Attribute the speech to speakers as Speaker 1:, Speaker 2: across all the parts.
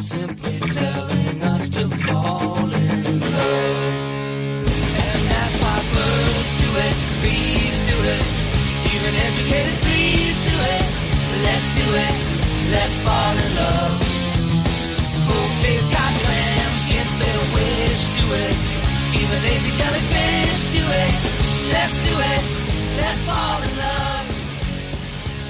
Speaker 1: simply telling us to fall in love. And that's why birds do it, bees do it, even educated fleas do it. Let's do it, let's fall in love. Fulfilled cod clams gets their wish, do it. Even lazy jellyfish do it. Let's do it, let's fall in love.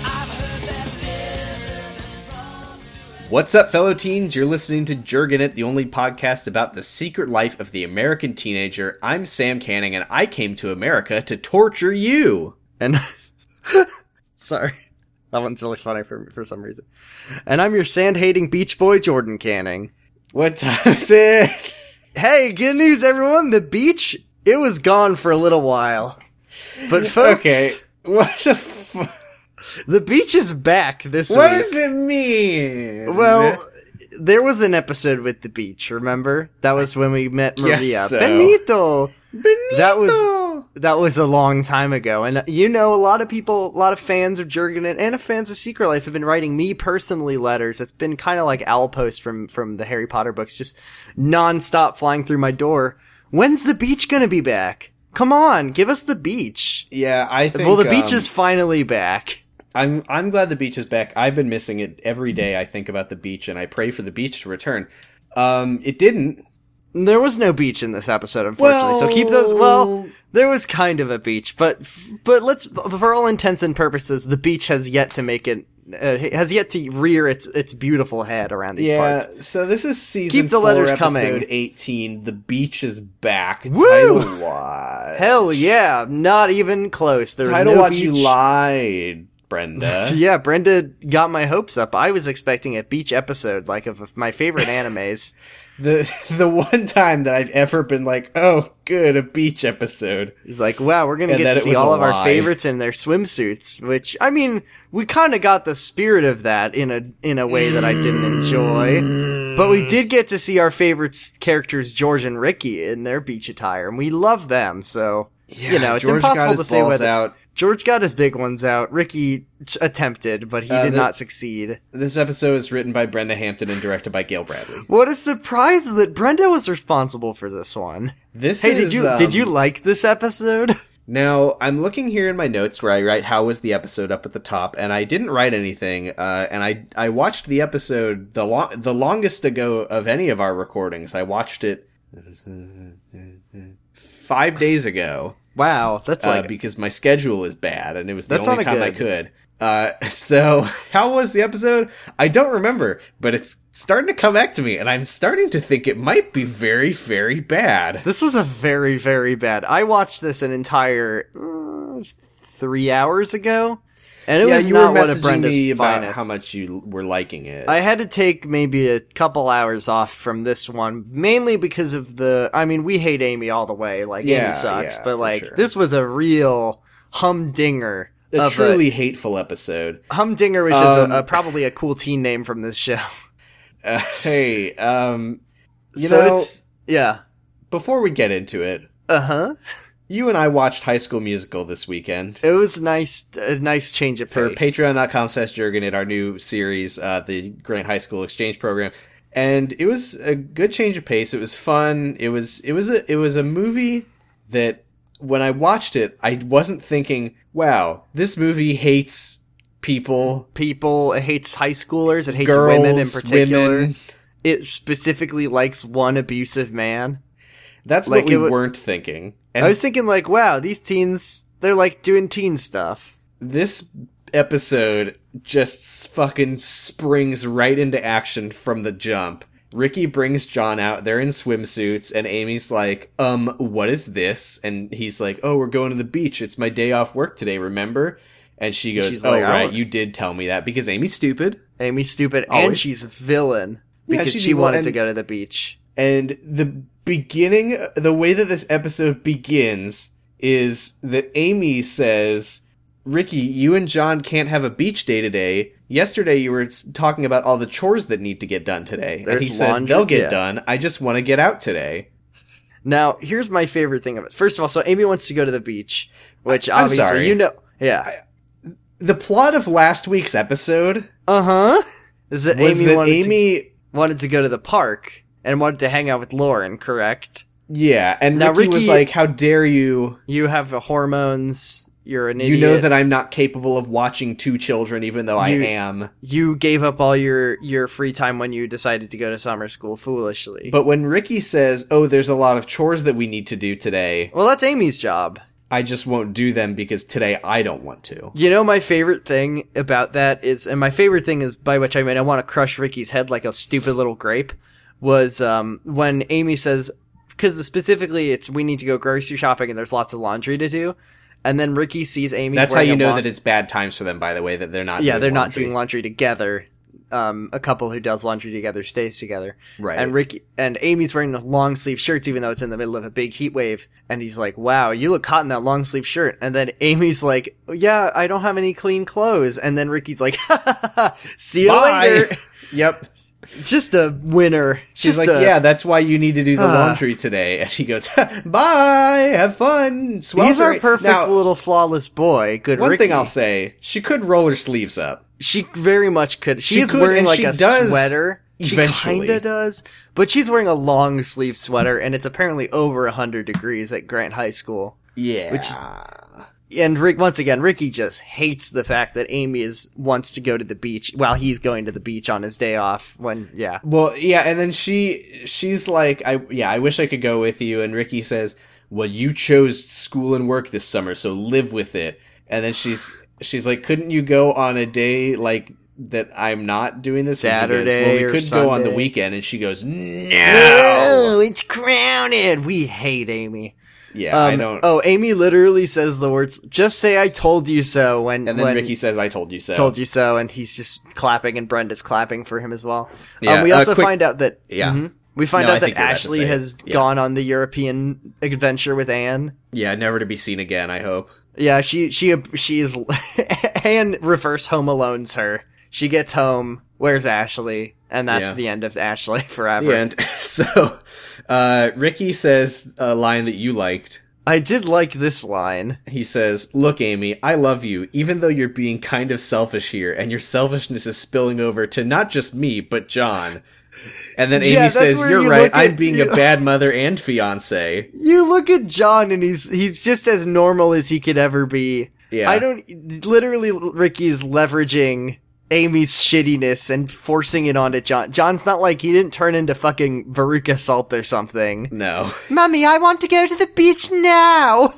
Speaker 1: I've heard that lizards and frogs do it.
Speaker 2: What's up, fellow teens? You're listening to Jergin It, the only podcast about the secret life of the American teenager. I'm Sam Canning, and I came to America to torture you.
Speaker 3: And sorry, that one's really funny for for some reason. And I'm your sand hating beach boy, Jordan Canning.
Speaker 2: What time's it?
Speaker 3: Hey, good news, everyone! The beach it was gone for a little while, but folks,
Speaker 2: Okay. What the f-
Speaker 3: the beach is back this
Speaker 2: What
Speaker 3: week.
Speaker 2: does it mean?
Speaker 3: Well, there was an episode with the beach. Remember that was when we met Maria
Speaker 2: Guess so.
Speaker 3: Benito.
Speaker 2: Benito.
Speaker 3: that was- That was a long time ago, and uh, you know, a lot of people, a lot of fans of Jurgen and- and fans of Secret Life have been writing me personally letters. It's been kind of like Alpost from from the Harry Potter books, just nonstop flying through my door. When's the beach gonna be back? Come on, give us the beach.
Speaker 2: yeah. I think.
Speaker 3: well, the beach
Speaker 2: um,
Speaker 3: is finally back.
Speaker 2: I'm I'm glad the beach is back. I've been missing it every day. I think about the beach, and I pray for the beach to return. Um, it didn't.
Speaker 3: There was no beach in this episode, unfortunately. so keep those. Well,
Speaker 2: Well-
Speaker 3: there was kind of a beach, but but let's for all intents and purposes, the beach has yet to make it uh, has yet to rear its its beautiful head around these
Speaker 2: yeah,
Speaker 3: parts.
Speaker 2: so this is season
Speaker 3: Keep the
Speaker 2: four,
Speaker 3: letters
Speaker 2: episode
Speaker 3: coming.
Speaker 2: 18. The beach is back.
Speaker 3: Woo!
Speaker 2: Title watch.
Speaker 3: Hell yeah, not even close. There was
Speaker 2: Title
Speaker 3: no
Speaker 2: watch.
Speaker 3: beach.
Speaker 2: You lied, Brenda.
Speaker 3: Yeah, Brenda got my hopes up. I was expecting a beach episode, like of, of my favorite animes.
Speaker 2: The the one time that I've ever been like, oh, good, a beach episode.
Speaker 3: He's like, wow, we're gonna
Speaker 2: And
Speaker 3: get
Speaker 2: that
Speaker 3: to
Speaker 2: it
Speaker 3: see
Speaker 2: was a
Speaker 3: all of our
Speaker 2: lie.
Speaker 3: favorites in their swimsuits, which I mean, we kind of got the spirit of that in a in a way that I didn't enjoy, but we did get to see our favorites characters George and Ricky in their beach attire, and we love them. So you know, it's
Speaker 2: George got
Speaker 3: impossible
Speaker 2: his
Speaker 3: to say
Speaker 2: balls
Speaker 3: whether
Speaker 2: out.
Speaker 3: George got his big ones out. Ricky t- attempted, but he
Speaker 2: Uh,
Speaker 3: did
Speaker 2: the-
Speaker 3: not succeed.
Speaker 2: This episode is written by Brenda Hampton and directed by Gail Bradley.
Speaker 3: What a surprise that Brenda was responsible for this one.
Speaker 2: This
Speaker 3: Hey,
Speaker 2: is,
Speaker 3: did you
Speaker 2: um,
Speaker 3: did you like this episode?
Speaker 2: Now, I'm looking here in my notes where I write how was the episode up at the top, and I didn't write anything. Uh, and I I watched the episode the lo- the longest ago of any of our recordings. I watched it five days ago
Speaker 3: Wow, that's
Speaker 2: uh,
Speaker 3: like
Speaker 2: because my schedule is bad, and it was the
Speaker 3: That's
Speaker 2: only
Speaker 3: not a
Speaker 2: time I
Speaker 3: good-
Speaker 2: could. Uh, so how was the episode? I don't remember, but it's starting to come back to me, and I'm starting to think it might be very very bad.
Speaker 3: This was a very, very bad. I watched this an entire uh, three hours ago, and it was not one of Brenda's finest.
Speaker 2: how much you were liking it.
Speaker 3: I had to take maybe a couple hours off from this one, mainly because of the. I mean, we hate Amy all the way. Like
Speaker 2: Yeah,
Speaker 3: Amy sucks,
Speaker 2: yeah,
Speaker 3: but
Speaker 2: for
Speaker 3: like
Speaker 2: sure.
Speaker 3: this was a real humdinger.
Speaker 2: a
Speaker 3: of
Speaker 2: truly hateful episode.
Speaker 3: a, humdinger, which
Speaker 2: Um,
Speaker 3: is a, a, probably a cool teen name from this show.
Speaker 2: Uh, hey, um, you
Speaker 3: so
Speaker 2: know,
Speaker 3: it's yeah,
Speaker 2: before we get into it,
Speaker 3: uh
Speaker 2: uh-huh.
Speaker 3: huh.
Speaker 2: you and I watched High School Musical this weekend.
Speaker 3: It was nice, a nice change of
Speaker 2: for
Speaker 3: pace.
Speaker 2: patreon.com slash jurgen at our new series uh, the grant high school exchange program and it was a good change of pace it was fun it was it was a it was a movie that when i watched it i wasn't thinking wow this movie hates people
Speaker 3: people. It hates high schoolers. It hates
Speaker 2: girls
Speaker 3: women in particular.
Speaker 2: women.
Speaker 3: It specifically likes one abusive man.
Speaker 2: that's
Speaker 3: Like,
Speaker 2: what we
Speaker 3: it wa-
Speaker 2: weren't thinking and
Speaker 3: I was thinking, like, wow, these teens, they're like doing teen stuff.
Speaker 2: this episode just s- fucking springs right into action from the jump. Ricky brings John out. They're in swimsuits, and Amy's like, "Um, what is this?" And he's like, "Oh, we're going to the beach. It's my day off work today. Remember?" And she goes,
Speaker 3: She's
Speaker 2: "Oh,
Speaker 3: like, I
Speaker 2: right.
Speaker 3: don't-
Speaker 2: You did tell me that because Amy's stupid."
Speaker 3: Amy's stupid, Oh, and
Speaker 2: Always.
Speaker 3: she's a villain
Speaker 2: Yeah,
Speaker 3: because
Speaker 2: she's
Speaker 3: she
Speaker 2: evil,
Speaker 3: wanted
Speaker 2: and-
Speaker 3: to go to the beach.
Speaker 2: And the beginning, the way that this episode begins is that Amy says, Ricky, you and John can't have a beach day today. Yesterday you were s- talking about all the chores that need to get done today. and
Speaker 3: There's
Speaker 2: he says,
Speaker 3: laundry-
Speaker 2: they'll get
Speaker 3: yeah.
Speaker 2: done. I just want to get out today.
Speaker 3: Now, here's my favorite thing of it. First of all, so Amy wants to go to the beach, which
Speaker 2: I- I'm
Speaker 3: obviously
Speaker 2: sorry.
Speaker 3: you know. Yeah.
Speaker 2: The plot of last week's episode
Speaker 3: Uh huh. Is that
Speaker 2: was
Speaker 3: Amy
Speaker 2: that
Speaker 3: wanted to
Speaker 2: Amy
Speaker 3: wanted to go to the park and wanted to hang out with Lauren, correct?
Speaker 2: Yeah, and
Speaker 3: Now,
Speaker 2: Ricky, was
Speaker 3: Ricky-
Speaker 2: like, "How dare you?
Speaker 3: You have hormones. You're an
Speaker 2: You
Speaker 3: idiot.
Speaker 2: know that I'm not capable of watching two children, even though I
Speaker 3: You-
Speaker 2: am."
Speaker 3: you gave up all your your free time when you decided to go to summer school foolishly.
Speaker 2: But when Ricky says, "Oh, there's a lot of chores that we need to do today,"
Speaker 3: well, that's Amy's job.
Speaker 2: I just won't do them because today I don't want to.
Speaker 3: You know, my favorite thing about that is, and my favorite thing is by which I mean I want to crush Ricky's head like a stupid little grape, was um, when Amy says, because specifically it's we need to go grocery shopping and there's lots of laundry to do, and then Ricky sees Amy.
Speaker 2: That's how you know that it's bad times for them. By the way, that they're not.
Speaker 3: yeah,
Speaker 2: doing
Speaker 3: they're not
Speaker 2: laundry.
Speaker 3: doing laundry together. Um, a couple who does laundry together stays together.
Speaker 2: Right.
Speaker 3: And Ricky and Amy's wearing the long sleeve shirts, even though it's in the middle of a big heat wave. And he's like, "Wow, you look hot in that long sleeve shirt." And then Amy's like, "Yeah, I don't have any clean clothes." And then Ricky's like, "See you
Speaker 2: Bye.
Speaker 3: later."
Speaker 2: Yep.
Speaker 3: Just a winner.
Speaker 2: She's
Speaker 3: Just
Speaker 2: like,
Speaker 3: a-
Speaker 2: yeah, that's why you need to do the
Speaker 3: Ah.
Speaker 2: laundry today. And he goes, bye, have fun. Swelter.
Speaker 3: He's our perfect
Speaker 2: Now,
Speaker 3: little flawless boy. Good.
Speaker 2: One
Speaker 3: Ricky.
Speaker 2: thing I'll say, she could roll her sleeves up.
Speaker 3: She very much could. She,
Speaker 2: She
Speaker 3: is
Speaker 2: could,
Speaker 3: wearing
Speaker 2: and
Speaker 3: like
Speaker 2: she
Speaker 3: a
Speaker 2: does
Speaker 3: sweater.
Speaker 2: eventually.
Speaker 3: She kinda does, but she's wearing a long sleeve sweater, and it's apparently over hundred degrees at Grant High School.
Speaker 2: Yeah.
Speaker 3: Which- And Rick, once again, Ricky just hates the fact that Amy is wants to go to the beach while he's going to the beach on his day off. When yeah,
Speaker 2: well, yeah, and then she she's like, I yeah, I wish I could go with you. And Ricky says, well, you chose school and work this summer, so live with it. And then she's she's like, couldn't you go on a day like that I'm not doing this? And he goes,
Speaker 3: Saturday
Speaker 2: well,
Speaker 3: or
Speaker 2: we could go on the
Speaker 3: Sunday."
Speaker 2: weekend. And she goes, no.
Speaker 3: no, it's crowded. We hate Amy.
Speaker 2: Yeah, I
Speaker 3: Um,
Speaker 2: don't.
Speaker 3: Oh, Amy literally says the words, "Just say I told you so." When
Speaker 2: And then
Speaker 3: when,
Speaker 2: Ricky says, "I told you so."
Speaker 3: told you so, and he's just clapping, and Brenda's clapping for him as well.
Speaker 2: Yeah,
Speaker 3: um, we
Speaker 2: uh,
Speaker 3: also
Speaker 2: quick-
Speaker 3: find out that
Speaker 2: Yeah.
Speaker 3: Mhm. we find
Speaker 2: No, I
Speaker 3: out that
Speaker 2: think you're about to say
Speaker 3: Ashley
Speaker 2: it.
Speaker 3: has
Speaker 2: Yeah.
Speaker 3: gone on the European adventure with Anne.
Speaker 2: Yeah, never to be seen again. I hope.
Speaker 3: Yeah, she she she is Anne reverse Home Alone's her. She gets home. Where's Ashley? And that's
Speaker 2: Yeah.
Speaker 3: the end of Ashley forever.
Speaker 2: And so, uh, Ricky says a line that you liked.
Speaker 3: I did like this line.
Speaker 2: He says, "Look, Amy, I love you, even though you're being kind of selfish here, and your selfishness is spilling over to not just me but John." And then Amy
Speaker 3: Yeah, that's
Speaker 2: says,
Speaker 3: where
Speaker 2: "You're
Speaker 3: you
Speaker 2: right.
Speaker 3: look at-
Speaker 2: I'm being
Speaker 3: you-
Speaker 2: a bad mother and fiance."
Speaker 3: You look at John, and he's he's just as normal as he could ever be.
Speaker 2: Yeah.
Speaker 3: I don't. Literally, Ricky is leveraging Amy's shittiness and forcing it onto John. John's not like he didn't turn into fucking Veruca Salt or something.
Speaker 2: No.
Speaker 3: Mommy, I want to go to the beach now.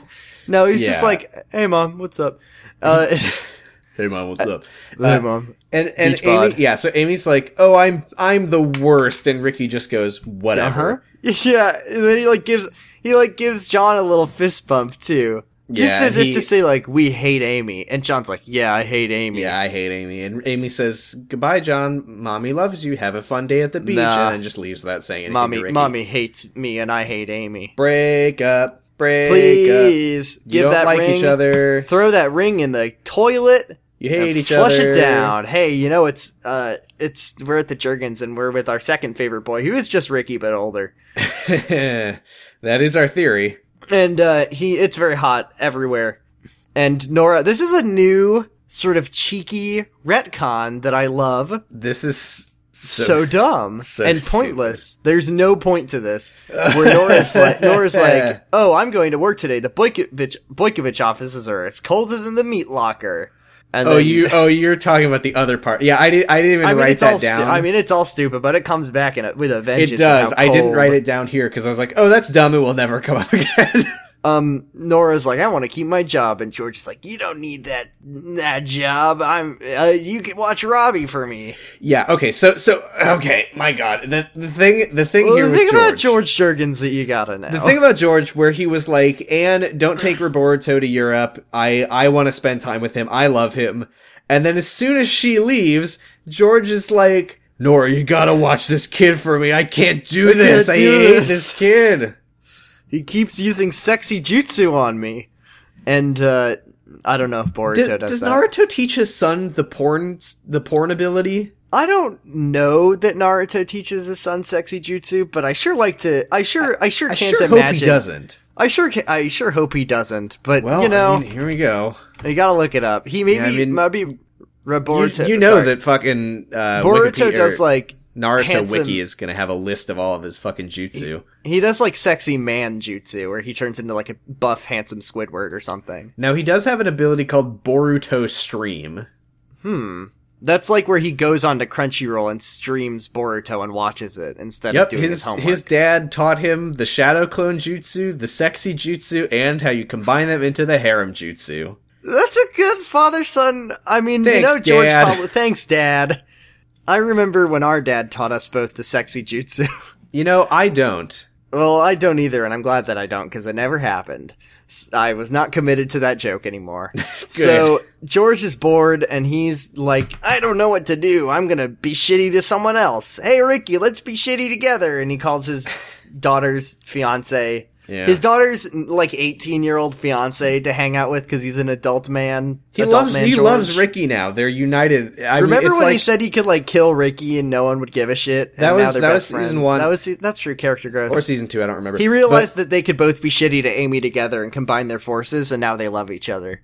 Speaker 3: No, he's just
Speaker 2: Yeah.
Speaker 3: like, hey mom, what's up? Uh, hey
Speaker 2: Hey, mom, what's up?
Speaker 3: mom.
Speaker 2: And and
Speaker 3: Beach
Speaker 2: Amy,
Speaker 3: bod.
Speaker 2: yeah. So Amy's like, "Oh, I'm I'm the worst," and Ricky just goes, "Whatever."
Speaker 3: Huh? Uh-huh. Yeah, and then he like gives he like gives John a little fist bump too, just
Speaker 2: Yeah,
Speaker 3: as if
Speaker 2: he-
Speaker 3: to say like we hate Amy, and John's like, yeah, I hate Amy.
Speaker 2: Yeah, I hate Amy. And Amy says, Goodbye, John. Mommy loves you. Have a fun day at the beach.
Speaker 3: Nah.
Speaker 2: And then just leaves without saying anything. to
Speaker 3: mommy,
Speaker 2: Ricky.
Speaker 3: mommy hates me, and I hate Amy.
Speaker 2: Break up. Break up.
Speaker 3: Please
Speaker 2: You
Speaker 3: give
Speaker 2: don't
Speaker 3: that
Speaker 2: like
Speaker 3: ring.
Speaker 2: each other.
Speaker 3: Throw that ring in the toilet.
Speaker 2: You hate
Speaker 3: and
Speaker 2: each
Speaker 3: flush
Speaker 2: other.
Speaker 3: it down. Hey, you know it's uh, it's we're at the Jurgens and we're with our second favorite boy, who is just Ricky but older,
Speaker 2: that is our theory.
Speaker 3: and uh, he it's very hot everywhere. And Nora, this is a new sort of cheeky retcon that I love.
Speaker 2: This is
Speaker 3: So, dumb
Speaker 2: so
Speaker 3: and
Speaker 2: stupid.
Speaker 3: pointless. There's no point to this. Where Nora's like, Nora's like, oh, I'm going to work today. The Boykovich, Boykovich offices are as cold as in the meat locker. And
Speaker 2: Oh,
Speaker 3: then-
Speaker 2: you! Oh, you're talking about the other part. Yeah, I, did, I didn't even
Speaker 3: I mean,
Speaker 2: write
Speaker 3: it's all
Speaker 2: that
Speaker 3: stu-
Speaker 2: down.
Speaker 3: I mean, it's all stupid, but it comes back in a, with a vengeance.
Speaker 2: it
Speaker 3: of how
Speaker 2: does. I didn't
Speaker 3: cold-
Speaker 2: write it down here because I was like, "Oh, that's dumb. It will never come up again."
Speaker 3: Um, Nora's like, I want to keep my job, and George is like, you don't need that that job. I'm. Uh, you can watch Robbie for me.
Speaker 2: yeah. Okay. So. So. Okay. My God. The, the thing. The thing
Speaker 3: Well,
Speaker 2: here
Speaker 3: the
Speaker 2: with
Speaker 3: thing about
Speaker 2: George-
Speaker 3: George Jurgens that you gotta know.
Speaker 2: The thing about George, where he was like, "Anne, don't take Roboruto to Europe. I I want to spend time with him. I love him." And then as soon as she leaves, George is like, "Nora, you gotta watch this kid for me. I can't do
Speaker 3: I can't
Speaker 2: this. I
Speaker 3: do
Speaker 2: hate
Speaker 3: this."
Speaker 2: this kid."
Speaker 3: he keeps using sexy jutsu on me, and uh, I don't know if Boruto
Speaker 2: Did-
Speaker 3: does,
Speaker 2: does
Speaker 3: that.
Speaker 2: Naruto teach his son the porn the porn ability?
Speaker 3: I don't know that Naruto teaches his son sexy jutsu, but I sure like to. I sure, I, sure
Speaker 2: I
Speaker 3: can't
Speaker 2: sure
Speaker 3: imagine.
Speaker 2: hope he doesn't.
Speaker 3: I sure, ca I sure hope he doesn't. But
Speaker 2: Well,
Speaker 3: you know,
Speaker 2: I mean, here we go.
Speaker 3: You gotta look it up. He maybe
Speaker 2: Yeah, I mean-
Speaker 3: might be
Speaker 2: You,
Speaker 3: Roboruto.
Speaker 2: you know
Speaker 3: sorry.
Speaker 2: that fucking uh,
Speaker 3: Boruto
Speaker 2: Wikipedia-
Speaker 3: does like
Speaker 2: Naruto
Speaker 3: Handsome-
Speaker 2: Wiki is gonna have a list of all of his fucking jutsu.
Speaker 3: He does like sexy man jutsu, where he turns into like a buff, handsome Squidward or something.
Speaker 2: Now he does have an ability called Boruto Stream.
Speaker 3: Hmm. That's like where he goes onto Crunchyroll and streams Boruto and watches it instead of
Speaker 2: Yep,
Speaker 3: doing his,
Speaker 2: his
Speaker 3: homework.
Speaker 2: his dad taught him the shadow clone jutsu, the sexy jutsu, and how you combine them into the harem jutsu.
Speaker 3: That's a good father son. I mean, you
Speaker 2: Thanks,
Speaker 3: know, George
Speaker 2: Dad.
Speaker 3: probably. Thanks, Dad. I remember when our dad taught us both the sexy jutsu.
Speaker 2: You know, I don't.
Speaker 3: well, I don't either, and I'm glad that I don't because it never happened. S- I was not committed to that joke anymore. so George is bored and he's like, I don't know what to do. I'm gonna be shitty to someone else. Hey, Ricky, let's be shitty together. And he calls his daughter's fiance.
Speaker 2: Yeah.
Speaker 3: His daughter's like 18 year old fiance to hang out with because he's an adult man.
Speaker 2: He
Speaker 3: adult
Speaker 2: loves
Speaker 3: man
Speaker 2: he
Speaker 3: George.
Speaker 2: loves Ricky now. They're united. I mean,
Speaker 3: Remember
Speaker 2: it's
Speaker 3: when
Speaker 2: like,
Speaker 3: he said he could like kill Ricky and no one would give a shit? And
Speaker 2: That
Speaker 3: now
Speaker 2: was-
Speaker 3: they're
Speaker 2: that
Speaker 3: best
Speaker 2: was season
Speaker 3: friends?
Speaker 2: one.
Speaker 3: That was se- that's true character growth.
Speaker 2: or season two? I don't remember.
Speaker 3: he
Speaker 2: But-
Speaker 3: realized that they could both be shitty to Amy together and combine their forces, and now they love each other.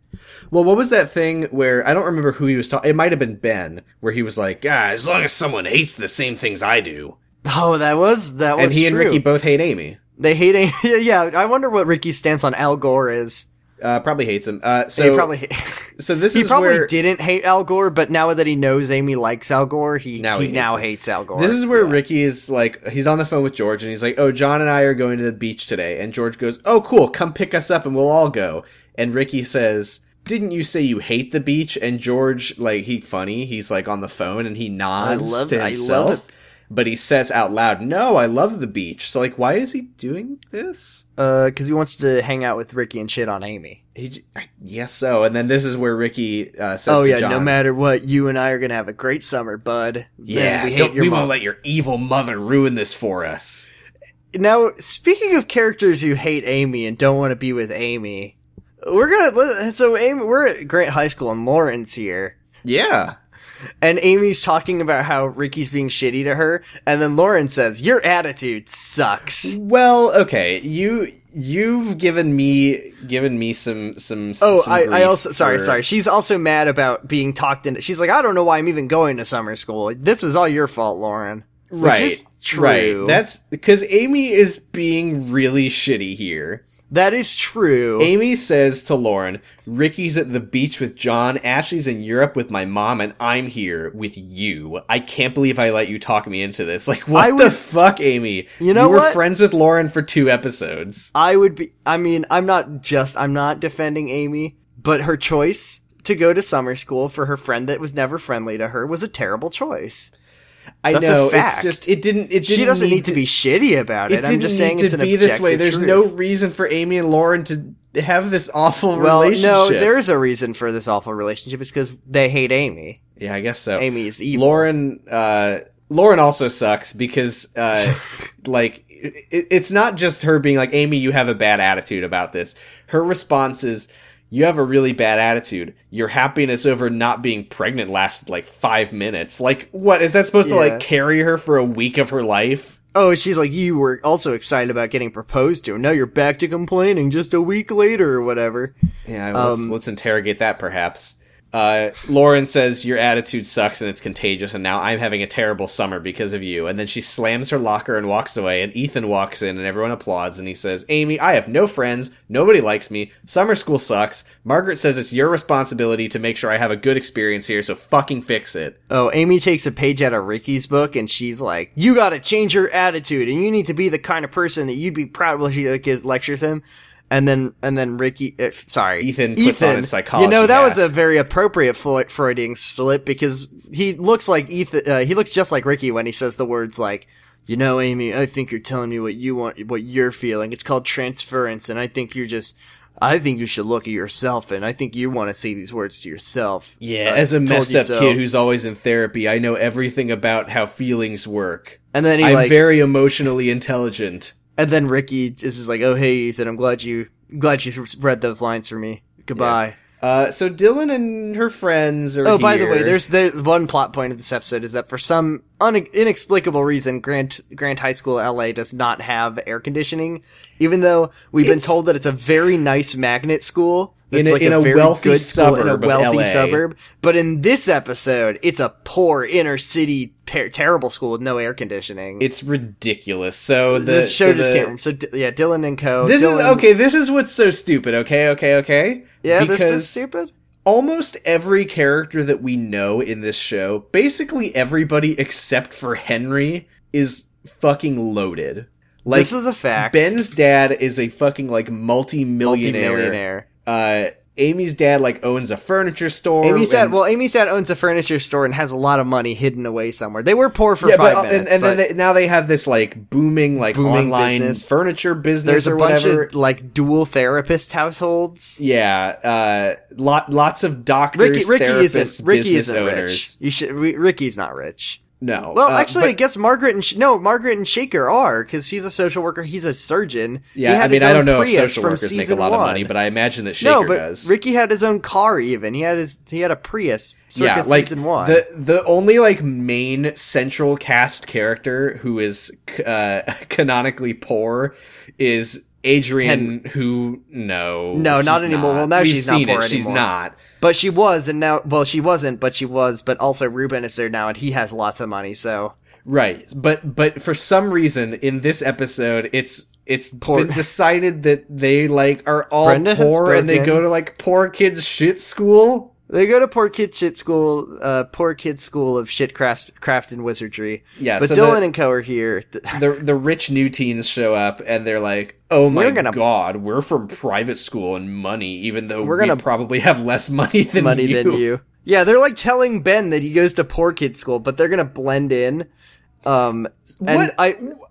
Speaker 2: Well, what was that thing where I don't remember who he was talking? It might have been Ben, where he was like, "Ah, as long as someone hates the same things I do,"
Speaker 3: Oh, that was that was
Speaker 2: and he and
Speaker 3: true.
Speaker 2: Ricky both hate Amy.
Speaker 3: They hate Amy. yeah, I wonder what Ricky's stance on Al Gore is.
Speaker 2: Uh, probably hates him. Uh, so
Speaker 3: He probably
Speaker 2: so this
Speaker 3: he
Speaker 2: is
Speaker 3: probably
Speaker 2: where
Speaker 3: didn't hate Al Gore, but now that he knows Amy likes Al Gore, he
Speaker 2: Now he
Speaker 3: he,
Speaker 2: hates
Speaker 3: now
Speaker 2: him.
Speaker 3: hates Al Gore.
Speaker 2: this is where
Speaker 3: Yeah.
Speaker 2: Ricky is like he's on the phone with George and he's like, "Oh, John and I are going to the beach today," and George goes, "Oh, cool, come pick us up and we'll all go." And Ricky says. Didn't you say you hate the beach? And George, like, he funny. He's like on the phone and he nods
Speaker 3: love- I
Speaker 2: to
Speaker 3: love
Speaker 2: himself,
Speaker 3: it.
Speaker 2: but he says out loud, "No, I love the beach." So, like, why is he doing this?
Speaker 3: because Uh, he wants to hang out with Ricky and shit on Amy.
Speaker 2: He, j- I guess so. And then this is where Ricky uh, says,
Speaker 3: Oh
Speaker 2: to
Speaker 3: yeah,
Speaker 2: John,
Speaker 3: no matter what, you and I are gonna have a great summer, bud. Man,
Speaker 2: yeah,
Speaker 3: we hate
Speaker 2: don't,
Speaker 3: your
Speaker 2: we
Speaker 3: mom.
Speaker 2: won't let your evil mother ruin this for us."
Speaker 3: now, speaking of characters who hate Amy and don't want to be with Amy, we're gonna let- so Amy. We're at Grant High School and Lawrence here.
Speaker 2: Yeah,
Speaker 3: And Amy's talking about how Ricky's being shitty to her, and then Lauren says, "Your attitude sucks."
Speaker 2: Well, okay, you you've given me given me some some. some
Speaker 3: Oh,
Speaker 2: some
Speaker 3: I, I
Speaker 2: grief
Speaker 3: also sorry,
Speaker 2: for-
Speaker 3: sorry. She's also mad about being talked into. She's like, I don't know why I'm even going to summer school. This was all your fault, Lauren. Which
Speaker 2: Right,
Speaker 3: is true.
Speaker 2: right. That's because Amy is being really shitty here.
Speaker 3: that is true.
Speaker 2: Amy says to Lauren, "Ricky's at the beach with John. Ashley's in Europe with my mom, and I'm here with you. I can't believe I let you talk me into this. Like, what
Speaker 3: I
Speaker 2: the
Speaker 3: would-
Speaker 2: fuck, Amy?
Speaker 3: You know
Speaker 2: you were
Speaker 3: what?
Speaker 2: friends with Lauren for two episodes.
Speaker 3: I would be. I mean, I'm not just. I'm not defending Amy, but her choice to go to summer school for her friend that was never friendly to her was a terrible choice.
Speaker 2: I
Speaker 3: That's a
Speaker 2: know
Speaker 3: fact.
Speaker 2: it's just it didn't. It didn't
Speaker 3: She doesn't need to be shitty about it.
Speaker 2: It
Speaker 3: I'm
Speaker 2: didn't
Speaker 3: just saying
Speaker 2: need
Speaker 3: it's
Speaker 2: to
Speaker 3: an
Speaker 2: be this way.
Speaker 3: objective
Speaker 2: There's
Speaker 3: truth.
Speaker 2: no reason for Amy and Lauren to have this awful
Speaker 3: Well,
Speaker 2: relationship.
Speaker 3: no, there is a reason for this awful relationship. It's because they hate Amy.
Speaker 2: yeah, I guess so.
Speaker 3: Amy is evil.
Speaker 2: Lauren, uh, Lauren also sucks because, uh, like, it, it's not just her being like, Amy, you have a bad attitude about this. Her response is, you have a really bad attitude. Your happiness over not being pregnant lasted like five minutes. Like, what is that supposed to
Speaker 3: Yeah.
Speaker 2: like carry her for a week of her life?
Speaker 3: Oh, she's like, you were also excited about getting proposed to. Now you're back to complaining just a week later or whatever.
Speaker 2: Yeah, let's,
Speaker 3: Um,
Speaker 2: let's interrogate that perhaps. Uh, Lauren says your attitude sucks and it's contagious, and now I'm having a terrible summer because of you. And then she slams her locker and walks away. And Ethan walks in, and everyone applauds. And he says, "Amy, I have no friends. Nobody likes me. Summer school sucks. Margaret says it's your responsibility to make sure I have a good experience here. So fucking fix it."
Speaker 3: Oh, Amy takes a page out of Ricky's book and she's like, you gotta change your attitude and you need to be the kind of person that you'd be proud when she like, is- lectures him. And then, and then Ricky, uh, sorry,
Speaker 2: Ethan puts on his psychology
Speaker 3: You know that was
Speaker 2: hat.
Speaker 3: a very appropriate Freud, Freudian slip because he looks like Ethan. Uh, he looks just like Ricky when he says the words like, "You know, Amy, I think you're telling me what you want, what you're feeling. It's called transference, and I think you're just." I think you should look at yourself, and I think you want to say these words to yourself.
Speaker 2: Yeah,
Speaker 3: Uh,
Speaker 2: as a
Speaker 3: told
Speaker 2: messed
Speaker 3: you
Speaker 2: up
Speaker 3: so.
Speaker 2: kid who's always in therapy, I know everything about how feelings work.
Speaker 3: and then he
Speaker 2: I'm
Speaker 3: like,
Speaker 2: very emotionally intelligent.
Speaker 3: And then Ricky is just like, "Oh hey Ethan, I'm glad you glad you read those lines for me. Goodbye."
Speaker 2: Uh, so Dylan and her friends are.
Speaker 3: Oh, by the
Speaker 2: here.
Speaker 3: way, there's there's one plot point of this episode is that for some un- inexplicable reason, Grant Grant High School LA does not have air conditioning, even though we've been
Speaker 2: It's-
Speaker 3: told that it's a very nice magnet school.
Speaker 2: In
Speaker 3: that's
Speaker 2: a- in a
Speaker 3: very
Speaker 2: wealthy
Speaker 3: good school in a
Speaker 2: suburb of
Speaker 3: wealthy
Speaker 2: LA.
Speaker 3: suburb. But in this episode, it's a poor inner city ter- terrible school with no air conditioning.
Speaker 2: It's ridiculous. So the
Speaker 3: this show
Speaker 2: so
Speaker 3: just
Speaker 2: the-
Speaker 3: came. So D- yeah, Dylan and Co.
Speaker 2: This is
Speaker 3: Dylan-
Speaker 2: okay. This is what's so stupid. Okay, okay, okay.
Speaker 3: Yeah, this
Speaker 2: Because
Speaker 3: is stupid.
Speaker 2: Almost every character that we know in this show, basically everybody except for Henry, is fucking loaded. Like
Speaker 3: this is a fact.
Speaker 2: Ben's dad is a fucking like multi-millionaire.
Speaker 3: Multimillionaire.
Speaker 2: Uh, Amy's dad like owns a furniture store.
Speaker 3: Amy's dad.
Speaker 2: and-
Speaker 3: Well, Amy's dad owns a furniture store and has a lot of money hidden away somewhere. They were poor for
Speaker 2: yeah,
Speaker 3: five
Speaker 2: but uh,
Speaker 3: minutes,
Speaker 2: and, and
Speaker 3: but
Speaker 2: then they, now they have this like booming like
Speaker 3: Booming
Speaker 2: online
Speaker 3: business.
Speaker 2: furniture business
Speaker 3: there's a
Speaker 2: or
Speaker 3: bunch
Speaker 2: whatever.
Speaker 3: of like dual therapist households.
Speaker 2: yeah, uh, lot lots of doctors.
Speaker 3: Ricky, Ricky
Speaker 2: therapists,
Speaker 3: isn't. Ricky
Speaker 2: business
Speaker 3: isn't
Speaker 2: owners.
Speaker 3: rich. You should. Ri- Ricky's not rich.
Speaker 2: No.
Speaker 3: Well,
Speaker 2: uh,
Speaker 3: actually, I
Speaker 2: but-
Speaker 3: guess Margaret and Sh- no, Margaret and Shaker are because she's a social worker. He's a surgeon. He
Speaker 2: yeah.
Speaker 3: had
Speaker 2: I
Speaker 3: his
Speaker 2: mean, I
Speaker 3: own
Speaker 2: don't know if
Speaker 3: Prius
Speaker 2: social
Speaker 3: from
Speaker 2: workers make a
Speaker 3: season
Speaker 2: lot of
Speaker 3: one.
Speaker 2: money, but I imagine that Shaker
Speaker 3: no, but
Speaker 2: does.
Speaker 3: Ricky had his own car. Even he had his he had a Prius. Circa
Speaker 2: yeah, like
Speaker 3: season one.
Speaker 2: the the only like main central cast character who is uh, canonically poor is Adrian. who no,
Speaker 3: No, not
Speaker 2: she's
Speaker 3: anymore. Well, now
Speaker 2: We've
Speaker 3: she's not
Speaker 2: seen
Speaker 3: poor
Speaker 2: it. She's
Speaker 3: anymore.
Speaker 2: not.
Speaker 3: But she was, and now, well, she wasn't, but she was, but also Ruben is there now, and he has lots of money, so.
Speaker 2: Right, but but for some reason in this episode, it's it's
Speaker 3: Poor-
Speaker 2: been decided that they like are all
Speaker 3: Brenda has
Speaker 2: poor and they
Speaker 3: spoken.
Speaker 2: go to like poor kids shit school.
Speaker 3: They go to poor kid shit school, uh, poor kid school of shit craft, craft and wizardry.
Speaker 2: Yeah,
Speaker 3: But
Speaker 2: so
Speaker 3: Dylan
Speaker 2: the-
Speaker 3: and co are here. Th-
Speaker 2: The the rich new teens show up and they're like, "Oh my
Speaker 3: We're gonna-
Speaker 2: god, we're from private school and money, even though
Speaker 3: We're
Speaker 2: we
Speaker 3: gonna-
Speaker 2: probably have less money than
Speaker 3: money
Speaker 2: you.
Speaker 3: than you. Yeah, they're like telling Ben that he goes to poor kid school, but they're gonna blend in. Um, and
Speaker 2: what
Speaker 3: I,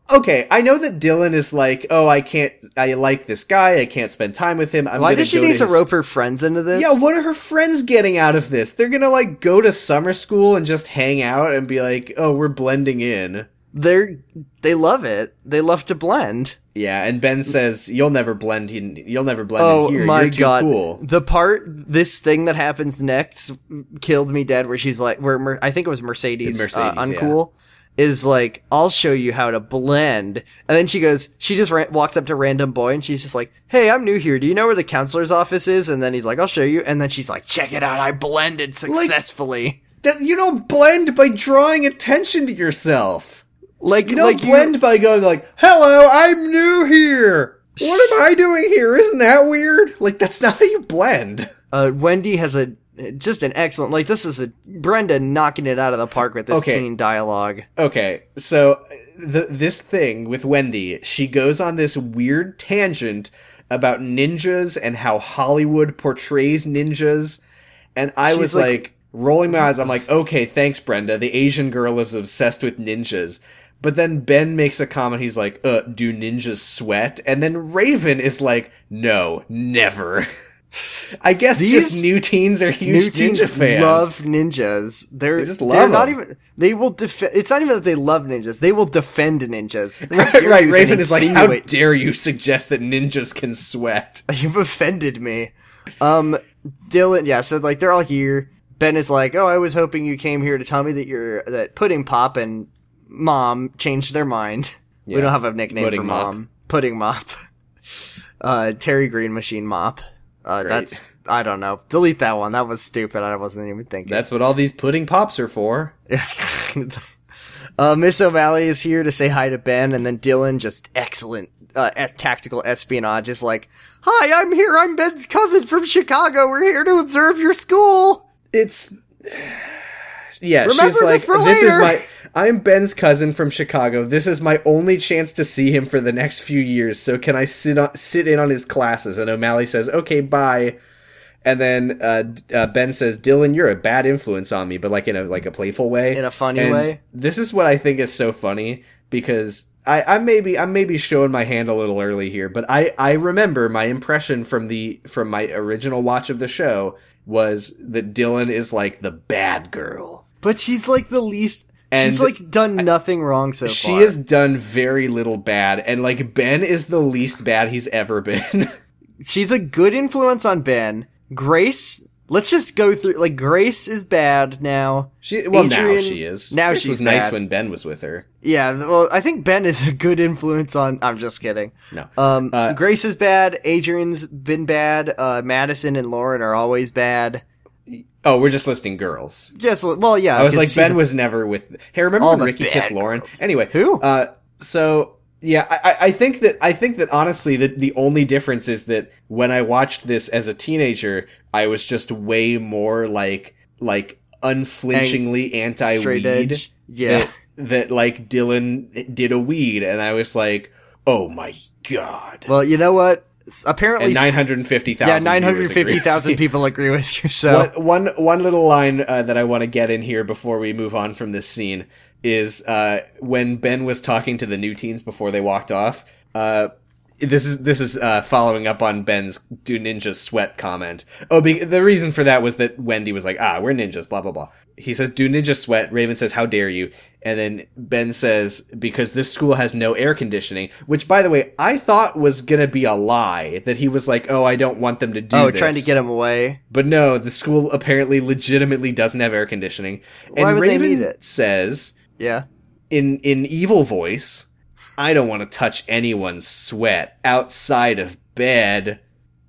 Speaker 2: I okay, I know that Dylan is like, "Oh, I can't, I like this guy, I can't spend time with him." I'm
Speaker 3: why
Speaker 2: gonna
Speaker 3: does she
Speaker 2: go to
Speaker 3: need to
Speaker 2: his
Speaker 3: rope her friends into this?
Speaker 2: Yeah, what are her friends getting out of this? They're gonna like go to summer school and just hang out and be like, "Oh, we're blending in."
Speaker 3: They're, they love it. They love to blend.
Speaker 2: Yeah, and Ben says, "You'll never blend in. You'll never blend in here. You're too cool."
Speaker 3: Oh The part, this thing that happens next, killed me dead. Where she's like, where Mer- I think it was Mercedes, uh,
Speaker 2: Mercedes, yeah.
Speaker 3: uncool, is like, I'll show you how to blend. And then she goes, she just ran- walks up to random boy and she's just like, Hey, I'm new here. Do you know where the counselor's office is? And then he's like, I'll show you. And then she's like, Check it out. I blended successfully.
Speaker 2: That you don't blend by drawing attention to yourself.
Speaker 3: Like,
Speaker 2: You don't
Speaker 3: like
Speaker 2: blend by going like, "Hello, I'm new here. What am I doing here? Isn't that weird?" Like that's not how you blend.
Speaker 3: uh, Wendy has a just an excellent like this is a Brenda knocking it out of the park with this
Speaker 2: Okay.
Speaker 3: teen dialogue.
Speaker 2: Okay, so uh, th this thing with Wendy, she goes on this weird tangent about ninjas and how Hollywood portrays ninjas, and I
Speaker 3: She's
Speaker 2: was
Speaker 3: like-
Speaker 2: like, rolling my eyes. I'm like, okay, thanks, Brenda. The Asian girl is obsessed with ninjas. But then Ben makes a comment. He's like, "Uh, do ninjas sweat?" And then Raven is like, "No, never." I guess
Speaker 3: These
Speaker 2: just new teens are huge
Speaker 3: New
Speaker 2: ninja
Speaker 3: teens
Speaker 2: fans.
Speaker 3: love ninjas. They're
Speaker 2: They just love
Speaker 3: they're not
Speaker 2: 'em.
Speaker 3: even. They will defend. It's not even that they love ninjas. They will defend ninjas. How
Speaker 2: right,
Speaker 3: dare
Speaker 2: right.
Speaker 3: you
Speaker 2: Raven
Speaker 3: even
Speaker 2: is like, how
Speaker 3: insinuate-
Speaker 2: dare you suggest that ninjas can sweat?
Speaker 3: You've offended me. Um, Dylan. Yeah. So like, they're all here. Ben is like, oh, I was hoping you came here to tell me that you're that pudding pop and mom changed their mind. We
Speaker 2: Yeah.
Speaker 3: don't have a nickname
Speaker 2: Pudding
Speaker 3: for
Speaker 2: Mop.
Speaker 3: mom. Pudding mop. Uh, Terry Green machine mop. Uh,
Speaker 2: Great.
Speaker 3: that's I don't know. Delete that one. That was stupid. I wasn't even thinking.
Speaker 2: That's what all these pudding pops are for.
Speaker 3: uh, Miss O'Malley is here to say hi to Ben, and then Dylan, just excellent uh, es- tactical espionage, is like, "Hi, I'm here. I'm Ben's cousin from Chicago. We're here to observe your school."
Speaker 2: It's yeah.
Speaker 3: Remember
Speaker 2: she's like,
Speaker 3: this for
Speaker 2: this is
Speaker 3: later."
Speaker 2: my. I'm Ben's cousin from Chicago. This is my only chance to see him for the next few years. So can I sit on, sit in on his classes? And O'Malley says, "Okay, bye." And then uh, D- uh, Ben says, "Dylan, you're a bad influence on me," but like in a like a playful way,
Speaker 3: In a funny
Speaker 2: And
Speaker 3: way.
Speaker 2: This is what I think is so funny because I, I maybe I'm maybe showing my hand a little early here, but I I remember my impression from the from my original watch of the show was that Dylan is like the bad girl.
Speaker 3: But she's like the least.
Speaker 2: And
Speaker 3: she's like done nothing wrong so
Speaker 2: She
Speaker 3: far.
Speaker 2: has done very little bad, and like Ben is the least bad he's ever been.
Speaker 3: She's a good influence on Ben. Grace. Let's just go through. Like Grace is bad now.
Speaker 2: She well now
Speaker 3: Adrian-
Speaker 2: she is.
Speaker 3: now
Speaker 2: Grace
Speaker 3: she's
Speaker 2: was nice
Speaker 3: bad.
Speaker 2: when Ben was with her.
Speaker 3: Yeah. Well, I think Ben is a good influence on. I'm just kidding.
Speaker 2: No.
Speaker 3: Um,
Speaker 2: Uh,
Speaker 3: Grace is bad. Adrian's been bad. Uh, Madison and Lauren are always bad.
Speaker 2: oh, we're just listing girls.
Speaker 3: Just well, yeah.
Speaker 2: I was
Speaker 3: 'cause
Speaker 2: like
Speaker 3: she's
Speaker 2: Ben
Speaker 3: a-
Speaker 2: was never with. Hey, remember
Speaker 3: All
Speaker 2: when
Speaker 3: the
Speaker 2: Ricky
Speaker 3: bad
Speaker 2: kissed Lauren?
Speaker 3: girls.
Speaker 2: Anyway,
Speaker 3: Who?
Speaker 2: Uh, so yeah, I, I- I think that I think that honestly, that the only difference is that when I watched this as a teenager, I was just way more like like unflinchingly anti
Speaker 3: straight
Speaker 2: weed.
Speaker 3: edge. Yeah.
Speaker 2: That, that like Dylan did a weed, and I was like, oh my god.
Speaker 3: well, you know what? S- Apparently,
Speaker 2: and
Speaker 3: s-
Speaker 2: nine hundred fifty
Speaker 3: yeah,
Speaker 2: thousand.
Speaker 3: nine hundred fifty thousand people agree with you. So
Speaker 2: One one one little line uh, that I want to get in here before we move on from this scene is uh, when Ben was talking to the new teens before they walked off. Uh, this is this is uh, following up on Ben's "Do ninjas sweat" comment. Oh, be- the reason for that was that Wendy was like, "Ah, we're ninjas," blah blah blah. He says, "Do ninja sweat." Raven says, "How dare you?" And then Ben says, "Because this school has no air conditioning," which, by the way, I thought was gonna be a lie. That he was like, "Oh, I don't want them to do."
Speaker 3: oh,
Speaker 2: this.
Speaker 3: trying to get him away.
Speaker 2: But no, the school apparently legitimately doesn't have air conditioning. And
Speaker 3: Why would they
Speaker 2: Raven
Speaker 3: need it?
Speaker 2: says
Speaker 3: Yeah.
Speaker 2: in in evil voice, I don't want to touch anyone's sweat outside of bed.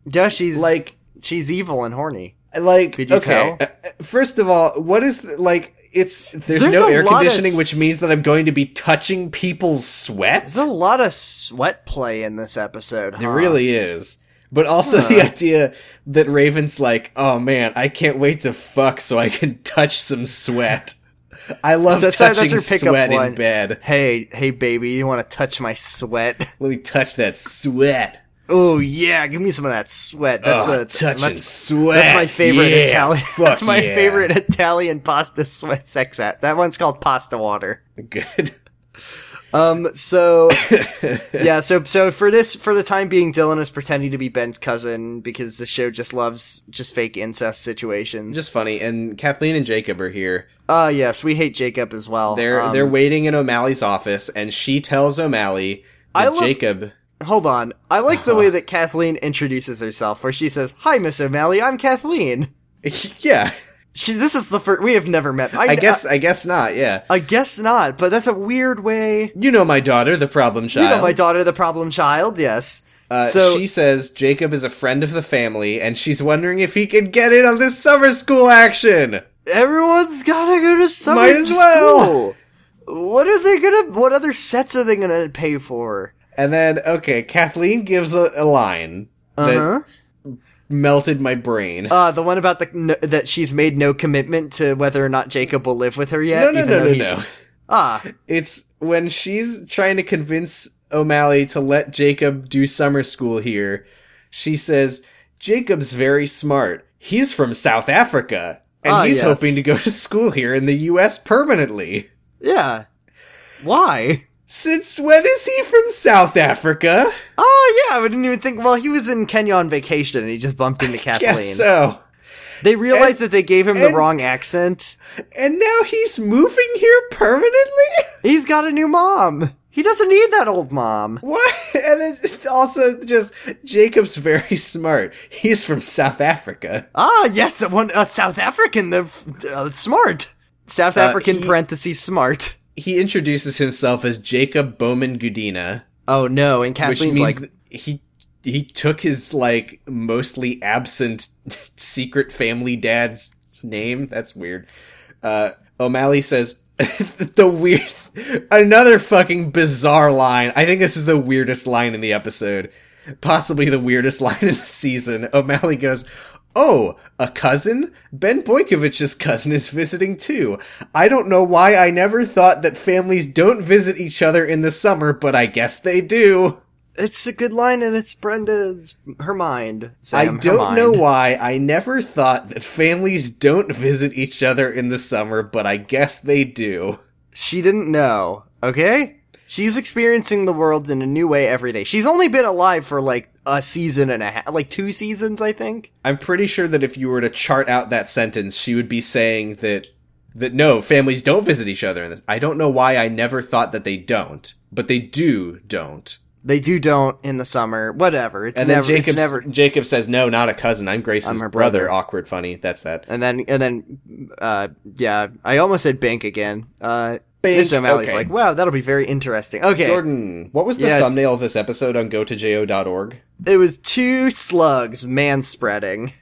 Speaker 3: Yeah, she's
Speaker 2: Like-
Speaker 3: like she's evil and horny.
Speaker 2: Like
Speaker 3: Could you
Speaker 2: okay.
Speaker 3: tell?
Speaker 2: uh, First of all, what is the, like it's there's,
Speaker 3: There's
Speaker 2: no
Speaker 3: a
Speaker 2: air
Speaker 3: lot of
Speaker 2: conditioning, which
Speaker 3: s-
Speaker 2: means that I'm going to be touching people's sweat.
Speaker 3: There's a lot of sweat play in this episode. Huh?
Speaker 2: It really is. But also the idea that Raven's like, oh man, I can't wait to fuck so I can touch some sweat. I love
Speaker 3: That's her- that's
Speaker 2: touching
Speaker 3: her pickup
Speaker 2: sweat in
Speaker 3: line.
Speaker 2: bed.
Speaker 3: Hey, hey, baby, you want to touch my sweat?
Speaker 2: Let me touch that sweat.
Speaker 3: Oh yeah, give me some of that sweat. That's
Speaker 2: Oh,
Speaker 3: what
Speaker 2: touching
Speaker 3: that's,
Speaker 2: sweat.
Speaker 3: That's my favorite
Speaker 2: Eh, Yeah,
Speaker 3: Italian.
Speaker 2: fuck
Speaker 3: That's my
Speaker 2: yeah.
Speaker 3: favorite Italian pasta sweat sex at. That one's called pasta water.
Speaker 2: Good.
Speaker 3: Um. So yeah. So so for this for the time being, Dylan is pretending to be Ben's cousin because the show just loves just fake incest situations.
Speaker 2: Just funny. And Kathleen and Jacob are here.
Speaker 3: Ah, yes, we hate Jacob as well.
Speaker 2: They're
Speaker 3: Um,
Speaker 2: they're waiting in O'Malley's office, and she tells O'Malley that
Speaker 3: I love-
Speaker 2: Jacob
Speaker 3: Hold on. I like the
Speaker 2: Uh-huh.
Speaker 3: way that Kathleen introduces herself, where she says, "Hi, Miss O'Malley. I'm Kathleen."
Speaker 2: Yeah.
Speaker 3: She. This is the first we have never met.
Speaker 2: I guess I, guess not, yeah.
Speaker 3: I, guess not. But that's a weird way.
Speaker 2: You know my daughter, the problem child.
Speaker 3: You know, my daughter, the problem child. Yes.
Speaker 2: Uh,
Speaker 3: so
Speaker 2: she says Jacob is a friend of the family, and she's wondering if he could get in on this summer school action.
Speaker 3: everyone's gotta go to summer
Speaker 2: Might as well.
Speaker 3: school. What are they gonna? What other sets are they gonna pay for?
Speaker 2: And then, okay, Kathleen gives a, a line
Speaker 3: Uh
Speaker 2: that
Speaker 3: huh.
Speaker 2: melted my brain.
Speaker 3: Uh, the one about the no, that she's made no commitment to whether or not Jacob will live with her yet.
Speaker 2: no, no,
Speaker 3: even
Speaker 2: no,
Speaker 3: though
Speaker 2: no,
Speaker 3: he's,
Speaker 2: no.
Speaker 3: Ah,
Speaker 2: It's when she's trying to convince O'Malley to let Jacob do summer school here. She says Jacob's very smart. He's from South Africa, and
Speaker 3: Ah,
Speaker 2: he's
Speaker 3: yes.
Speaker 2: hoping to go to school here in the U.S. permanently.
Speaker 3: yeah. Why?
Speaker 2: Since when is he from South Africa?
Speaker 3: Oh yeah, I didn't even think. Well, he was in Kenya on vacation, and he just bumped into Kathleen.
Speaker 2: Guess so.
Speaker 3: They realized that they gave him the
Speaker 2: and-
Speaker 3: wrong accent.
Speaker 2: And now he's moving here permanently?
Speaker 3: He's got a new mom. He doesn't need that old mom.
Speaker 2: What? And then also just Jacob's very smart. He's from South Africa.
Speaker 3: Ah, yes, that one uh, South African, the f- uh, smart South
Speaker 2: Uh,
Speaker 3: African
Speaker 2: he-
Speaker 3: parentheses smart.
Speaker 2: He introduces himself as Jacob Bowman Gudina,
Speaker 3: Oh no, and
Speaker 2: which
Speaker 3: Kathleen's
Speaker 2: means
Speaker 3: like,
Speaker 2: that he he took his like mostly absent secret family dad's name. That's weird. Uh, O'Malley says the weird another fucking bizarre line. I think this is the weirdest line in the episode. Possibly the weirdest line in the season. O'Malley goes, "Oh, a cousin? Ben Boykovich's cousin is visiting too. I don't know why I never thought that families don't visit each other in the summer, but I guess they do."
Speaker 3: it's a good line, and it's Brenda's her mind. Sam,
Speaker 2: I
Speaker 3: her
Speaker 2: don't
Speaker 3: mind.
Speaker 2: know why I never thought that families don't visit each other in the summer, but I guess they do.
Speaker 3: She didn't know, okay? She's experiencing the world in a new way every day. She's only been alive for like a season and a half, like two seasons, I think.
Speaker 2: I'm pretty sure that if you were to chart out that sentence, she would be saying that that no, families don't visit each other in this. I don't know why I never thought that they don't, but they do don't.
Speaker 3: They do don't in the summer. Whatever. It's
Speaker 2: And
Speaker 3: never.
Speaker 2: then Jacob
Speaker 3: it's never.
Speaker 2: Jacob says, "No, not a cousin. I'm Grace's
Speaker 3: I'm her
Speaker 2: brother.
Speaker 3: brother."
Speaker 2: Awkward, funny. That's that.
Speaker 3: And then and then, uh, yeah. I almost said bank again. Uh,
Speaker 2: Bank,
Speaker 3: Miss O'Malley's
Speaker 2: okay.
Speaker 3: like, wow, that'll be very interesting. Okay,
Speaker 2: Jordan, what was the
Speaker 3: Yeah, it's-
Speaker 2: thumbnail of this episode on GoToJo.org?
Speaker 3: it was two slugs man spreading.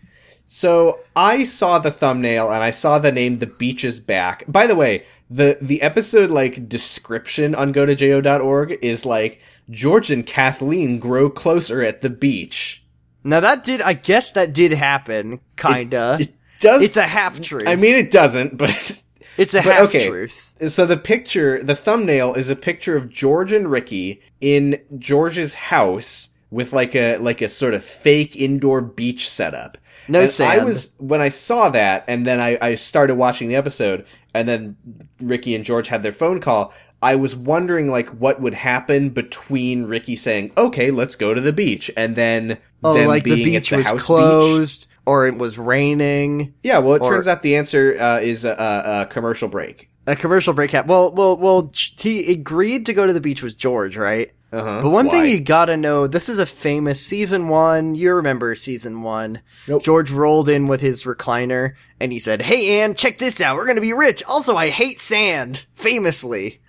Speaker 2: So I saw the thumbnail and I saw the name "The Beach is Back." By the way, the the episode like description on GoToJo.org is like George and Kathleen grow closer at the beach.
Speaker 3: Now that did, I guess that did happen, kinda.
Speaker 2: It does.
Speaker 3: it's a half truth.
Speaker 2: I mean, it doesn't, but
Speaker 3: it's a
Speaker 2: but
Speaker 3: half
Speaker 2: okay.
Speaker 3: truth.
Speaker 2: so the picture, the thumbnail is a picture of George and Ricky in George's house with like a like a sort of fake indoor beach setup.
Speaker 3: No
Speaker 2: and I
Speaker 3: sand.
Speaker 2: was when I saw that, and then I, I started watching the episode, and then Ricky and George had their phone call. I was wondering like what would happen between Ricky saying, "Okay, let's go to the beach," and then
Speaker 3: Oh,
Speaker 2: them
Speaker 3: like the
Speaker 2: being at
Speaker 3: beach was
Speaker 2: house beach.
Speaker 3: closed, or it was raining.
Speaker 2: Yeah, well, it
Speaker 3: Or-
Speaker 2: turns out the answer uh, is a, a, a commercial break.
Speaker 3: A commercial break happened. Well, well, well. J- He agreed to go to the beach was George, right?
Speaker 2: Uh-huh.
Speaker 3: But one thing
Speaker 2: Why?
Speaker 3: you gotta know, this is a famous season one. You remember season one.
Speaker 2: Nope.
Speaker 3: George rolled in with his recliner and he said, Hey Anne, check this out. We're gonna be rich. Also, I hate sand. Famously.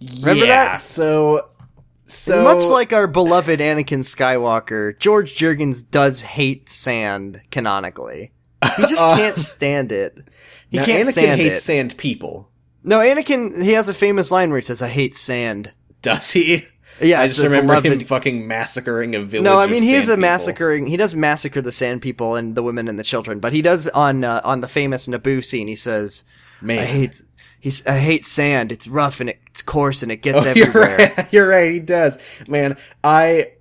Speaker 3: Remember
Speaker 2: yeah,
Speaker 3: that?
Speaker 2: So, so
Speaker 3: Much like our beloved Anakin Skywalker, George Jurgens does hate sand canonically. He just can't stand it. He
Speaker 2: Now,
Speaker 3: can't
Speaker 2: Anakin
Speaker 3: stand
Speaker 2: hates
Speaker 3: it.
Speaker 2: sand people.
Speaker 3: no, Anakin, he has a famous line where he says, I hate sand.
Speaker 2: Does he?
Speaker 3: Yeah,
Speaker 2: I
Speaker 3: it's
Speaker 2: just
Speaker 3: a
Speaker 2: remember him
Speaker 3: beloved-
Speaker 2: fucking massacring a village.
Speaker 3: No, I
Speaker 2: of
Speaker 3: mean he is
Speaker 2: sand
Speaker 3: a
Speaker 2: people.
Speaker 3: massacring. He does massacre the sand people and the women and the children, but he does on uh, on the famous Naboo scene. He says,
Speaker 2: Man,
Speaker 3: "I hate, he's I hate sand. It's rough and it, it's coarse and it gets
Speaker 2: Oh, you're
Speaker 3: everywhere."
Speaker 2: right. You're right. He does. Man, I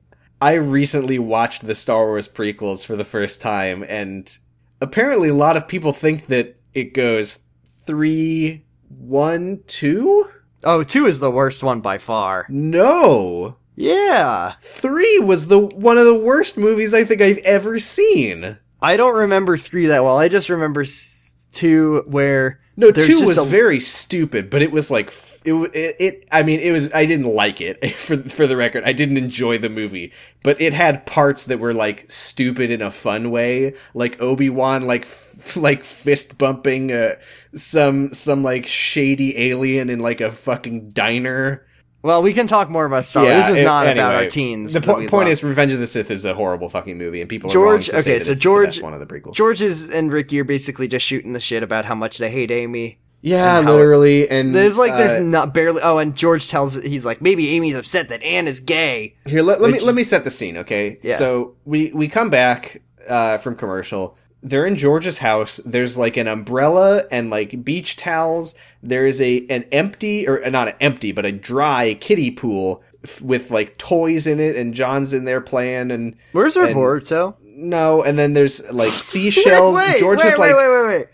Speaker 2: I recently watched the Star Wars prequels for the first time, and apparently a lot of people think that it goes three, one, two.
Speaker 3: Oh, two is the worst one by far.
Speaker 2: No,
Speaker 3: Yeah,
Speaker 2: three was the one of the worst movies I think I've ever seen.
Speaker 3: I don't remember three that well. I just remember s- two where
Speaker 2: No,
Speaker 3: there's
Speaker 2: two
Speaker 3: just
Speaker 2: was
Speaker 3: a-
Speaker 2: very stupid, but it was like f- it, w- it. It. I mean, it was. I didn't like it for for the record. I didn't enjoy the movie, but it had parts that were like stupid in a fun way, like Obi Wan, like f- like fist bumping uh, some some like shady alien in like a fucking diner.
Speaker 3: Well, we can talk more about Star. Wars. Oh, this is
Speaker 2: it-
Speaker 3: not about
Speaker 2: anyway,
Speaker 3: our teens.
Speaker 2: The
Speaker 3: that
Speaker 2: po-
Speaker 3: we
Speaker 2: point
Speaker 3: love.
Speaker 2: is, Revenge of the Sith is a horrible fucking movie, and people are wrong
Speaker 3: George-
Speaker 2: to say
Speaker 3: okay,
Speaker 2: that
Speaker 3: so
Speaker 2: it's the
Speaker 3: George-
Speaker 2: best one of the prequels.
Speaker 3: George's and Ricky are basically just shooting the shit about how much they hate Amy.
Speaker 2: yeah,
Speaker 3: and how it-
Speaker 2: literally, and
Speaker 3: There's like there's
Speaker 2: uh,
Speaker 3: not barely. Oh, and George tells he's like maybe Amy's upset that Anne is gay.
Speaker 2: Here, let, let me
Speaker 3: Which-
Speaker 2: let me set the scene, okay?
Speaker 3: Yeah.
Speaker 2: So we we come back uh, from commercial. They're in George's house. There's like an umbrella and like beach towels. There is a an empty or not an empty, but a dry kiddie pool f- with like toys in it, and John's in there playing. And
Speaker 3: Where's
Speaker 2: And-
Speaker 3: Roberto?
Speaker 2: no, and then there's like seashells. George
Speaker 3: wait,
Speaker 2: has like
Speaker 3: wait, wait, wait, wait.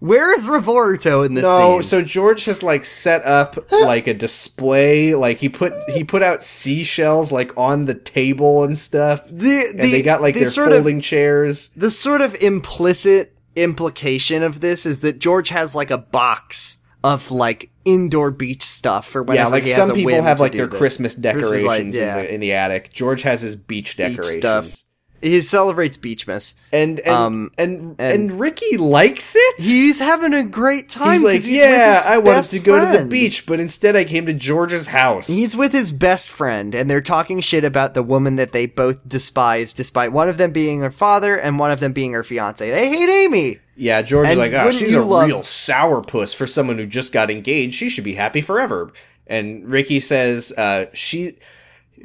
Speaker 3: Where is Roberto in this
Speaker 2: no.
Speaker 3: scene?
Speaker 2: So George has like set up like a display. Like he put he put out seashells like on the table and stuff.
Speaker 3: the, the
Speaker 2: and they got like
Speaker 3: the
Speaker 2: their
Speaker 3: sort
Speaker 2: folding chairs.
Speaker 3: of the sort of implicit implication of this is that George has like a box of like indoor beach stuff for whenever
Speaker 2: Yeah, like
Speaker 3: he has
Speaker 2: some
Speaker 3: a
Speaker 2: people
Speaker 3: whim
Speaker 2: have
Speaker 3: to
Speaker 2: like
Speaker 3: do
Speaker 2: their
Speaker 3: this.
Speaker 2: Christmas decorations
Speaker 3: lights, yeah.
Speaker 2: in, the, in the attic. George has his beach decorations,
Speaker 3: stuff. He celebrates Beachmas.
Speaker 2: and and,
Speaker 3: Um,
Speaker 2: and, and
Speaker 3: and-
Speaker 2: Ricky likes it.
Speaker 3: He's having a great time.
Speaker 2: he's
Speaker 3: 'cause
Speaker 2: like,
Speaker 3: he's with
Speaker 2: yeah,
Speaker 3: his
Speaker 2: I wanted
Speaker 3: best
Speaker 2: to go to the
Speaker 3: friend."
Speaker 2: beach, but instead I came to George's house.
Speaker 3: He's with his best friend, and they're talking shit about the woman that they both despise, despite one of them being her father and one of them being her fiance. They hate Amy.
Speaker 2: yeah, George is
Speaker 3: And
Speaker 2: like, ah,
Speaker 3: wouldn't
Speaker 2: she's
Speaker 3: you
Speaker 2: a
Speaker 3: love-
Speaker 2: real sourpuss for someone who just got engaged. She should be happy forever. And Ricky says, uh, she.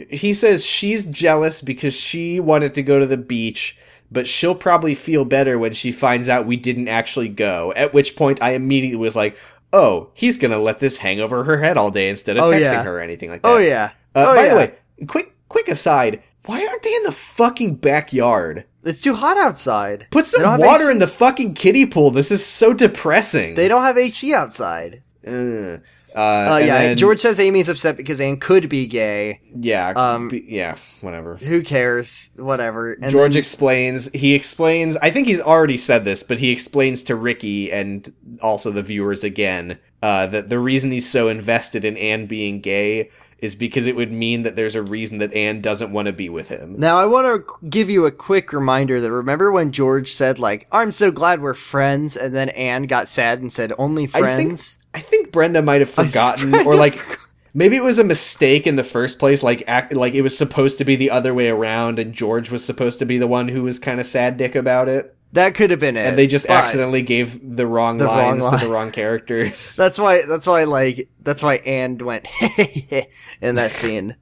Speaker 2: he says she's jealous because she wanted to go to the beach, but she'll probably feel better when she finds out we didn't actually go. At which point, I immediately was like, "Oh, he's gonna let this hang over her head all day instead of
Speaker 3: Oh,
Speaker 2: texting
Speaker 3: yeah.
Speaker 2: her or anything like that."
Speaker 3: Oh yeah.
Speaker 2: Uh,
Speaker 3: oh
Speaker 2: by
Speaker 3: yeah.
Speaker 2: the way, quick, quick aside. Why aren't they in the fucking backyard?
Speaker 3: it's too hot outside.
Speaker 2: Put
Speaker 3: They
Speaker 2: some
Speaker 3: don't have
Speaker 2: water
Speaker 3: AC
Speaker 2: in the fucking kiddie pool. This is so depressing.
Speaker 3: They don't have AC outside.
Speaker 2: Ugh. Uh,
Speaker 3: Oh
Speaker 2: and
Speaker 3: yeah.
Speaker 2: then-
Speaker 3: George says Amy's upset because Anne could be gay.
Speaker 2: Yeah.
Speaker 3: um,
Speaker 2: be- yeah. Whatever.
Speaker 3: Who cares? Whatever. And
Speaker 2: George
Speaker 3: then-
Speaker 2: explains. He explains. I think he's already said this, but he explains to Ricky and also the viewers again uh, that the reason he's so invested in Anne being gay is because it would mean that there's a reason that Anne doesn't want to be with him.
Speaker 3: Now, I want to give you a quick reminder that remember when George said, like, I'm so glad we're friends, and then Anne got sad and said, only friends?
Speaker 2: I think Brenda might have forgotten,
Speaker 3: Brenda
Speaker 2: or like maybe it was a mistake in the first place. Like act, like it was supposed to be the other way around, and George was supposed to be the one who was kind of sad dick about it,
Speaker 3: that could have been it.
Speaker 2: and they just
Speaker 3: but
Speaker 2: accidentally gave the wrong
Speaker 3: The wrong
Speaker 2: lines to
Speaker 3: line.
Speaker 2: the wrong characters.
Speaker 3: That's why, that's why, like, that's why Anne went, in that scene.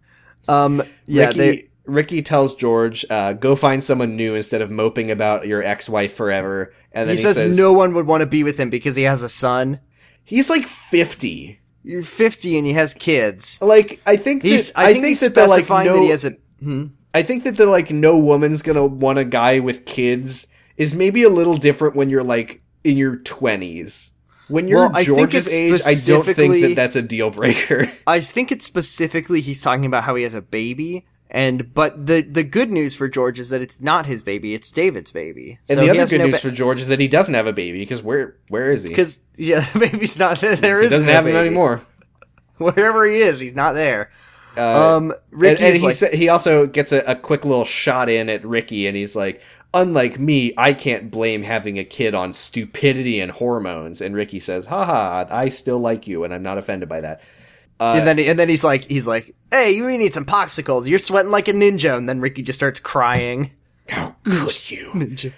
Speaker 3: Um, yeah,
Speaker 2: Ricky,
Speaker 3: they,
Speaker 2: Ricky tells George, uh, "Go find someone new instead of moping about your ex-wife forever." And
Speaker 3: he,
Speaker 2: then he,
Speaker 3: says, no one would want to be with him because he has a son.
Speaker 2: He's like fifty.
Speaker 3: You're 50 and he has kids.
Speaker 2: Like I think
Speaker 3: He's,
Speaker 2: that,
Speaker 3: I, think, he's
Speaker 2: that they're, like,
Speaker 3: specifying
Speaker 2: no-
Speaker 3: that he has a, hmm?
Speaker 2: I think that the like no woman's gonna want a guy with kids is maybe a little different when you're like in your twenties. When you're
Speaker 3: Well, I think
Speaker 2: George's
Speaker 3: it's
Speaker 2: age, I don't think
Speaker 3: specifically-
Speaker 2: that that's a deal breaker.
Speaker 3: I think it's specifically he's talking about how he has a baby, and but the the good news for George is that it's not his baby; it's David's baby.
Speaker 2: And the other good news for George is that he doesn't have a baby because where where is he?
Speaker 3: because yeah, the baby's not there. There
Speaker 2: he
Speaker 3: is
Speaker 2: doesn't
Speaker 3: no
Speaker 2: have
Speaker 3: baby.
Speaker 2: him anymore.
Speaker 3: Wherever he is, he's not there.
Speaker 2: Uh,
Speaker 3: Um,
Speaker 2: and,
Speaker 3: Ricky's
Speaker 2: and he
Speaker 3: like,
Speaker 2: sa- he also gets a, a quick little shot in at Ricky, and he's like, "Unlike me, I can't blame having a kid on stupidity and hormones." And Ricky says, "Haha, I still like you, and I'm not offended by that."
Speaker 3: and then and then he's like, he's like, hey, you need some popsicles. You're sweating like a ninja, and then Ricky just starts crying.
Speaker 2: How could you?
Speaker 3: Ninja.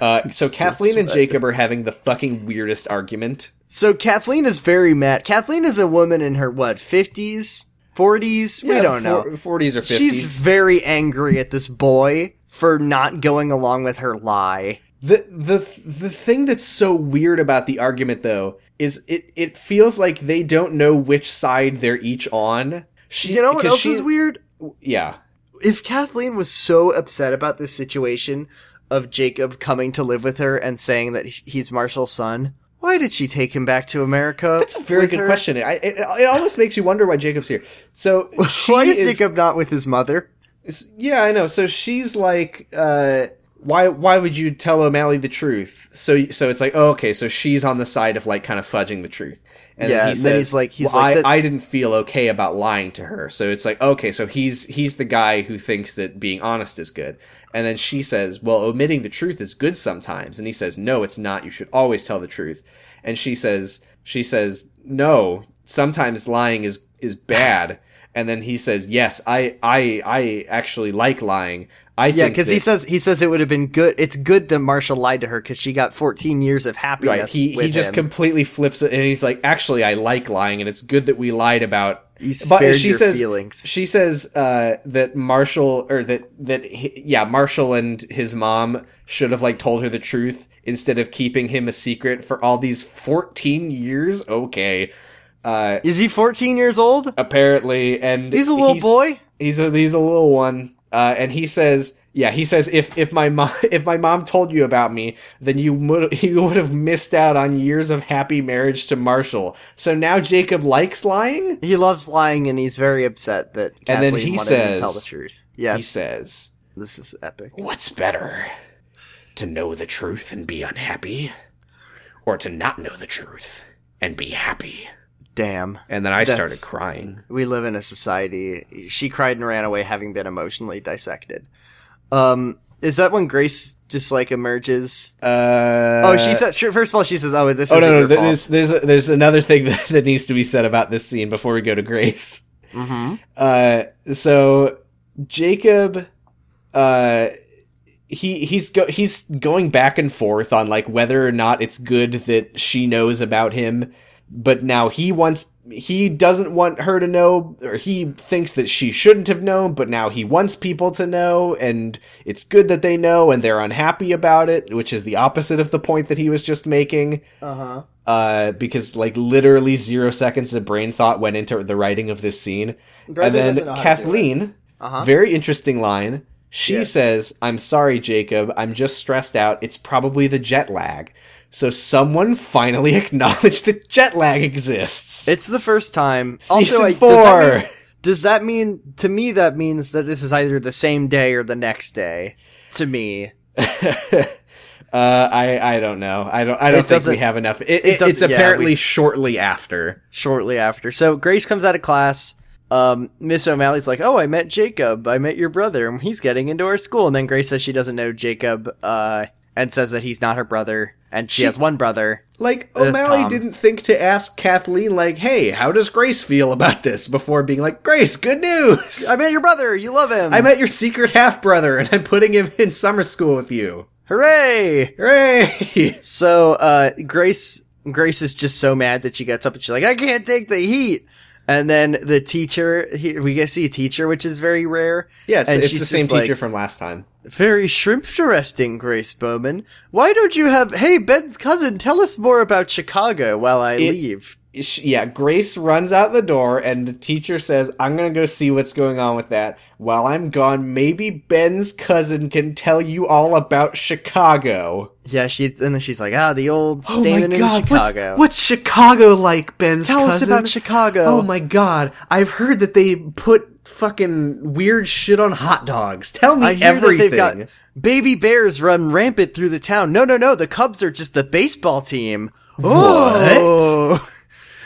Speaker 2: Uh, so Kathleen and
Speaker 3: sweat.
Speaker 2: Jacob are having the fucking weirdest argument.
Speaker 3: So Kathleen is very mad. Kathleen is a woman in her what fifties, forties? We don't know.
Speaker 2: Forties or fifties.
Speaker 3: She's very angry at this boy for not going along with her lie.
Speaker 2: the the the thing that's so weird about the argument though is it it feels like they don't know which side they're each on. She,
Speaker 3: You know what
Speaker 2: because
Speaker 3: else
Speaker 2: she-
Speaker 3: is weird?
Speaker 2: Yeah.
Speaker 3: If Kathleen was so upset about this situation of Jacob coming to live with her and saying that he- he's Marshall's son, why did she take him back to America?
Speaker 2: That's a very
Speaker 3: with
Speaker 2: good
Speaker 3: her?
Speaker 2: question. I, it, it almost makes you wonder why Jacob's here. So she
Speaker 3: Why is,
Speaker 2: is-
Speaker 3: Jacob not with his mother?
Speaker 2: S- Yeah, I know. So she's like, uh, why why would you tell O'Malley the truth? So so it's like, oh, okay, so she's on the side of like kind of fudging the truth. And
Speaker 3: Yeah,
Speaker 2: he
Speaker 3: and then
Speaker 2: says,
Speaker 3: he's like- he's
Speaker 2: well,
Speaker 3: like,
Speaker 2: I,
Speaker 3: that-
Speaker 2: I didn't feel okay about lying to her. So it's like, okay, so he's he's the guy who thinks that being honest is good. And then she says, well, omitting the truth is good sometimes. And he says, no, it's not. You should always tell the truth. And she says, she says, no, sometimes lying is is bad. And then he says, "Yes, I, I, I actually like lying. I
Speaker 3: Yeah,
Speaker 2: think
Speaker 3: because he
Speaker 2: that-
Speaker 3: says he says it would have been good. It's good that Marshall lied to her because she got 14 years of happiness.
Speaker 2: right. He
Speaker 3: with
Speaker 2: he just
Speaker 3: him.
Speaker 2: completely flips it, and he's like, "Actually, I like lying, and it's good that we lied about."
Speaker 3: You spared your
Speaker 2: says,
Speaker 3: feelings.
Speaker 2: she says uh, that Marshall or that that he, yeah, Marshall and his mom should have like told her the truth instead of keeping him a secret for all these fourteen years. Okay, uh,
Speaker 3: Is he 14 years old?
Speaker 2: apparently, and
Speaker 3: He's a little boy.
Speaker 2: He's a he's a little one, uh, and he says, "Yeah, he says if if my mom if my mom told you about me, then you would you would have missed out on years of happy marriage to Marshall. So now Jacob likes lying."
Speaker 3: He loves lying, and he's very upset that.
Speaker 2: And then
Speaker 3: Kathleen
Speaker 2: he
Speaker 3: wanted him to
Speaker 2: says-
Speaker 3: "Tell the truth."
Speaker 2: He
Speaker 3: Yes,
Speaker 2: says,
Speaker 3: this is epic.
Speaker 2: "What's better, to know the truth and be unhappy, or to not know the truth and be happy?"
Speaker 3: Damn,
Speaker 2: And then I
Speaker 3: That's-
Speaker 2: started crying.
Speaker 3: we live in a society. She cried and ran away, having been emotionally dissected. Um, is that when Grace just like emerges?
Speaker 2: Uh,
Speaker 3: oh, she says. Sure, first of all, she says, "Oh, this
Speaker 2: Oh
Speaker 3: is
Speaker 2: no, no,
Speaker 3: your
Speaker 2: th-
Speaker 3: fault."
Speaker 2: there's there's there's another thing that, that needs to be said about this scene before we go to Grace.
Speaker 3: Mhm.
Speaker 2: Uh, so Jacob, uh, he he's go he's going back and forth on like whether or not it's good that she knows about him, but now he wants he doesn't want her to know, or he thinks that she shouldn't have known, but now he wants people to know, and it's good that they know, and they're unhappy about it, which is the opposite of the point that he was just making
Speaker 3: Uh-huh.
Speaker 2: uh, because like literally zero seconds of brain thought went into the writing of this scene.
Speaker 3: Brenda
Speaker 2: and
Speaker 3: doesn't know
Speaker 2: then
Speaker 3: how to do
Speaker 2: Kathleen,
Speaker 3: Uh-huh.
Speaker 2: very interesting line. She
Speaker 3: Yeah.
Speaker 2: says, "I'm sorry, Jacob. I'm just stressed out. It's probably the jet lag." So someone finally acknowledged that jet lag exists.
Speaker 3: It's the first time.
Speaker 2: Season
Speaker 3: I- does that
Speaker 2: four.
Speaker 3: mean- does that mean to me? That means that this is either the same day or the next day. To me,
Speaker 2: uh, I I don't know. I don't I don't think
Speaker 3: doesn't-
Speaker 2: we have enough. It, it-
Speaker 3: doesn't-
Speaker 2: it's
Speaker 3: yeah,
Speaker 2: apparently
Speaker 3: we-
Speaker 2: shortly after.
Speaker 3: shortly after. So Grace comes out of class um, Miss O'Malley's like, "Oh, I met Jacob. I met your brother, and he's getting into our school." And then Grace says she doesn't know Jacob, uh, and says that he's not her brother, and she,
Speaker 2: She-
Speaker 3: has one brother.
Speaker 2: Like
Speaker 3: That's
Speaker 2: O'Malley
Speaker 3: Tom.
Speaker 2: didn't think to ask Kathleen, like, "Hey, how does Grace feel about this?" Before being like, "Grace, good news!
Speaker 3: I met your brother. You love him.
Speaker 2: I met your secret half brother, and I'm putting him in summer school with you.
Speaker 3: Hooray!
Speaker 2: Hooray!"
Speaker 3: So, uh, Grace, Grace is just so mad that she gets up and she's like, "I can't take the heat." And then the teacher, he, we get to see a teacher, which is very rare.
Speaker 2: Yes,
Speaker 3: and
Speaker 2: it's
Speaker 3: she's
Speaker 2: the same
Speaker 3: just like,
Speaker 2: teacher from last time.
Speaker 3: Very shrimp interesting, Grace Bowman. Why don't you have, hey, Ben's cousin, tell us more about Chicago while I
Speaker 2: It-
Speaker 3: leave?
Speaker 2: Sh- yeah, Grace runs out the door, and the teacher says, I'm gonna go see what's going on with that. While I'm gone, maybe Ben's cousin can tell you all about Chicago.
Speaker 3: Yeah, she, and then she's like, ah, the old standing in Chicago.
Speaker 2: Oh What's, what's Chicago like, Ben's
Speaker 3: tell us
Speaker 2: cousin?
Speaker 3: about Chicago.
Speaker 2: Oh my god, I've heard that they put fucking weird shit on hot dogs. Tell me
Speaker 3: I hear
Speaker 2: everything.
Speaker 3: that they've got baby bears run rampant through the town. No, no, no. The Cubs are just the baseball team. Oh.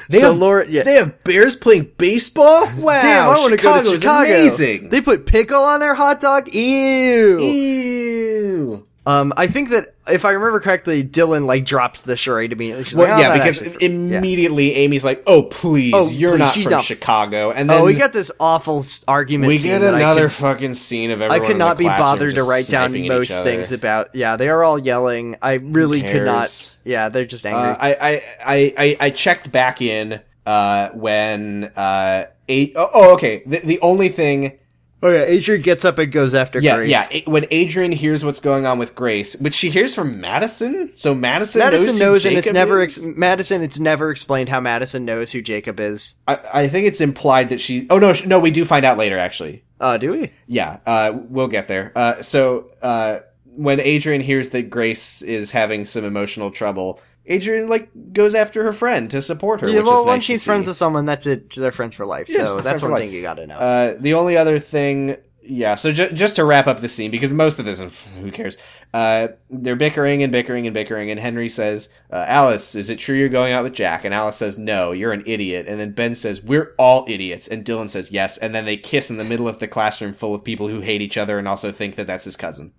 Speaker 2: They
Speaker 3: so
Speaker 2: have-
Speaker 3: Laura, yeah.
Speaker 2: They have bears playing baseball? Wow,
Speaker 3: Damn, I want to go
Speaker 2: Chicago's
Speaker 3: to Chicago.
Speaker 2: amazing. E
Speaker 3: They put pickle on their hot dog. Ew.
Speaker 2: Ew.
Speaker 3: Um, I think that if I remember correctly, Dylan like drops the charade immediately. She's
Speaker 2: Well,
Speaker 3: like, "Oh,
Speaker 2: yeah,
Speaker 3: I'm not
Speaker 2: because
Speaker 3: actually from-" Yeah.
Speaker 2: immediately Amy's like, "Oh, please,
Speaker 3: Oh,
Speaker 2: you're
Speaker 3: please,
Speaker 2: not
Speaker 3: she's
Speaker 2: from
Speaker 3: not-
Speaker 2: Chicago." And then
Speaker 3: Oh, we got this awful s- argument.
Speaker 2: we
Speaker 3: scene
Speaker 2: get
Speaker 3: that I
Speaker 2: another
Speaker 3: could-
Speaker 2: fucking scene of
Speaker 3: I
Speaker 2: everyone.
Speaker 3: could not
Speaker 2: in
Speaker 3: be
Speaker 2: the classroom
Speaker 3: bothered to
Speaker 2: just
Speaker 3: write down
Speaker 2: sniping at each
Speaker 3: most
Speaker 2: other.
Speaker 3: things about. Yeah, they are all yelling. I really could not.
Speaker 2: cares?
Speaker 3: Yeah, they're just angry.
Speaker 2: Uh, I, I I I I checked back in uh, when uh, eight oh oh, okay. The, the only thing
Speaker 3: Oh yeah, Adrian gets up and goes after
Speaker 2: Yeah,
Speaker 3: Grace.
Speaker 2: yeah. it- when Adrian hears what's going on with Grace, which she hears from Madison, so Madison,
Speaker 3: Madison
Speaker 2: knows,
Speaker 3: knows,
Speaker 2: who
Speaker 3: and it's
Speaker 2: Jacob
Speaker 3: never
Speaker 2: is?
Speaker 3: ex- Madison. It's never explained how Madison knows who Jacob is.
Speaker 2: I, I think it's implied that she. Oh no, sh- no, we do find out later. Actually,
Speaker 3: Uh, do we?
Speaker 2: yeah, uh, we'll get there. Uh, so uh, when Adrian hears that Grace is having some emotional trouble, Adrian like goes after her friend to support her.
Speaker 3: Yeah,
Speaker 2: which
Speaker 3: well,
Speaker 2: is
Speaker 3: when
Speaker 2: nice to
Speaker 3: she's
Speaker 2: see.
Speaker 3: friends with someone, that's it. They're friends for life.
Speaker 2: Yeah,
Speaker 3: so
Speaker 2: they're friends
Speaker 3: that's
Speaker 2: for
Speaker 3: one
Speaker 2: life.
Speaker 3: thing you got to know.
Speaker 2: Uh, the only other thing, yeah. So ju- just to wrap up the scene, because most of this, who cares? Uh, they're bickering and bickering and bickering, and Henry says, uh, "Alice, is it true you're going out with Jack?" And Alice says, "No, you're an idiot." And then Ben says, "We're all idiots," and Dylan says, "Yes." And then they kiss in the middle of the classroom full of people who hate each other and also think that that's his cousin.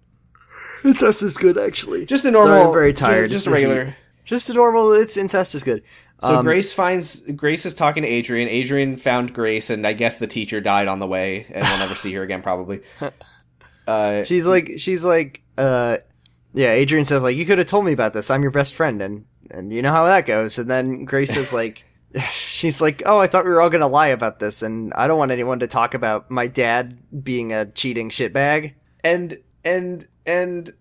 Speaker 3: incest is good, actually. Just
Speaker 2: Just a normal,
Speaker 3: I'm very
Speaker 2: ju-
Speaker 3: tired.
Speaker 2: just,
Speaker 3: It's the
Speaker 2: regular.
Speaker 3: heat. just a normal. It's incest is good.
Speaker 2: So
Speaker 3: Um,
Speaker 2: Grace finds Grace is talking to Adrian. Adrian found Grace, and I guess the teacher died on the way, and we'll never see her again, probably. Uh,
Speaker 3: She's like, she's like, uh, yeah. Adrian says like, you could have told me about this. I'm your best friend, and and you know how that goes. And then Grace is like, she's like, oh, I thought we were all gonna lie about this, and I don't want anyone to talk about my dad being a cheating shitbag.
Speaker 2: and and and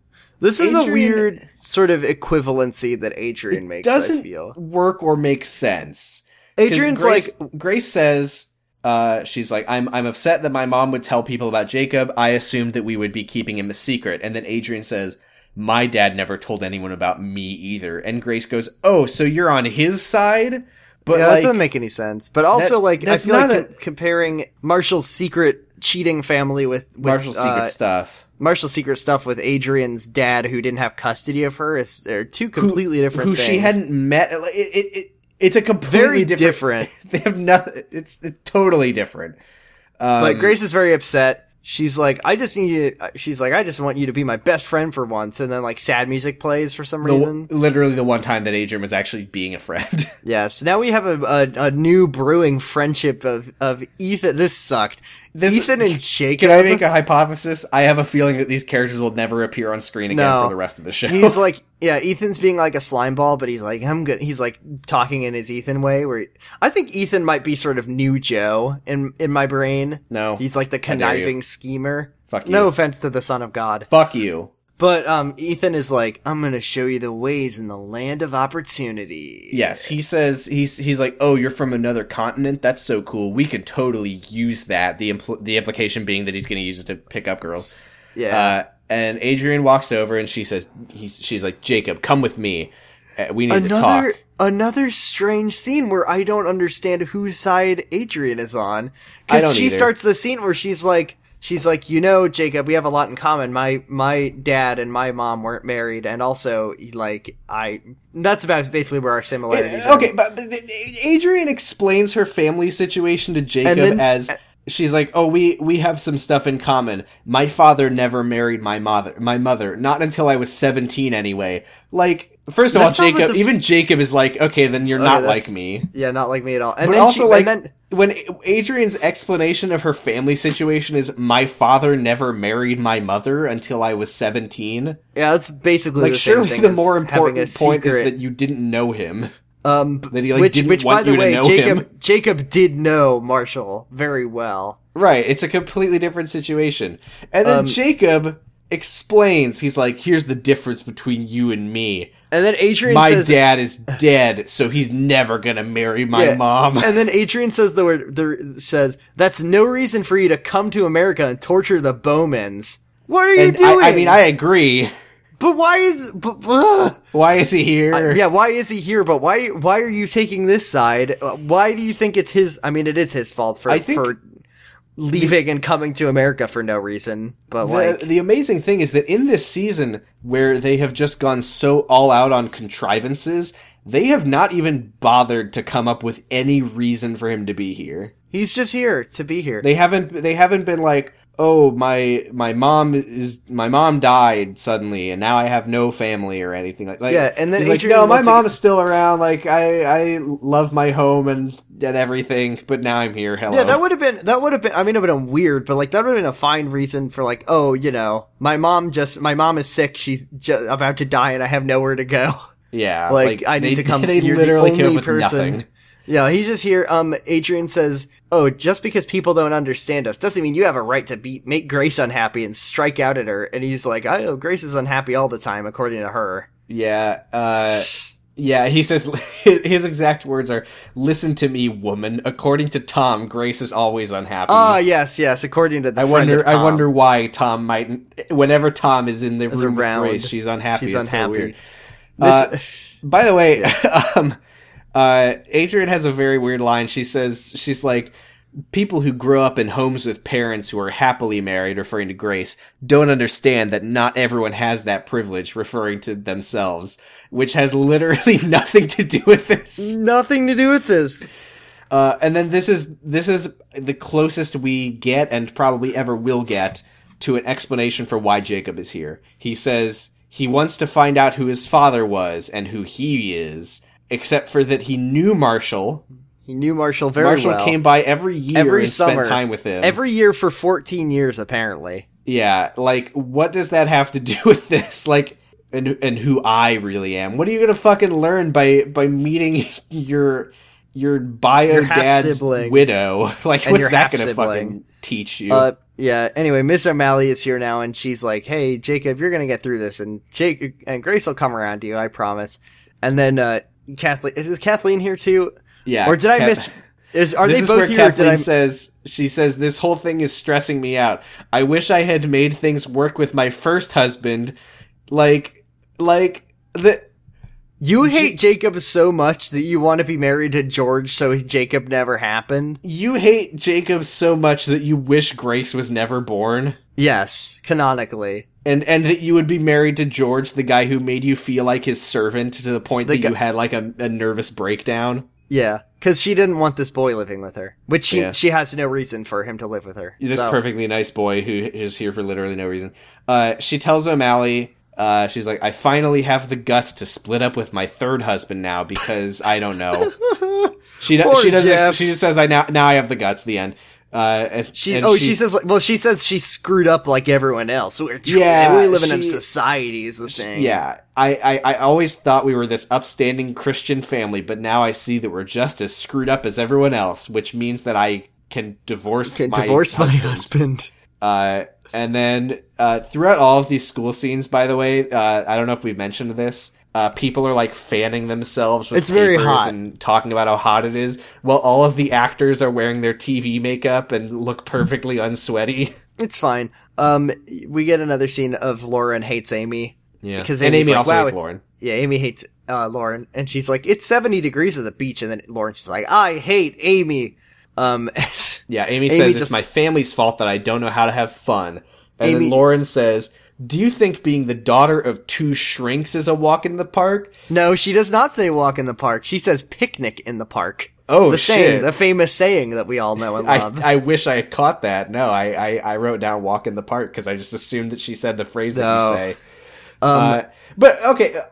Speaker 3: This is a
Speaker 2: Adrian-
Speaker 3: weird sort of equivalency that Adrian makes. I
Speaker 2: doesn't
Speaker 3: feel
Speaker 2: work or make sense. 'Cause
Speaker 3: Adrian's
Speaker 2: Grace,
Speaker 3: like,
Speaker 2: Grace says, uh, she's like, I'm I'm upset that my mom would tell people about Jacob. I assumed that we would be keeping him a secret. And then Adrian says, My dad never told anyone about me either. And Grace goes, Oh, so you're on his side? But
Speaker 3: yeah, that
Speaker 2: like,
Speaker 3: doesn't make any sense. But also, like, I
Speaker 2: that's
Speaker 3: feel like
Speaker 2: not a-
Speaker 3: com- comparing Marshall's secret cheating family with, with
Speaker 2: Marshall's
Speaker 3: uh,
Speaker 2: secret stuff.
Speaker 3: Marshall's secret stuff with Adrian's dad, who didn't have custody of her, is are two completely different.
Speaker 2: Who
Speaker 3: things.
Speaker 2: she hadn't met. It, it, it, it's a completely
Speaker 3: very
Speaker 2: different.
Speaker 3: different.
Speaker 2: They have nothing. It's, it's totally different. Um,
Speaker 3: But Grace is very upset. She's like, I just need you. To, she's like, I just want you to be my best friend for once. And then like sad music plays for some
Speaker 2: the-
Speaker 3: reason.
Speaker 2: literally the one time that Adrian was actually being a friend.
Speaker 3: yeah. So now we have a, a, a new brewing friendship of of Ethan. This sucked.
Speaker 2: This-
Speaker 3: Ethan and Jacob.
Speaker 2: Can I make a hypothesis? I have a feeling that these characters will never appear on screen again
Speaker 3: No.
Speaker 2: for the rest of the show.
Speaker 3: He's like, yeah, Ethan's being like a slime ball, but he's like, I'm good. He's like talking in his Ethan way. Where I think Ethan might be sort of new Joe in in my brain.
Speaker 2: No.
Speaker 3: he's like the
Speaker 2: How dare you.
Speaker 3: conniving schemer.
Speaker 2: Fuck
Speaker 3: No
Speaker 2: you.
Speaker 3: offense to the Son of God,
Speaker 2: Fuck you.
Speaker 3: but um, Ethan is like, I'm gonna show you the ways in the land of opportunity.
Speaker 2: Yes, he says he's he's like, "Oh, you're from another continent. That's so cool. We could totally use that." The impl- the implication being that he's going to use it to pick up girls.
Speaker 3: yeah.
Speaker 2: Uh, and Adrian walks over and she says, he's, "She's like, Jacob, come with me. Uh, we need to talk."
Speaker 3: another another strange scene where I don't understand whose side Adrian is on.
Speaker 2: I don't
Speaker 3: Because she
Speaker 2: either.
Speaker 3: starts the scene where she's like, she's like, you know, Jacob, we have a lot in common. My my dad and my mom weren't married, and also like I. That's about basically where our similarities. are.
Speaker 2: Eh, okay, but, but Adrian explains her family situation to Jacob
Speaker 3: And then- uh,
Speaker 2: as she's like, "Oh, we we have some stuff in common. My father never married my mother. My mother, not until I was seventeen, anyway." Like, first of
Speaker 3: That's
Speaker 2: all,
Speaker 3: not what
Speaker 2: Jacob.
Speaker 3: the f-
Speaker 2: even Jacob is like, "Okay, then you're
Speaker 3: Oh,
Speaker 2: not
Speaker 3: yeah,
Speaker 2: like
Speaker 3: that's-
Speaker 2: me."
Speaker 3: Yeah, not like me at all. And
Speaker 2: But
Speaker 3: then
Speaker 2: also,
Speaker 3: she-
Speaker 2: like,
Speaker 3: and then,
Speaker 2: when Adrian's explanation of her family situation is, "My father never married my mother until I was 17.
Speaker 3: yeah, that's basically
Speaker 2: Like,
Speaker 3: the same
Speaker 2: surely
Speaker 3: thing
Speaker 2: the
Speaker 3: as
Speaker 2: more
Speaker 3: having
Speaker 2: important
Speaker 3: a
Speaker 2: point is
Speaker 3: secret.
Speaker 2: that you didn't know him.
Speaker 3: Um, b-
Speaker 2: That he, like,
Speaker 3: which,
Speaker 2: didn't
Speaker 3: which,
Speaker 2: want
Speaker 3: by the
Speaker 2: you to
Speaker 3: way,
Speaker 2: know
Speaker 3: Jacob
Speaker 2: him.
Speaker 3: Jacob did know Marshall very well.
Speaker 2: Right, it's a completely different situation. And then
Speaker 3: Um,
Speaker 2: Jacob explains, he's like, here's the difference between you and me.
Speaker 3: And then Adrian
Speaker 2: My
Speaker 3: says,
Speaker 2: dad is dead, so he's never gonna marry my
Speaker 3: Yeah.
Speaker 2: mom.
Speaker 3: and then Adrian says the word the, says that's no reason for you to come to America and torture the Bowmans. What are you
Speaker 2: And
Speaker 3: doing?
Speaker 2: I, I mean, I agree.
Speaker 3: but why is but, ugh.
Speaker 2: Why is he here?
Speaker 3: yeah? Why is he here? But why why are you taking this side? Uh, Why do you think it's his? I mean, it is his fault for
Speaker 2: I think-
Speaker 3: for leaving and coming to America for no reason. But
Speaker 2: The,
Speaker 3: like,
Speaker 2: the amazing thing is that in this season, where they have just gone so all out on contrivances, they have not even bothered to come up with any reason for him to be here.
Speaker 3: he's just here to be here.
Speaker 2: They haven't they haven't been like, "Oh, my my mom is my mom died suddenly and now I have no family or anything like like
Speaker 3: Yeah, and then
Speaker 2: he's like,
Speaker 3: Adrian
Speaker 2: "No, my
Speaker 3: wants to
Speaker 2: mom
Speaker 3: get-
Speaker 2: is still around. Like I I love my home and and everything, but now I'm here. Hello."
Speaker 3: Yeah, that would have been that would have been. I mean, it would have been weird, but like that would have been a fine reason for like, oh, you know, my mom just my mom is sick. She's ju- about to die, and I have nowhere to go.
Speaker 2: yeah,
Speaker 3: Uh, Like, I need
Speaker 2: they-
Speaker 3: to come.
Speaker 2: They
Speaker 3: You're
Speaker 2: literally
Speaker 3: the
Speaker 2: came up
Speaker 3: only
Speaker 2: with
Speaker 3: person.
Speaker 2: nothing.
Speaker 3: Yeah, he's just here. Um, Adrian says, "Oh, just because people don't understand us doesn't mean you have a right to be make Grace unhappy and strike out at her." And he's like, "I know Grace is unhappy all the time, according to her."
Speaker 2: Mm. Yeah, uh yeah, he says his, his exact words are "Listen to me, woman. According to Tom, Grace is always unhappy."
Speaker 3: Ah, yes, yes, according to the
Speaker 2: I
Speaker 3: friend
Speaker 2: wonder.
Speaker 3: of Tom.
Speaker 2: I wonder why Tom might. Whenever Tom is in the
Speaker 3: Is
Speaker 2: room
Speaker 3: around.
Speaker 2: with Grace, she's unhappy.
Speaker 3: She's
Speaker 2: It's so
Speaker 3: unhappy.
Speaker 2: weird. Uh,
Speaker 3: This-
Speaker 2: By the way, um, uh, Adrian has a very weird line. She says she's like. People who grow up in homes with parents who are happily married, referring to Grace, don't understand that not everyone has that privilege, referring to themselves, which has literally nothing to do with this.
Speaker 3: nothing to do with this.
Speaker 2: Uh, and then this is this is the closest we get and probably ever will get to an explanation for why Jacob is here. He says he wants to find out who his father was and who he is, except for that he knew Marshall.
Speaker 3: He knew Marshall very
Speaker 2: Marshall
Speaker 3: well.
Speaker 2: came by every year
Speaker 3: every
Speaker 2: and
Speaker 3: summer
Speaker 2: spent time with him.
Speaker 3: every year for 14 years apparently
Speaker 2: yeah, like what does that have to do with this? Like and and who I really am. What are you gonna fucking learn by by meeting your your bio
Speaker 3: Your
Speaker 2: dad's
Speaker 3: half-sibling.
Speaker 2: widow? Like
Speaker 3: And your
Speaker 2: what's that gonna
Speaker 3: half-sibling.
Speaker 2: fucking teach you?
Speaker 3: uh yeah anyway miss o'malley is here now and she's like hey jacob you're gonna get through this and jake and grace will come around to you i promise and then uh kathleen is kathleen here too
Speaker 2: yeah.
Speaker 3: or did i
Speaker 2: Kath-
Speaker 3: miss is are
Speaker 2: this
Speaker 3: they
Speaker 2: is
Speaker 3: both
Speaker 2: where
Speaker 3: here or
Speaker 2: Kathleen
Speaker 3: did i
Speaker 2: says she says this whole thing is stressing me out. I wish I had made things work with my first husband. Like like the
Speaker 3: you hate jacob so much that you want to be married to george so jacob never happened
Speaker 2: you hate Jacob so much that you wish Grace was never born.
Speaker 3: yes canonically
Speaker 2: And and that you would be married to George, the guy who made you feel like his servant to the point
Speaker 3: The
Speaker 2: that
Speaker 3: gu-
Speaker 2: you had like a, a nervous breakdown.
Speaker 3: yeah because she didn't want this boy living with her which she,
Speaker 2: Yeah.
Speaker 3: she has no reason for him to live with her
Speaker 2: this
Speaker 3: so.
Speaker 2: perfectly nice boy who is here for literally no reason. Uh, she tells O'Malley, uh, she's like, I finally have the guts to split up with my third husband now because I don't know. she do-
Speaker 3: Poor
Speaker 2: she doesn't.
Speaker 3: Jeff.
Speaker 2: She just says, I now now I have the guts. The end. Uh, and,
Speaker 3: She
Speaker 2: and
Speaker 3: oh she, says like, well she says she screwed up like everyone else. We're tr-
Speaker 2: Yeah,
Speaker 3: we live in a
Speaker 2: she-
Speaker 3: society is the thing.
Speaker 2: yeah. I, I I always thought we were this upstanding Christian family, but now I see that we're just as screwed up as everyone else, which means that I can divorce
Speaker 3: Can
Speaker 2: my
Speaker 3: divorce my husband.
Speaker 2: Uh, and then uh, throughout all of these school scenes, by the way, uh, I don't know if we've mentioned this. Uh, people are like fanning themselves with
Speaker 3: It's very
Speaker 2: papers
Speaker 3: hot.
Speaker 2: and talking about how hot it is, while all of the actors are wearing their TV makeup and look perfectly unsweaty.
Speaker 3: It's fine. Um we get another scene of Lauren hates Amy.
Speaker 2: Yeah,
Speaker 3: Because
Speaker 2: and
Speaker 3: Amy's
Speaker 2: Amy
Speaker 3: like,
Speaker 2: also
Speaker 3: wow,
Speaker 2: hates
Speaker 3: it's-
Speaker 2: Lauren.
Speaker 3: Yeah, Amy hates uh Lauren and she's like, It's seventy degrees at the beach and then Lauren's just like, I hate Amy. Um,
Speaker 2: Yeah, Amy,
Speaker 3: Amy
Speaker 2: says it's
Speaker 3: just-
Speaker 2: my family's fault that I don't know how to have fun. And
Speaker 3: Amy-
Speaker 2: then Lauren says, "Do you think being the daughter of two shrinks is a walk in the park?"
Speaker 3: no, she does not say walk in the park. She says picnic in the park.
Speaker 2: Oh,
Speaker 3: the
Speaker 2: shit.
Speaker 3: saying, the famous saying that we all know and love.
Speaker 2: I, I wish I had caught that. No, I, I, I wrote down walk in the park because I just assumed that she said the phrase that you
Speaker 3: No.
Speaker 2: say. uh, but okay, uh,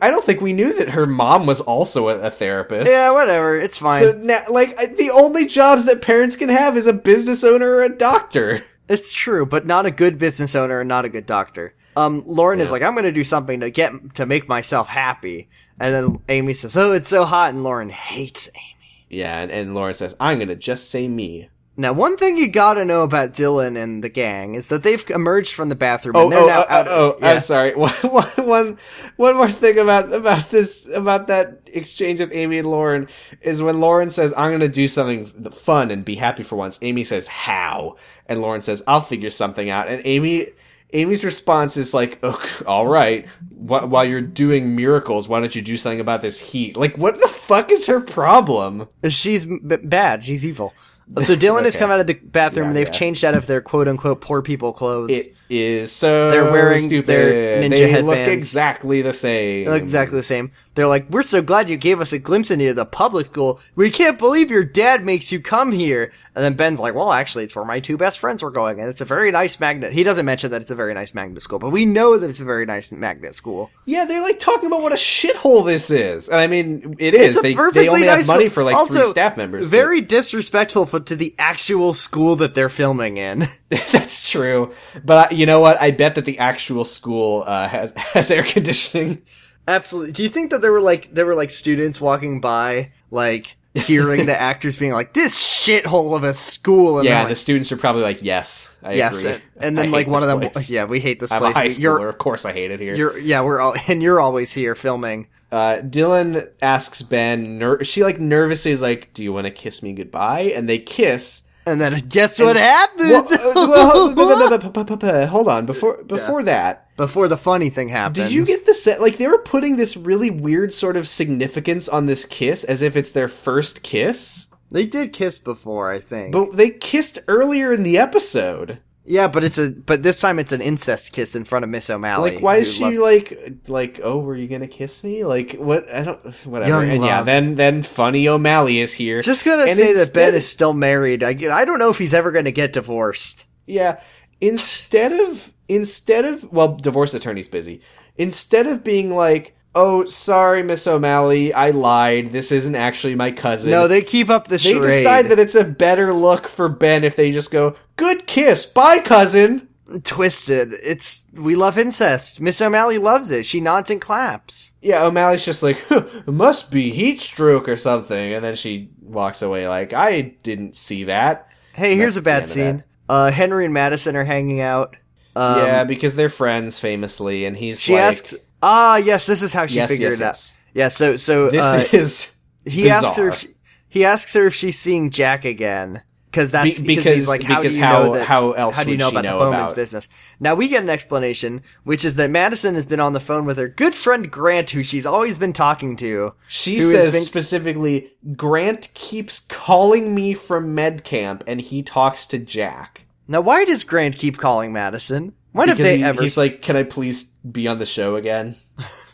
Speaker 2: I don't think we knew that her mom was also a, a therapist.
Speaker 3: yeah, whatever. It's fine.
Speaker 2: So now, like, I- the only jobs that parents can have is a business owner or a doctor.
Speaker 3: It's true, but not a good business owner and not a good doctor. Um, Lauren is like, I'm going to do something to get to make myself happy, and then Amy says, "Oh, it's so hot," and Lauren hates Amy.
Speaker 2: Yeah, and, and Lauren says, "I'm gonna just say me."
Speaker 3: Now, one thing you got to know about Dylan and the gang is that they've emerged from the bathroom and they're
Speaker 2: oh,
Speaker 3: now
Speaker 2: oh,
Speaker 3: out.
Speaker 2: oh, oh,
Speaker 3: um, yeah.
Speaker 2: I'm sorry. One, one, one, one more thing about about this about that exchange with Amy and Lauren is when Lauren says, "I'm going to do something th- fun and be happy for once." Amy says, "How?" And Lauren says, "I'll figure something out." And Amy. Amy's response is like, "Ugh, "All right, wh- while you're doing miracles, why don't you do something about this heat?" Like, what the fuck is her problem?
Speaker 3: She's m- b- bad. She's evil. So Dylan has
Speaker 2: Okay.
Speaker 3: come out of the bathroom
Speaker 2: Yeah,
Speaker 3: and they've
Speaker 2: yeah.
Speaker 3: changed out of their quote unquote poor people clothes.
Speaker 2: It is so
Speaker 3: They're wearing
Speaker 2: stupid.
Speaker 3: their ninja
Speaker 2: they look
Speaker 3: headbands.
Speaker 2: exactly the same.
Speaker 3: They look exactly the same. They're like, we're so glad you gave us a glimpse into the public school. We can't believe your dad makes you come here. And then Ben's like, well, actually, it's where my two best friends were going, and it's a very nice magnet. He doesn't mention that it's a very nice magnet school, but we know that it's a very nice magnet school.
Speaker 2: Yeah, they're like talking about what a shithole this is, and I mean it is.
Speaker 3: It's a
Speaker 2: they,
Speaker 3: perfectly
Speaker 2: they only
Speaker 3: nice
Speaker 2: have money
Speaker 3: school.
Speaker 2: for like
Speaker 3: also,
Speaker 2: three staff members. but-
Speaker 3: Very disrespectful for, to the actual school that they're filming in.
Speaker 2: that's true. But uh, you know what? I bet that the actual school uh, has has air conditioning.
Speaker 3: Absolutely. Do you think that there were like there were like students walking by like hearing the actors being like this shithole of a school and
Speaker 2: Yeah,
Speaker 3: they're
Speaker 2: the
Speaker 3: like,
Speaker 2: students are probably like, "Yes, I
Speaker 3: yes
Speaker 2: agree."
Speaker 3: and, and
Speaker 2: I
Speaker 3: then
Speaker 2: hate
Speaker 3: like one
Speaker 2: this
Speaker 3: of them
Speaker 2: place.
Speaker 3: yeah we hate this
Speaker 2: I'm a
Speaker 3: place
Speaker 2: high
Speaker 3: We-
Speaker 2: schooler.
Speaker 3: you're
Speaker 2: Of course, I hate it here.
Speaker 3: you're yeah we're all and you're always here filming
Speaker 2: Uh, Dylan asks Ben. Ner- she like nervously is like, "Do you want to kiss me goodbye?" And they kiss.
Speaker 3: and then guess what happens
Speaker 2: Well, uh, well, hold on before before that.
Speaker 3: before the funny thing happens
Speaker 2: Did you get the set? Like they were putting this really weird sort of significance on this kiss, as if it's their first kiss.
Speaker 3: they did kiss before i think
Speaker 2: But they kissed earlier in the episode.
Speaker 3: yeah but it's a but this time it's an incest kiss in front of miss o'malley
Speaker 2: Like, why is
Speaker 3: who
Speaker 2: she
Speaker 3: loves-
Speaker 2: like, like, oh, were you gonna kiss me? Like, what? I don't. Whatever.
Speaker 3: Young
Speaker 2: and yeah,
Speaker 3: love.
Speaker 2: then then funny O'Malley is here.
Speaker 3: just gonna
Speaker 2: And
Speaker 3: say that
Speaker 2: instead-
Speaker 3: ben is still married I, I don't know if he's ever gonna get divorced
Speaker 2: Yeah. Instead of instead of well, divorce attorney's busy. Instead of being like, oh, sorry, Miss O'Malley, I lied. This isn't actually my cousin.
Speaker 3: no they keep up the
Speaker 2: They
Speaker 3: charade
Speaker 2: decide that it's a better look for Ben if they just go, good kiss, bye, cousin.
Speaker 3: twisted it's we love incest miss o'malley loves it she nods and claps
Speaker 2: Yeah, O'Malley's just like, "Huh, must be heat stroke or something. And then she walks away like, I didn't see that.
Speaker 3: Hey, here's a bad
Speaker 2: that's the end
Speaker 3: scene. Uh, Henry and Madison are hanging out. Um,
Speaker 2: yeah, because they're friends famously. And he's
Speaker 3: She
Speaker 2: like,
Speaker 3: asked, "Ah, yes, this is how she
Speaker 2: Yes,
Speaker 3: figured
Speaker 2: yes,
Speaker 3: it out."
Speaker 2: yes.
Speaker 3: Yeah. So, so
Speaker 2: this
Speaker 3: uh,
Speaker 2: is
Speaker 3: he asked
Speaker 2: bizarre.
Speaker 3: her. If she, he asks her if she's seeing Jack again because that's
Speaker 2: Be-
Speaker 3: because
Speaker 2: because-
Speaker 3: he's like, how
Speaker 2: because
Speaker 3: do you
Speaker 2: how-
Speaker 3: know that,
Speaker 2: how else
Speaker 3: How do you
Speaker 2: would
Speaker 3: know
Speaker 2: she
Speaker 3: about
Speaker 2: know
Speaker 3: the Bowman's
Speaker 2: about-
Speaker 3: business? Now we get an explanation, which is that Madison has been on the phone with her good friend Grant, who she's always been talking to.
Speaker 2: She
Speaker 3: who has
Speaker 2: says
Speaker 3: been-
Speaker 2: specifically, Grant keeps calling me from med camp and he talks to Jack.
Speaker 3: Now, why does Grant keep calling Madison? When have
Speaker 2: Because
Speaker 3: they
Speaker 2: he-
Speaker 3: ever?
Speaker 2: He's like, "Can I please be on the show again?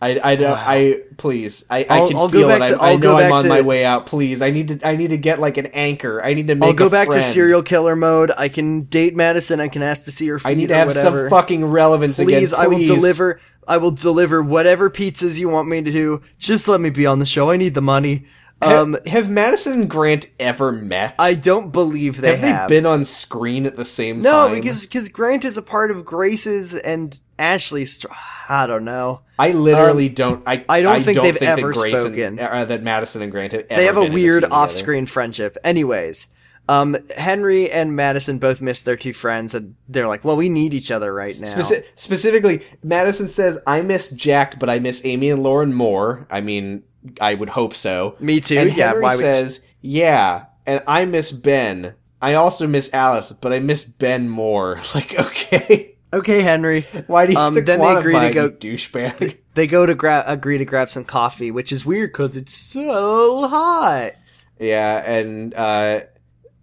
Speaker 2: I, I don't. I please. I, I
Speaker 3: I'll-
Speaker 2: can
Speaker 3: I'll go
Speaker 2: feel it.
Speaker 3: back
Speaker 2: I,
Speaker 3: to-
Speaker 2: I
Speaker 3: I'll go
Speaker 2: know I'm
Speaker 3: back
Speaker 2: on
Speaker 3: to-
Speaker 2: my way out. Please, I need to. I need to get like an anchor. I need to make.
Speaker 3: I'll go
Speaker 2: a
Speaker 3: back
Speaker 2: friend.
Speaker 3: to serial killer mode. I can date Madison. I can ask to see her. Feet
Speaker 2: I need to
Speaker 3: or
Speaker 2: have
Speaker 3: whatever.
Speaker 2: some fucking relevance again.
Speaker 3: Please, I will
Speaker 2: please.
Speaker 3: deliver. I will deliver whatever pizzas you want me to do. Just let me be on the show. I need the money.
Speaker 2: Ha-
Speaker 3: Um,
Speaker 2: have Madison and Grant ever met?
Speaker 3: I don't believe they
Speaker 2: have
Speaker 3: have.
Speaker 2: they been on screen at the same
Speaker 3: no,
Speaker 2: time?
Speaker 3: because because Grant is a part of Grace's and Ashley's. Str- I don't know.
Speaker 2: I literally don't. I
Speaker 3: um, I don't think they've
Speaker 2: that
Speaker 3: ever
Speaker 2: Grace and-
Speaker 3: spoken.
Speaker 2: uh, that Madison and Grant have.
Speaker 3: They
Speaker 2: ever
Speaker 3: have
Speaker 2: been
Speaker 3: a
Speaker 2: in
Speaker 3: weird
Speaker 2: scene together.
Speaker 3: off-screen friendship. Anyways, um, Henry and Madison both miss their two friends, and they're like, "Well, we need each other right now."
Speaker 2: Speci- specifically, Madison says, I miss Jack, but I miss Amy and Lauren more. I mean, I would hope so.
Speaker 3: Me too,
Speaker 2: And
Speaker 3: yeah,
Speaker 2: Henry
Speaker 3: why would-
Speaker 2: says, yeah, and I miss Ben. I also miss Alice, but I miss Ben more. Like, okay.
Speaker 3: okay, Henry.
Speaker 2: Why do you have
Speaker 3: Um,
Speaker 2: to
Speaker 3: then they
Speaker 2: quantify,
Speaker 3: agree to go-
Speaker 2: you douchebag?
Speaker 3: They go to grab agree to grab some coffee, which is weird because it's so hot.
Speaker 2: yeah, and uh,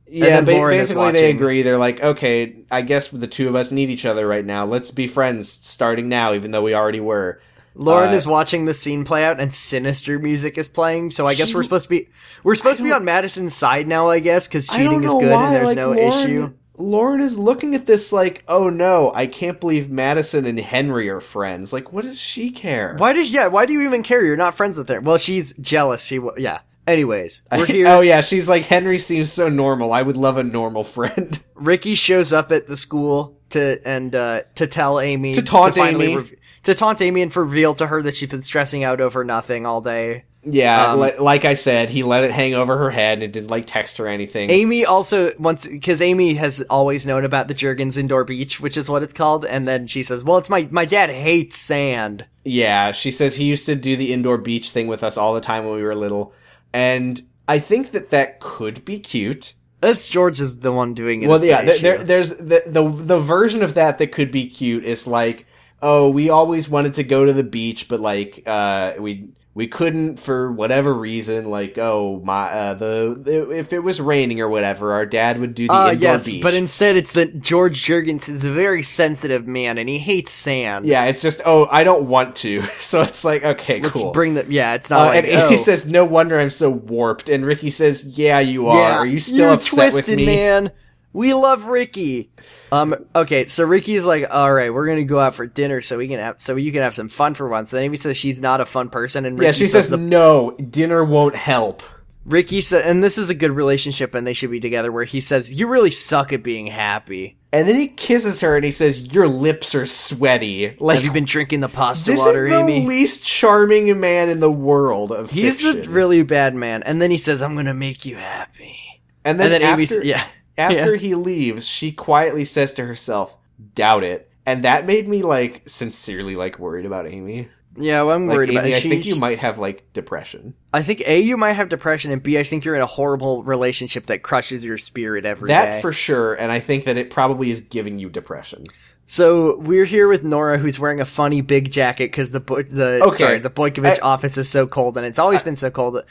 Speaker 3: Yeah,
Speaker 2: ba-
Speaker 3: Lauren is
Speaker 2: basically they
Speaker 3: watching.
Speaker 2: agree. They're like, okay, I guess the two of us need each other right now. Let's be friends starting now, even though we already were.
Speaker 3: Lauren
Speaker 2: Uh,
Speaker 3: is watching the scene play out, and sinister music is playing. So I guess
Speaker 2: She-
Speaker 3: we're supposed to be we're supposed to be on Madison's side now. I guess because
Speaker 2: I don't
Speaker 3: cheating is
Speaker 2: know
Speaker 3: good
Speaker 2: why,
Speaker 3: and there's
Speaker 2: like,
Speaker 3: no
Speaker 2: Lauren-
Speaker 3: issue.
Speaker 2: Lauren is looking at this like, oh no, I can't believe Madison and Henry are friends. Like, what does she care?
Speaker 3: Why does yeah? Why do you even care? You're not friends with her. Well, she's jealous. She wa- yeah. Anyways, we're here.
Speaker 2: oh yeah, she's like Henry seems so normal. I would love a normal friend.
Speaker 3: Ricky shows up at the school to and uh, to tell Amy
Speaker 2: To taunt
Speaker 3: finally
Speaker 2: Amy.
Speaker 3: to taunt Amy and for reveal to her that she's been stressing out over nothing all day.
Speaker 2: yeah,
Speaker 3: Um,
Speaker 2: li- like I said, he let it hang over her head and didn't like text her anything.
Speaker 3: Amy also once because Amy has always known about the Jurgens indoor beach, which is what it's called, and then she says, "Well, it's my my dad hates sand."
Speaker 2: Yeah, she says he used to do the indoor beach thing with us all the time when we were little, and I think that that could be cute.
Speaker 3: That's George is the one doing it.
Speaker 2: well,
Speaker 3: is the
Speaker 2: yeah, there,
Speaker 3: issue.
Speaker 2: there, there's the, the the version of that that could be cute is like, oh, we always wanted to go to the beach, but like, uh, we we couldn't for whatever reason. Like, oh my, uh, the, the if it was raining or whatever, our dad would do the
Speaker 3: Ah,
Speaker 2: indoor
Speaker 3: yes,
Speaker 2: beach.
Speaker 3: but instead it's that George Jurgens is a very sensitive man and he hates sand.
Speaker 2: yeah, it's just oh, I don't want to. So it's like, okay,
Speaker 3: let's
Speaker 2: cool.
Speaker 3: bring them. Yeah, it's
Speaker 2: Uh,
Speaker 3: not. like,
Speaker 2: and Amy
Speaker 3: oh.
Speaker 2: says, "No wonder I'm so warped." And Ricky says, "Yeah, you are.
Speaker 3: Yeah,
Speaker 2: are you still
Speaker 3: you're
Speaker 2: upset with
Speaker 3: twisted,
Speaker 2: me?"
Speaker 3: man. We love Ricky. Um. Okay, so Ricky's like, "All right, we're gonna go out for dinner, so we can have, so you can have some fun for once." Then Amy says she's not a fun person, and Ricky
Speaker 2: Yeah, she
Speaker 3: says,
Speaker 2: says,
Speaker 3: the,
Speaker 2: "No, dinner won't help."
Speaker 3: "Ricky sa and this is a good relationship, and they should be together." Where he says, "You really suck at being happy.
Speaker 2: And then he kisses her, and he says, "Your lips are sweaty." Like
Speaker 3: Have you been drinking the pasta
Speaker 2: this
Speaker 3: water,
Speaker 2: is the
Speaker 3: Amy?"
Speaker 2: least charming man in the world of
Speaker 3: He's a
Speaker 2: fiction.
Speaker 3: really bad man, and then he says, "I'm gonna make you happy."
Speaker 2: and
Speaker 3: And
Speaker 2: then,
Speaker 3: then, Amy,
Speaker 2: after,
Speaker 3: s- yeah,
Speaker 2: after
Speaker 3: Yeah.
Speaker 2: he leaves, she quietly says to herself, "Doubt it." And that made me like sincerely like worried about Amy.
Speaker 3: yeah, well, I'm
Speaker 2: Like,
Speaker 3: worried
Speaker 2: Amy,
Speaker 3: about it.
Speaker 2: I
Speaker 3: She-
Speaker 2: think you
Speaker 3: she-
Speaker 2: might have like depression.
Speaker 3: I think A, you might have depression, and B, I think you're in a horrible relationship that crushes your spirit every day.
Speaker 2: That for sure, and I think that it probably is giving you depression.
Speaker 3: so we're here with Nora, who's wearing a funny big jacket because the Bo- the
Speaker 2: Okay.
Speaker 3: sorry the Boykovich
Speaker 2: I-
Speaker 3: office is so cold, and it's always been so cold.
Speaker 2: Uh,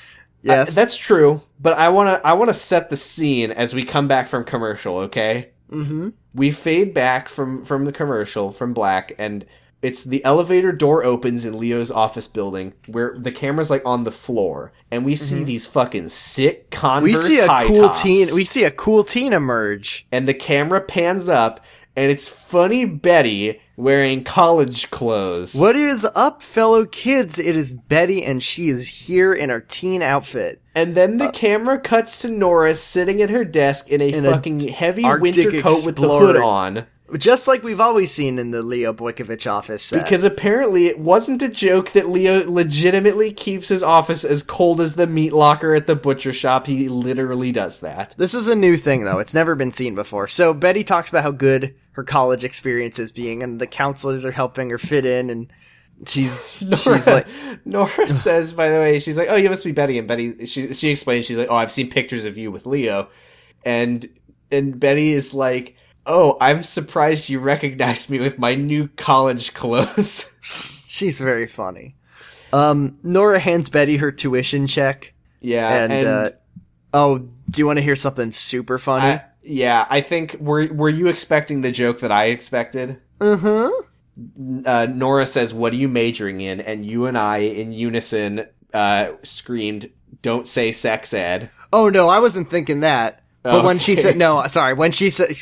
Speaker 3: Yes,
Speaker 2: that's true, but I want to I want to set the scene as we come back from commercial, okay?
Speaker 3: mm-hmm.
Speaker 2: We fade back from from the commercial from Black and it's the elevator door opens in Leo's office building where the camera's like on the floor and we see these fucking sick
Speaker 3: Mm-hmm. we
Speaker 2: Converse
Speaker 3: see a
Speaker 2: high
Speaker 3: cool
Speaker 2: tops.
Speaker 3: teen. We see a cool teen emerge.
Speaker 2: and the camera pans up and it's funny Betty wearing college clothes.
Speaker 3: What is up, fellow kids? It is Betty, and she is here in her teen outfit.
Speaker 2: And then the camera cuts to Nora sitting at her desk in a
Speaker 3: Uh, In a
Speaker 2: fucking heavy
Speaker 3: Arctic
Speaker 2: winter coat with the
Speaker 3: Explorer.
Speaker 2: hood on.
Speaker 3: Just like we've always seen in the Leo Boykovich office set.
Speaker 2: Because apparently it wasn't a joke that Leo legitimately keeps his office as cold as the meat locker at the butcher shop. He literally does that.
Speaker 3: This is a new thing, though. It's never been seen before. So Betty talks about how good her college experience is being, and the counselors are helping her fit in, and she's
Speaker 2: Nora,
Speaker 3: she's like,
Speaker 2: Nora says, by the way, she's like, "Oh, you must be Betty." And Betty, she she explains, she's like, "Oh, I've seen pictures of you with Leo," and and Betty is like, "Oh, I'm surprised you recognized me with my new college clothes."
Speaker 3: she's very funny. Um, Nora hands Betty her tuition check,
Speaker 2: Yeah,
Speaker 3: and, uh, oh, do you want to hear something super funny?
Speaker 2: I- yeah, I think were were you expecting the joke that I expected?
Speaker 3: Uh
Speaker 2: Uh-huh.
Speaker 3: huh.
Speaker 2: Uh, Nora says, "What are you majoring in?" And you and I, in unison, uh, screamed, "Don't say sex ed."
Speaker 3: Oh no, I wasn't thinking that. But when she
Speaker 2: Oh, Okay.
Speaker 3: said no, sorry, when she said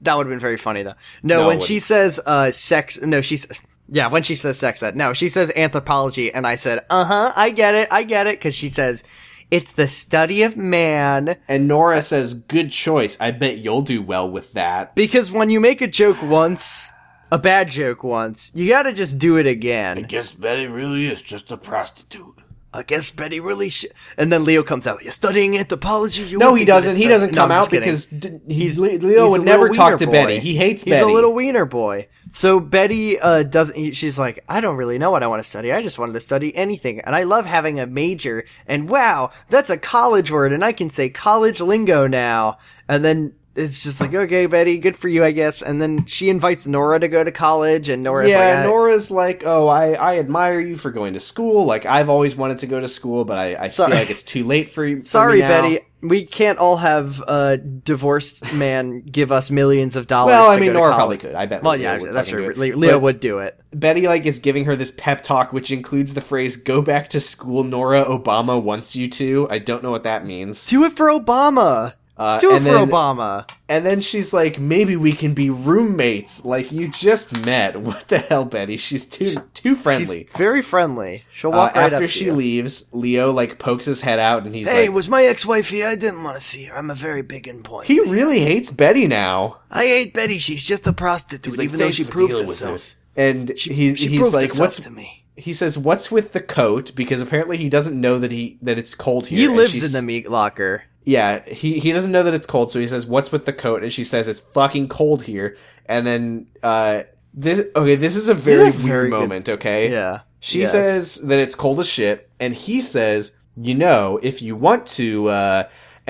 Speaker 3: that would have been very funny though. No,
Speaker 2: No, it
Speaker 3: when she says uh sex, no, she's yeah, when she says sex ed, no, she says anthropology, and I said uh huh, I get it, I get it, because she says it's the study of man.
Speaker 2: And Nora says, "Good choice. I bet you'll do well with that."
Speaker 3: Because when you make a joke once, a bad joke once, you got to just do it again.
Speaker 4: Guess Betty really is just a prostitute.
Speaker 3: I guess Betty really. Sh-. And then Leo comes out. You're studying anthropology. You
Speaker 2: No,
Speaker 3: would
Speaker 2: he
Speaker 3: be good at
Speaker 2: doesn't. He
Speaker 3: study-"
Speaker 2: doesn't
Speaker 3: No,
Speaker 2: come out
Speaker 3: I'm just kidding.
Speaker 2: because d- he's Leo
Speaker 3: he's
Speaker 2: would
Speaker 3: a
Speaker 2: never
Speaker 3: little
Speaker 2: talk
Speaker 3: wiener
Speaker 2: to
Speaker 3: boy.
Speaker 2: Betty. He hates
Speaker 3: He's
Speaker 2: Betty.
Speaker 3: a little wiener boy. So Betty uh, doesn't. he- She's like, I don't really know what I want to study. I just wanted to study anything, and I love having a major. And wow, that's a college word, and I can say college lingo now. And then it's just like, okay, Betty, good for you, I guess. And then she invites Nora to go to college, and Nora's
Speaker 2: yeah,
Speaker 3: like, "Uh, I-
Speaker 2: Nora's like, oh, I, I admire you for going to school. Like, I've always wanted to go to school, but I, I
Speaker 3: Sorry.
Speaker 2: feel like it's too late for you. for
Speaker 3: Sorry,
Speaker 2: me now."
Speaker 3: Betty. We can't all have a divorced man give us millions of dollars.
Speaker 2: Well,
Speaker 3: to
Speaker 2: I mean,
Speaker 3: go to
Speaker 2: Nora
Speaker 3: college.
Speaker 2: probably could. I bet.
Speaker 3: Well,
Speaker 2: Leo
Speaker 3: yeah,
Speaker 2: would
Speaker 3: that's
Speaker 2: fucking
Speaker 3: true.
Speaker 2: do it.
Speaker 3: Le- Leo
Speaker 2: But
Speaker 3: would do it.
Speaker 2: Betty like is giving her this pep talk, which includes the phrase "Go back to school, Nora. Obama wants you to." I don't know what that means.
Speaker 3: Do it for Obama.
Speaker 2: Uh,
Speaker 3: do it
Speaker 2: and
Speaker 3: for
Speaker 2: then-
Speaker 3: Obama.
Speaker 2: And then she's like, "Maybe we can be roommates." Like you just met. What the hell, Betty? She's too too friendly.
Speaker 3: She's very friendly. She'll
Speaker 2: Uh,
Speaker 3: walk right
Speaker 2: after
Speaker 3: up to
Speaker 2: she
Speaker 3: you.
Speaker 2: leaves, Leo like pokes his head out, and he's
Speaker 5: Hey,
Speaker 2: like,
Speaker 5: was my ex-wife here? I didn't want to see her. I'm a very big important.
Speaker 2: "He really hates Betty now."
Speaker 5: I hate Betty. She's just a prostitute,
Speaker 4: like,
Speaker 5: even though
Speaker 4: "Thanks
Speaker 5: she
Speaker 4: for
Speaker 5: proved
Speaker 4: dealing with her."
Speaker 5: herself.
Speaker 2: And
Speaker 5: She,
Speaker 2: he,
Speaker 5: she
Speaker 2: he's
Speaker 5: proved
Speaker 2: like,
Speaker 5: herself
Speaker 2: "What's
Speaker 5: to me?
Speaker 2: he says, "What's with the coat?" Because apparently he doesn't know that he that it's cold here.
Speaker 3: He
Speaker 2: and
Speaker 3: lives
Speaker 2: she's-
Speaker 3: in the meat locker.
Speaker 2: Yeah, he he doesn't know that it's cold, so he says, "What's with the coat?" And she says, "It's fucking cold here." And then uh this okay, this is a very
Speaker 3: a
Speaker 2: weird
Speaker 3: very good-
Speaker 2: moment. Okay,
Speaker 3: Yeah.
Speaker 2: she
Speaker 3: Yes.
Speaker 2: says that it's cold as shit, and he says, "You know, if you want to." uh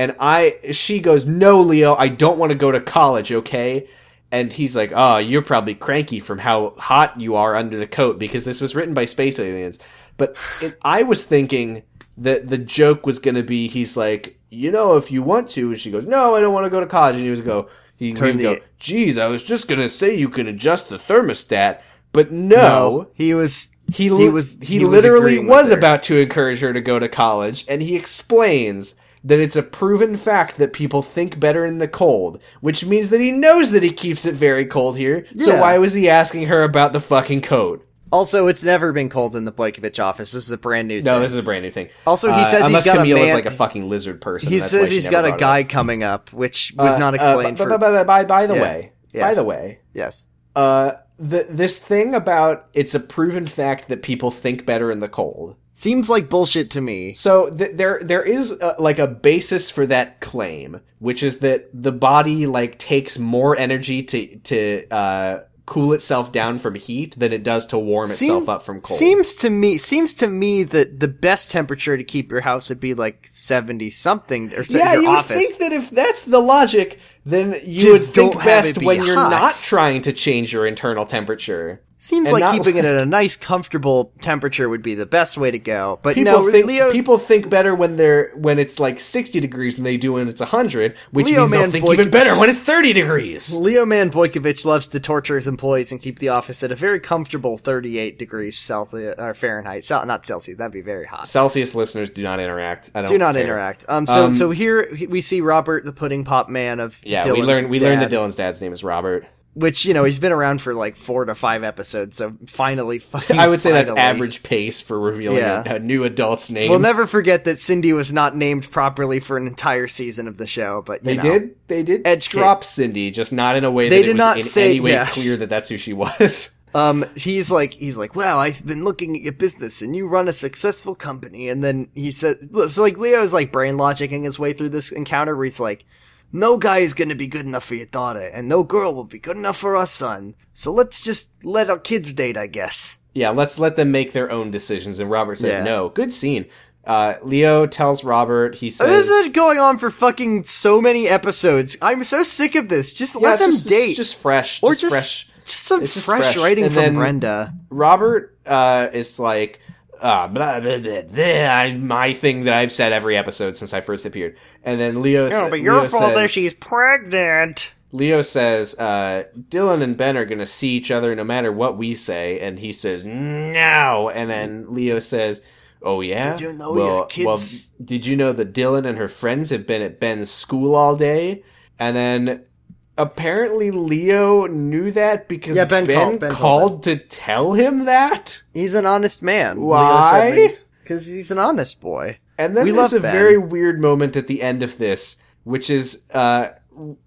Speaker 2: And I, she goes, "No, Leo, I don't want to go to college." Okay. And he's like, "Oh, you're probably cranky from how hot you are under the coat because this was written by space aliens." But it, I was thinking that the joke was going to be, he's like, "You know, if you want to," and she goes, "No, I don't want to go to college." And he was go, he he would
Speaker 3: Turn
Speaker 2: go,
Speaker 3: the-
Speaker 2: "Geez, I was just going to say you can adjust the thermostat." But no,
Speaker 3: he was.
Speaker 2: he,
Speaker 3: he
Speaker 2: was
Speaker 3: was.
Speaker 2: he,
Speaker 3: was
Speaker 2: literally
Speaker 3: agreeing with
Speaker 2: was
Speaker 3: her.
Speaker 2: about to encourage her to go to college and he explains that it's a proven fact that people think better in the cold which means that he knows that he keeps it very cold here so
Speaker 3: Yeah.
Speaker 2: why was he asking her about the fucking code
Speaker 3: Also, it's never been cold in the Blakovich office. This is a brand new.
Speaker 2: no
Speaker 3: thing.
Speaker 2: this is a brand new thing
Speaker 3: Also, he
Speaker 2: Uh,
Speaker 3: says he's
Speaker 2: unless
Speaker 3: got a
Speaker 2: Camille is
Speaker 3: man-
Speaker 2: like a fucking lizard person
Speaker 3: He
Speaker 2: that's why
Speaker 3: says
Speaker 2: she
Speaker 3: he's
Speaker 2: never
Speaker 3: got a
Speaker 2: brought it
Speaker 3: guy coming up, which
Speaker 2: up.
Speaker 3: was not
Speaker 2: Uh,
Speaker 3: explained
Speaker 2: uh,
Speaker 3: for.
Speaker 2: by, by, by, by the
Speaker 3: Yeah.
Speaker 2: way by
Speaker 3: Yes.
Speaker 2: the way
Speaker 3: yes.
Speaker 2: uh the, this thing about it's a proven fact that people think better in the cold
Speaker 3: Seems like bullshit to me.
Speaker 2: So th- there there is uh like a basis for that claim, which is that the body like takes more energy to to uh, cool itself down from heat than it does to warm itself
Speaker 3: Seem-
Speaker 2: up from cold.
Speaker 3: Seems to me seems to me that the best temperature to keep your house would be like seventy something or se-
Speaker 2: yeah,
Speaker 3: your
Speaker 2: you
Speaker 3: office.
Speaker 2: would think that if that's the logic, then you
Speaker 3: Just
Speaker 2: would think
Speaker 3: don't have
Speaker 2: best
Speaker 3: it be
Speaker 2: when you're
Speaker 3: hot.
Speaker 2: not trying to change your internal temperature.
Speaker 3: Seems
Speaker 2: and
Speaker 3: like
Speaker 2: not
Speaker 3: keeping it at a nice, comfortable temperature would be the best way to go. But
Speaker 2: People
Speaker 3: no,
Speaker 2: think
Speaker 3: Leo,
Speaker 2: people think better when they're when it's like sixty degrees than they do when it's hundred, which
Speaker 3: Leo
Speaker 2: means they'll
Speaker 3: Man
Speaker 2: think
Speaker 3: Boy-
Speaker 2: even better when it's thirty degrees.
Speaker 3: Leo Man Boykovich loves to torture his employees and keep the office at a very comfortable thirty-eight degrees Celsius or Fahrenheit. Cel- not Celsius. That'd be very hot.
Speaker 2: Celsius listeners do not interact. I don't
Speaker 3: do not
Speaker 2: care.
Speaker 3: interact. Um, so
Speaker 2: Um,
Speaker 3: so here he- we see Robert, the pudding pop man of
Speaker 2: Yeah, we
Speaker 3: Dylan's
Speaker 2: learned we learned that
Speaker 3: dad,
Speaker 2: Dylan's dad's name is Robert.
Speaker 3: which you know he's been around for like four to five episodes. So finally, fucking
Speaker 2: I would say that's
Speaker 3: finally.
Speaker 2: average pace for revealing
Speaker 3: Yeah.
Speaker 2: a, a new adult's name.
Speaker 3: We'll never forget that Cindy was not named properly for an entire season of the show, but you
Speaker 2: they
Speaker 3: know.
Speaker 2: did they did
Speaker 3: Edge
Speaker 2: drop Cindy, just not in a way
Speaker 3: They
Speaker 2: that it
Speaker 3: did
Speaker 2: was
Speaker 3: not
Speaker 2: in
Speaker 3: say-
Speaker 2: any way
Speaker 3: yeah.
Speaker 2: clear that that's who she was.
Speaker 3: Um, he's like, he's like, wow, I've been looking at your business and you run a successful company. And then he says, so like Leo is like brain logicking his way through this encounter where he's like, no guy is going to be good enough for your daughter and no girl will be good enough for our son. So let's just let our kids date, I guess.
Speaker 2: yeah, let's let them make their own decisions. And Robert says
Speaker 3: Yeah.
Speaker 2: no. Good scene. Uh, Leo tells Robert he says
Speaker 3: This is going on for fucking so many episodes. I'm so sick of this. Just
Speaker 2: Yeah,
Speaker 3: let
Speaker 2: it's
Speaker 3: them
Speaker 2: just- it's
Speaker 3: date.
Speaker 2: just fresh,
Speaker 3: or
Speaker 2: just,
Speaker 3: just,
Speaker 2: fresh.
Speaker 3: just some
Speaker 2: It's just
Speaker 3: fresh,
Speaker 2: fresh.
Speaker 3: writing
Speaker 2: And
Speaker 3: from
Speaker 2: then-
Speaker 3: Brenda.
Speaker 2: Robert uh, is like, ah, blah, blah, blah, blah, I, my thing that I've said every episode since I first appeared. And then Leo, no, but your Leo fault says, she's pregnant. Leo says, uh, Dylan and Ben are going to see each other no matter what we say. And he says, no. And then Leo says, Oh yeah.
Speaker 5: Did you know
Speaker 2: well,
Speaker 5: your kids-
Speaker 2: well, did you know that Dylan and her friends have been at Ben's school all day? And then apparently Leo knew that because
Speaker 3: Yeah, Ben called- Ben
Speaker 2: called
Speaker 3: called
Speaker 2: to tell him that?
Speaker 3: He's an honest man.
Speaker 2: Why?
Speaker 3: Because he's an honest boy.
Speaker 2: And then
Speaker 3: We
Speaker 2: there's
Speaker 3: love
Speaker 2: a
Speaker 3: Ben.
Speaker 2: very weird moment at the end of this, which is uh,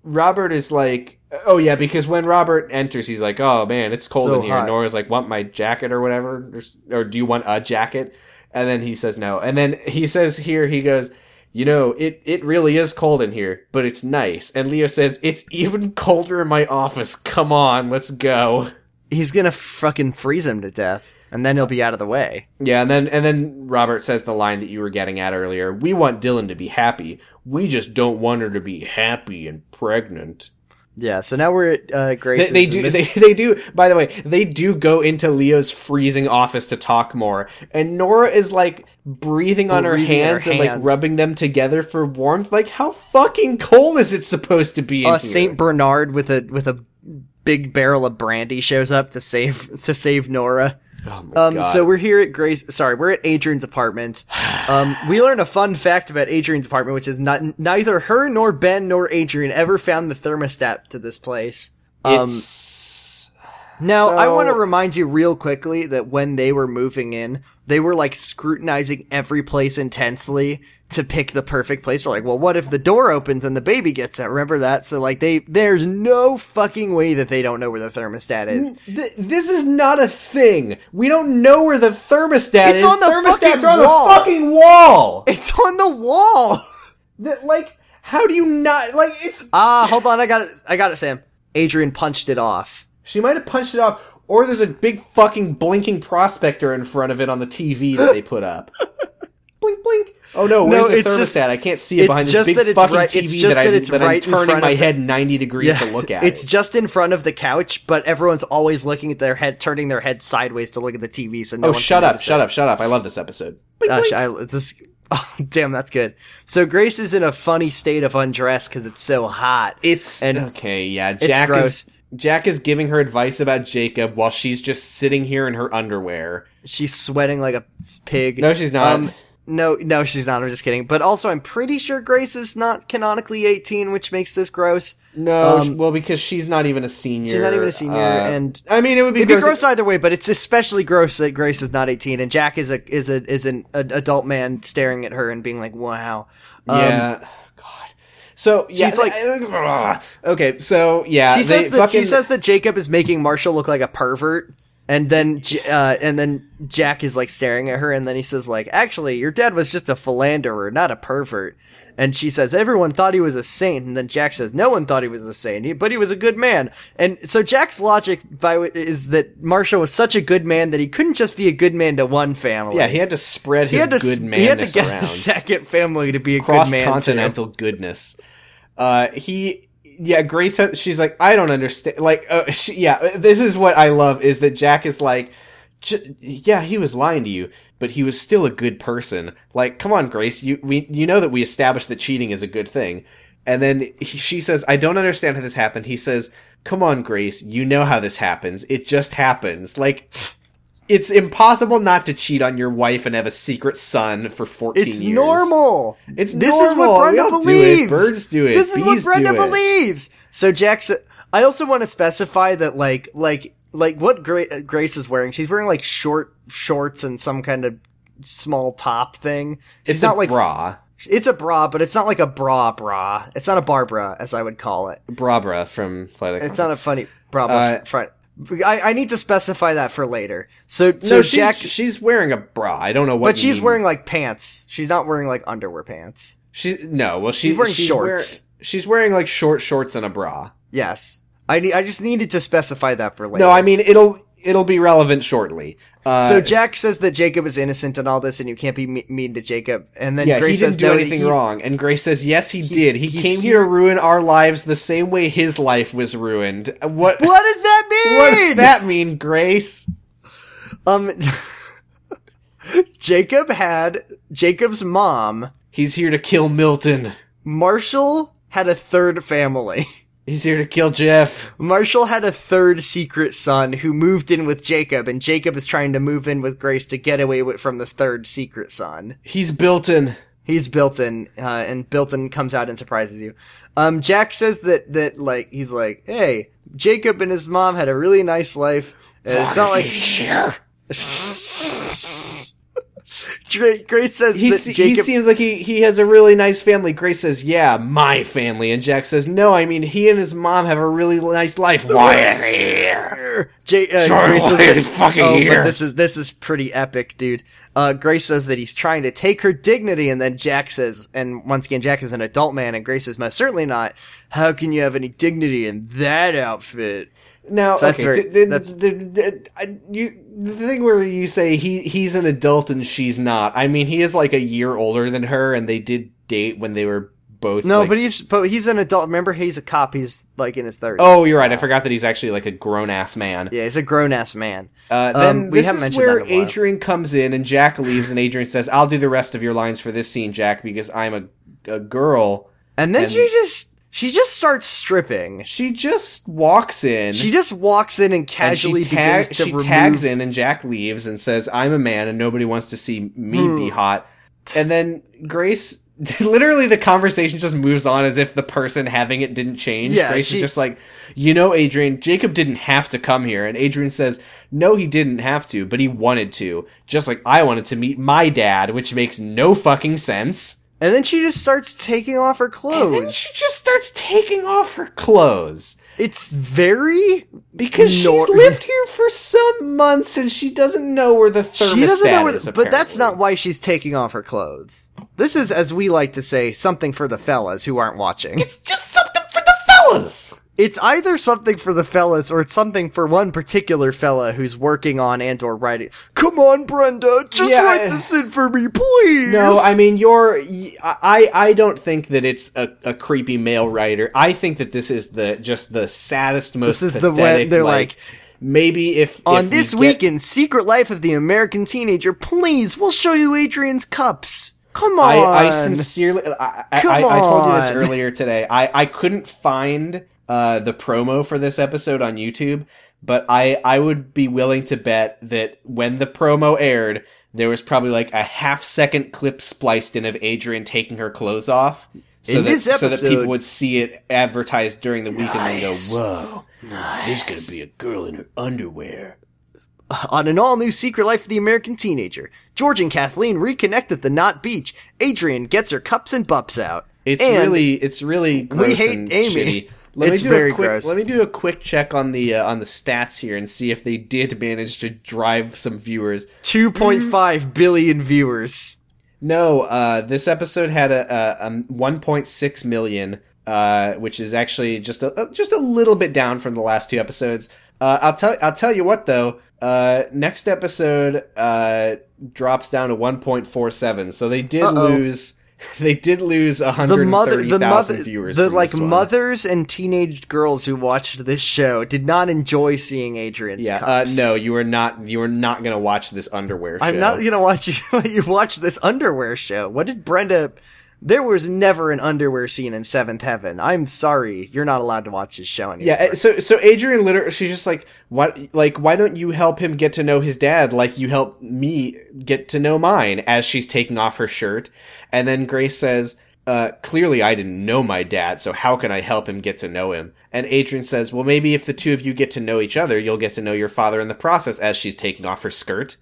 Speaker 2: Robert is like, oh yeah, because when Robert enters, he's like, oh man, it's cold
Speaker 3: So
Speaker 2: in here.
Speaker 3: hot.
Speaker 2: Nora's like, want my jacket or whatever, or, s- or do you want a jacket? And then he says no. And then he says here, he goes, you know, it it really is cold in here, but it's nice. And Leo says, it's even colder in my office. Come on, let's go.
Speaker 3: He's gonna fucking freeze him to death. and then he'll be out of the way.
Speaker 2: Yeah, and then and then Robert says the line that you were getting at earlier. We want Dylan to be happy. We just don't want her to be happy and pregnant.
Speaker 3: Yeah. So now we're at uh,
Speaker 2: They,
Speaker 3: Grace's.
Speaker 2: they
Speaker 3: and
Speaker 2: do.
Speaker 3: this-
Speaker 2: They, they do. By the way, they do go into Leo's freezing office to talk more, and Nora is like breathing on her
Speaker 3: Breathing in her
Speaker 2: hands, and like
Speaker 3: hands.
Speaker 2: rubbing them together for warmth. Like, how fucking cold is it supposed to be? In here?
Speaker 3: uh, Saint Bernard with a with a big barrel of brandy shows up to save to save Nora.
Speaker 2: Oh my
Speaker 3: Um,
Speaker 2: God.
Speaker 3: so we're here at Grace. Sorry, we're at Adrian's apartment. Um, we learned a fun fact about Adrian's apartment, which is not neither her nor Ben nor Adrian ever found the thermostat to this place. Um,
Speaker 2: It's-
Speaker 3: now I
Speaker 2: so-
Speaker 3: want to remind you real quickly that when they were moving in, they were like scrutinizing every place intensely to pick the perfect place. We're like, well, what if the door opens and the baby gets out? Remember that? So like they, there's no fucking way that they don't know where the thermostat is.
Speaker 2: Th- this is not a thing. We don't know where the thermostat
Speaker 3: It's
Speaker 2: is.
Speaker 3: on the
Speaker 2: Thermostats
Speaker 3: fucking
Speaker 2: are on
Speaker 3: wall.
Speaker 2: the fucking wall.
Speaker 3: It's on the wall.
Speaker 2: That like, how do you not like? It's
Speaker 3: Ah, hold on, I got it. I got it, Sam. Adrian punched it off.
Speaker 2: she might have punched it off, or there's a big fucking blinking prospector in front of it on the TV that they put up. blink, blink. Oh no, where's
Speaker 3: No,
Speaker 2: the
Speaker 3: it's
Speaker 2: thermostat?
Speaker 3: just-
Speaker 2: I can't see it
Speaker 3: it's
Speaker 2: behind this
Speaker 3: just
Speaker 2: big
Speaker 3: that it's
Speaker 2: fucking
Speaker 3: right-
Speaker 2: TV
Speaker 3: it's just
Speaker 2: that,
Speaker 3: that
Speaker 2: I,
Speaker 3: it's
Speaker 2: that
Speaker 3: right in
Speaker 2: I'm turning
Speaker 3: front
Speaker 2: my
Speaker 3: of-
Speaker 2: head 90 degrees to look at.
Speaker 3: It's
Speaker 2: it.
Speaker 3: just in front of the couch, but everyone's always looking at their head, turning their head sideways to look at the TV. So
Speaker 2: oh,
Speaker 3: no one can
Speaker 2: shut up,
Speaker 3: notice
Speaker 2: shut
Speaker 3: it.
Speaker 2: up, shut up! I love this episode. Blink,
Speaker 3: Gosh,
Speaker 2: blink.
Speaker 3: Uh, I, this. Oh, damn, that's good. So Grace is in a funny state of undress because it's so hot.
Speaker 2: It's
Speaker 3: And-
Speaker 2: okay, yeah. Jack
Speaker 3: gross.
Speaker 2: is Jack is giving her advice about Jacob while she's just sitting here in her underwear.
Speaker 3: She's sweating like a pig. Um,
Speaker 2: No, she's not.
Speaker 3: no, no, she's not. I'm just kidding. But also, I'm pretty sure Grace is not canonically 18, which makes this gross.
Speaker 2: No,
Speaker 3: um,
Speaker 2: sh- well, because she's not even a senior.
Speaker 3: She's not even a senior,
Speaker 2: uh,
Speaker 3: and
Speaker 2: I mean, it would be,
Speaker 3: It'd be
Speaker 2: gross.
Speaker 3: gross either way, but it's especially gross that Grace is not 18 and Jack is a is a is an, an adult man staring at her and being like, "Wow." Um,
Speaker 2: yeah, God. So yeah,
Speaker 3: She's like-
Speaker 2: ugh. okay, so yeah, Uh, they
Speaker 3: She says that she
Speaker 2: fucking-
Speaker 3: says that Jacob is making Marshall look like a pervert, and then J- uh, and then Jack is like staring at her, and then he says like, "Actually, your dad was just a philanderer, not a pervert." And she says, "Everyone thought he was a saint," and then Jack says, "No one thought he was a saint, he- but he was a good man." And so Jack's logic by, is that Marshall was such a good man that he couldn't just be a good man to one family.
Speaker 2: yeah, he had to spread his
Speaker 3: s-
Speaker 2: good
Speaker 3: he had to
Speaker 2: manness
Speaker 3: get
Speaker 2: around,
Speaker 3: his second family to be a
Speaker 2: cross
Speaker 3: good man. too.
Speaker 2: continental goodness. Uh, he. Yeah, Grace. Has, she's like, I don't understand. Like, uh, she, yeah, this is what I love is that Jack is like, J- yeah, he was lying to you, but he was still a good person. Like, come on, Grace, you we you know that we established that cheating is a good thing. And then he, she says, "I don't understand how this happened." He says, "Come on, Grace, you know how this happens. It just happens. Like, it's impossible not to cheat on your wife and have a secret son for fourteen
Speaker 3: It's
Speaker 2: years.
Speaker 3: normal.
Speaker 2: It's
Speaker 3: this is
Speaker 2: normal.
Speaker 3: what Brenda
Speaker 2: We all do it.
Speaker 3: believes.
Speaker 2: Birds do it.
Speaker 3: This is
Speaker 2: Bees
Speaker 3: what
Speaker 2: do
Speaker 3: Brenda
Speaker 2: it.
Speaker 3: believes. So Jackson, I also want to specify that like like like what Gra- uh, Grace is wearing. She's wearing like short shorts and some kind of small top thing. She's
Speaker 2: It's
Speaker 3: not
Speaker 2: a
Speaker 3: like
Speaker 2: bra,
Speaker 3: it's a bra, but it's not like a bra bra. It's not a Barbara as I would call it.
Speaker 2: bra bra from Flight. of the
Speaker 3: It's not a funny bra bra
Speaker 2: Uh,
Speaker 3: f- front. I, I need to specify that for later. So, so
Speaker 2: no, she's,
Speaker 3: Jack,
Speaker 2: she's wearing a bra. I don't know what,
Speaker 3: but she's
Speaker 2: you-
Speaker 3: wearing like pants. She's not wearing like underwear pants.
Speaker 2: She's no. Well, she-
Speaker 3: She's wearing
Speaker 2: wear-
Speaker 3: shorts.
Speaker 2: she's wearing like short shorts and a bra.
Speaker 3: Yes. I, ne- I just needed to specify that for later.
Speaker 2: No, I mean it'll it'll be relevant shortly. Uh,
Speaker 3: So Jack says that Jacob is innocent and all this, and you can't be me- mean to Jacob. And then
Speaker 2: yeah,
Speaker 3: Grace
Speaker 2: he didn't
Speaker 3: says,
Speaker 2: do
Speaker 3: no,
Speaker 2: anything
Speaker 3: he's-
Speaker 2: wrong, and Grace says yes, he did. He
Speaker 3: he's
Speaker 2: came
Speaker 3: here-
Speaker 2: here to ruin our lives the same way his life was ruined. Uh, What
Speaker 3: What does that mean?
Speaker 2: what does that mean, Grace?
Speaker 3: Um, Jacob had Jacob's mom.
Speaker 2: He's here to kill Milton.
Speaker 3: Marshall had a third family.
Speaker 2: He's here to kill Jeff.
Speaker 3: Marshall had a third secret son who moved in with Jacob, and Jacob is trying to move in with Grace to get away with, from this third secret son.
Speaker 2: He's Bilton.
Speaker 3: He's Bilton, uh, and Bilton comes out and surprises you. Um, Jack says that, that, like, he's like, hey, Jacob and his mom had a really nice life. And it's not like,
Speaker 2: here.
Speaker 3: Dra- Grace says
Speaker 2: He,
Speaker 3: that
Speaker 2: se- he
Speaker 3: Jacob,
Speaker 2: seems like he, he has a really nice family. Grace says, "Yeah, my family," and Jack says, "No, I mean he and his mom have a really nice life." Why is he here?
Speaker 3: Ja- uh,
Speaker 4: Sorry,
Speaker 3: Grace says
Speaker 4: why is
Speaker 3: that-
Speaker 4: he fucking
Speaker 3: oh, But
Speaker 4: here?
Speaker 3: this is, this is pretty epic, dude. Uh, Grace says that he's trying to take her dignity, and then Jack says, and once again, Jack is an adult man, and Grace says, most certainly not. How can you have any dignity in that outfit?
Speaker 2: Now,
Speaker 3: So
Speaker 2: okay,
Speaker 3: that's very-
Speaker 2: th- th-
Speaker 3: that's-
Speaker 2: th- th- I- you- the thing where you say he he's an adult and she's not. I mean, he is like a year older than her, and they did date when they were both.
Speaker 3: No,
Speaker 2: like-
Speaker 3: but he's but he's an adult. Remember, he's a cop. He's like in his thirties.
Speaker 2: oh, you're right. I forgot that he's actually like a grown ass man.
Speaker 3: yeah, he's a grown ass man.
Speaker 2: Uh,
Speaker 3: Um,
Speaker 2: then
Speaker 3: we
Speaker 2: this
Speaker 3: haven't
Speaker 2: is
Speaker 3: mentioned
Speaker 2: where
Speaker 3: that in a while.
Speaker 2: Adrian comes in and Jack leaves, and Adrian says, "I'll do the rest of your lines for this scene, Jack, because I'm a a girl."
Speaker 3: And then
Speaker 2: And-
Speaker 3: she just she just starts stripping.
Speaker 2: She just walks in.
Speaker 3: She just walks in and
Speaker 2: and she
Speaker 3: casually
Speaker 2: tag-
Speaker 3: begins to
Speaker 2: she
Speaker 3: remove.
Speaker 2: tags in, and Jack leaves and says, "I'm a man, and nobody wants to see me be
Speaker 3: Hmm.
Speaker 2: hot." And then Grace, literally, the conversation just moves on as if the person having it didn't change.
Speaker 3: Yeah,
Speaker 2: Grace
Speaker 3: she-
Speaker 2: is just like, "You know, Adrian, Jacob didn't have to come here," and Adrian says, "No, he didn't have to, but he wanted to, just like I wanted to meet my dad, which makes no fucking sense."
Speaker 3: and then she just starts taking off her clothes.
Speaker 2: And then she just starts taking off her clothes.
Speaker 3: It's very
Speaker 2: Because
Speaker 3: Nor-
Speaker 2: she's lived here for some months and she doesn't know where the thermostat
Speaker 3: she doesn't know where,
Speaker 2: is.
Speaker 3: the, but that's not
Speaker 2: apparently.
Speaker 3: why she's taking off her clothes. This is, as we like to say, something for the fellas who aren't watching.
Speaker 2: It's just something for the fellas.
Speaker 3: It's either something for the fellas or it's something for one particular fella who's working on and or writing. Come on, Brenda, just
Speaker 2: Yeah, I-
Speaker 3: write this in for me, please.
Speaker 2: No, I mean you're. y- I I don't think that it's a, a creepy male writer. I think that this is the just the saddest, most
Speaker 3: This is the
Speaker 2: pathetic.
Speaker 3: one- they're like,
Speaker 2: maybe if
Speaker 3: on
Speaker 2: if we
Speaker 3: this
Speaker 2: get-
Speaker 3: week in Secret Life of the American Teenager, please, we'll show you Adrian's cups. Come on.
Speaker 2: I, I sincerely, I, I,
Speaker 3: Come
Speaker 2: I, I told you this
Speaker 3: on.
Speaker 2: earlier today. I, I couldn't find uh, the promo for this episode on YouTube, but I, I would be willing to bet that when the promo aired, there was probably like a half second clip spliced in of Adrian taking her clothes off. So
Speaker 3: In
Speaker 2: that,
Speaker 3: this
Speaker 2: so that people
Speaker 3: episode-
Speaker 2: would see it advertised during the week and then go,
Speaker 4: Whoa. There's going to be a girl in her underwear.
Speaker 3: on an all new Secret Life of the American Teenager. George and Kathleen reconnect at the Knot Beach. Adrian gets her cups and bups out.
Speaker 2: It's
Speaker 3: And-
Speaker 2: really, it's really gross
Speaker 3: hate
Speaker 2: and
Speaker 3: Amy.
Speaker 2: shitty. Let
Speaker 3: It's
Speaker 2: me do
Speaker 3: very
Speaker 2: a quick,
Speaker 3: gross.
Speaker 2: Let me do a quick check on the uh, on the stats here and see if they did manage to drive some viewers.
Speaker 3: 2.5 billion viewers.
Speaker 2: No, uh, this episode had a, a, a 1.6 million, uh, which is actually just a a- just a little bit down from the last two episodes. Uh, I'll tell I'll tell you what though. Uh, next episode uh, drops down to 1.47, so they did
Speaker 3: Uh-oh.
Speaker 2: lose. They did lose
Speaker 3: The mother, the
Speaker 2: 130,000
Speaker 3: mother,
Speaker 2: viewers.
Speaker 3: the
Speaker 2: from
Speaker 3: like
Speaker 2: this one.
Speaker 3: mothers and teenage girls who watched this show did not enjoy seeing Adrian's
Speaker 2: Yeah, uh,
Speaker 3: cups.
Speaker 2: no, you are not. You are not going to watch this underwear.
Speaker 3: I'm
Speaker 2: show.
Speaker 3: not gonna watch you. let you watch this underwear show. What did Brenda? There was never an underwear scene in Seventh Heaven. I'm sorry, you're not allowed to watch this show anymore.
Speaker 2: Yeah. uh, So so Adrian literally, she's just like, what? Like, why don't you help him get to know his dad? Like you help me get to know mine. As she's taking off her shirt, and then Grace says. Uh, clearly I didn't know my dad, so how can I help him get to know him? And Adrian says, well, maybe if the two of you get to know each other, you'll get to know your father in the process as she's taking off her skirt.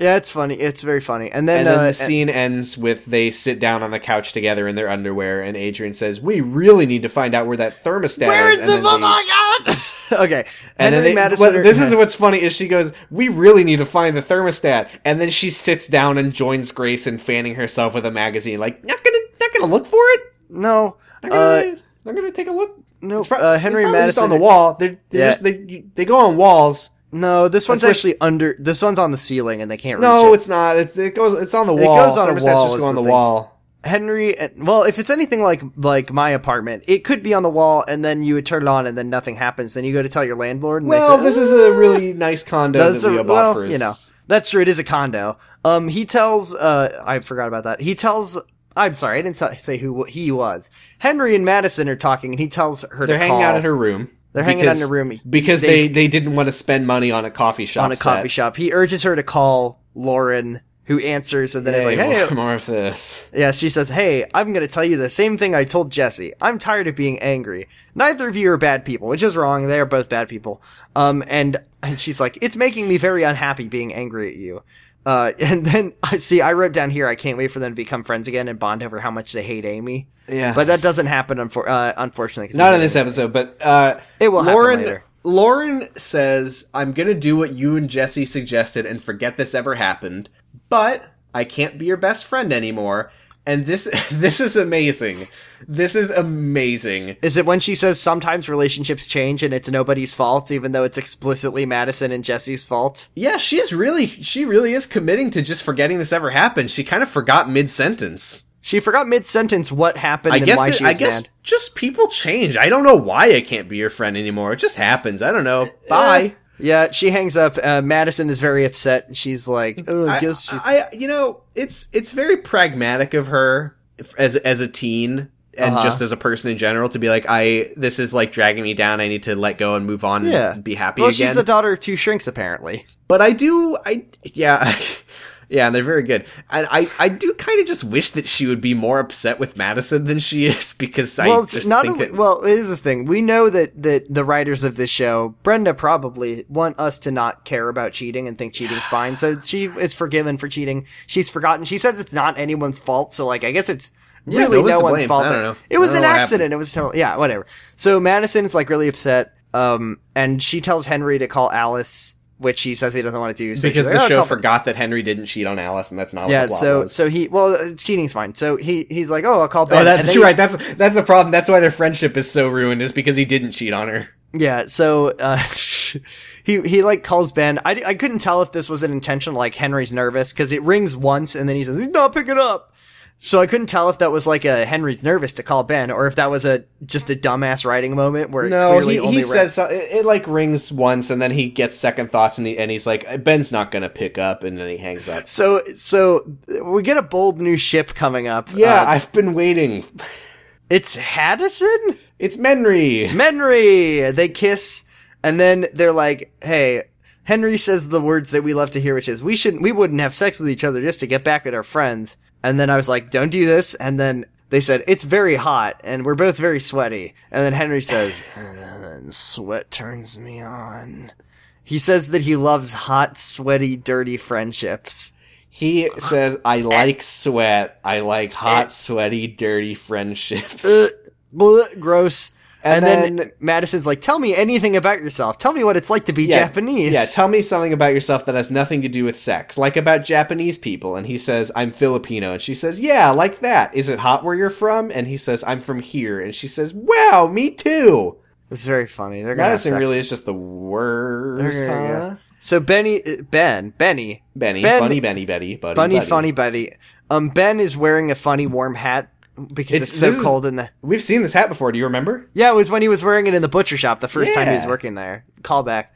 Speaker 3: yeah, it's funny. It's very funny. And then,
Speaker 2: And
Speaker 3: uh,
Speaker 2: then the scene ends with they sit down on the couch together in their underwear, and Adrian says, "We really need to find out where that thermostat
Speaker 4: Where is
Speaker 2: is."
Speaker 4: the
Speaker 2: and then they-
Speaker 3: okay,
Speaker 2: and
Speaker 3: Henry
Speaker 2: then they-
Speaker 3: Madison.
Speaker 2: well, this is what's funny is she goes, "We really need to find the thermostat," and then she sits down and joins Grace in fanning herself with a magazine. Like, not gonna, not gonna look for it.
Speaker 3: no.
Speaker 2: Not
Speaker 3: Uh,
Speaker 2: gonna, not gonna take a look.
Speaker 3: no,
Speaker 2: It's prob-
Speaker 3: uh, Henry
Speaker 2: it's probably just
Speaker 3: Madison
Speaker 2: on the wall. They're, they're
Speaker 3: Yeah.
Speaker 2: just, they they go on walls.
Speaker 3: No, this one's
Speaker 2: That's where-
Speaker 3: actually under. This one's on the ceiling, and they can't reach it.
Speaker 2: No, it's not. It, it goes. It's on the
Speaker 3: It
Speaker 2: wall.
Speaker 3: goes on a
Speaker 2: thermostats
Speaker 3: wall
Speaker 2: Just
Speaker 3: is
Speaker 2: go on
Speaker 3: the
Speaker 2: the
Speaker 3: thing.
Speaker 2: wall.
Speaker 3: Henry. and- Well, if it's anything like like my apartment, it could be on the wall, and then you would turn it on, and then nothing happens. Then you go to tell your landlord. And
Speaker 2: Well,
Speaker 3: they say,
Speaker 2: this is a really nice condo
Speaker 3: That's
Speaker 2: that we
Speaker 3: a-
Speaker 2: bought
Speaker 3: well,
Speaker 2: for
Speaker 3: you know,
Speaker 2: s-
Speaker 3: that's true. It is a condo. Um, he tells. Uh, I forgot about that. He tells. I'm sorry, I didn't sa- say who wh- he was. Henry and Madison are talking, and he tells her
Speaker 2: They're
Speaker 3: to
Speaker 2: hanging
Speaker 3: call
Speaker 2: out at her room.
Speaker 3: They're hanging out in her room.
Speaker 2: because
Speaker 3: They-
Speaker 2: they, they didn't want to spend money on a coffee shop.
Speaker 3: on a coffee shop. He urges her to call Lauren, who answers, and then
Speaker 2: Then
Speaker 3: is like, "Hey,
Speaker 2: more of this.
Speaker 3: Yeah, she says, Hey, I'm gonna tell you the same thing I told Jesse. I'm tired of being angry. Neither of you are bad people, which is wrong. They are both bad people. Um, and, and she's like, It's making me very unhappy being angry at you. Uh, and then, I see, I wrote down here, I can't wait for them to become friends again and bond over how much they hate Amy.
Speaker 2: Yeah.
Speaker 3: But that doesn't happen, unfor- uh, unfortunately. 'cause we
Speaker 2: Not in
Speaker 3: hate
Speaker 2: this
Speaker 3: Amy.
Speaker 2: episode, but uh,
Speaker 3: It will happen
Speaker 2: Lauren,
Speaker 3: later.
Speaker 2: Lauren says, "I'm gonna do what you and Jesse suggested and forget this ever happened." But I can't be your best friend anymore. And this this is amazing. This is amazing.
Speaker 3: Is it when she says sometimes relationships change and it's nobody's fault, even though it's explicitly Madison and Jesse's fault?
Speaker 2: Yeah, she is really she really is committing to just forgetting this ever happened. She kind of forgot mid sentence.
Speaker 3: She forgot mid sentence what happened
Speaker 2: I
Speaker 3: and
Speaker 2: guess
Speaker 3: why
Speaker 2: that-
Speaker 3: she
Speaker 2: I
Speaker 3: was
Speaker 2: guess
Speaker 3: mad.
Speaker 2: just people change. I don't know why I can't be your friend anymore. It just happens. I don't know.
Speaker 3: Eh.
Speaker 2: Bye.
Speaker 3: Yeah, she hangs up. Uh, Madison is very upset. She's like, "Oh, I
Speaker 2: I,
Speaker 3: guess she's."
Speaker 2: I- you know it's it's very pragmatic of her f- as as a teen and
Speaker 3: Uh-huh.
Speaker 2: just as a person in general to be like I this is like dragging me down. I need to let go and move on
Speaker 3: yeah,
Speaker 2: and be happy
Speaker 3: Well,
Speaker 2: again.
Speaker 3: she's the daughter of two shrinks, apparently.
Speaker 2: but I do I yeah. Yeah, they're very good. And I, I do kind of just wish that she would be more upset with Madison than she is because I
Speaker 3: well,
Speaker 2: just
Speaker 3: not
Speaker 2: think
Speaker 3: only,
Speaker 2: that
Speaker 3: well, here's the thing. We know that that the writers of this show, Brenda, probably want us to not care about cheating and think cheating's fine. So she is forgiven for cheating. She's forgotten. She says it's not anyone's fault. So like, I guess it's really
Speaker 2: who was
Speaker 3: no
Speaker 2: to
Speaker 3: one's
Speaker 2: blame?
Speaker 3: fault.
Speaker 2: I don't
Speaker 3: that-
Speaker 2: know.
Speaker 3: It was
Speaker 2: I don't
Speaker 3: an
Speaker 2: know what
Speaker 3: accident. It was total. Yeah, whatever. So Madison's like really upset. Um, and she tells Henry to call Alice, which he says he doesn't want to do. So
Speaker 2: because
Speaker 3: she's like,
Speaker 2: the
Speaker 3: "Oh,
Speaker 2: show
Speaker 3: call-
Speaker 2: forgot that Henry didn't cheat on Alice, and that's not
Speaker 3: Yeah,
Speaker 2: what the plot
Speaker 3: so
Speaker 2: was.
Speaker 3: so he well uh, cheating's fine. So he he's like, oh, I'll call. Ben.
Speaker 2: oh,
Speaker 3: And
Speaker 2: that's
Speaker 3: then he-
Speaker 2: right. That's that's the problem. That's why their friendship is so ruined, is because he didn't cheat on her.
Speaker 3: Yeah, so uh, he he like calls Ben. I, I couldn't tell if this was an intentional like Henry's nervous because it rings once and then he says he's not picking up. So I couldn't tell if that was like a Henry's nervous to call Ben or if that was a just a dumbass writing moment where it
Speaker 2: No,
Speaker 3: clearly
Speaker 2: he,
Speaker 3: only
Speaker 2: he
Speaker 3: rang-
Speaker 2: says so- it, it like rings once, and then he gets second thoughts, and he, and he's like, Ben's not gonna pick up, and then he hangs up.
Speaker 3: So so we get a bold new ship coming up.
Speaker 2: Yeah,
Speaker 3: Uh,
Speaker 2: I've been waiting.
Speaker 3: it's Haddison.
Speaker 2: It's Menry.
Speaker 3: Henry. They kiss, and then they're like, "Hey." Henry says the words that we love to hear, which is, "We shouldn't, we wouldn't have sex with each other just to get back at our friends." And then I was like, "Don't do this." And then they said, "It's very hot, and we're both very sweaty." And then Henry says, "And "Sweat turns me on." He says that he loves hot, sweaty, dirty friendships.
Speaker 2: He says, "I like sweat. I like hot, sweaty, dirty friendships."
Speaker 3: Ugh, bleh, gross. Uh,
Speaker 2: And
Speaker 3: And, then,
Speaker 2: then-
Speaker 3: Madison's like, "Tell me anything about yourself. Tell me what it's like to be Japanese."
Speaker 2: Yeah, tell me something about yourself that has nothing to do with sex, like about Japanese people. And he says, I'm Filipino. And she says, Yeah, like that. Is it hot where you're from? And he says, I'm from here. And she says, Wow, me too.
Speaker 3: It's very funny. They're gonna
Speaker 2: Madison
Speaker 3: have sex.
Speaker 2: really is just the worst.
Speaker 3: They're gonna- yeah.
Speaker 2: huh?
Speaker 3: So Benny, uh, Ben, Benny,
Speaker 2: Benny,
Speaker 3: Ben-
Speaker 2: Bunny, Benny, Betty, Buddy,
Speaker 3: funny,
Speaker 2: Buddy.
Speaker 3: funny buddy. Um, Ben is wearing a funny warm hat because it's,
Speaker 2: It's-
Speaker 3: so
Speaker 2: this is-
Speaker 3: cold in the.
Speaker 2: We've seen this hat before. Do you remember?
Speaker 3: Yeah, it was when he was wearing it in the butcher shop the first time he was
Speaker 2: Yeah.
Speaker 3: working there. Callback.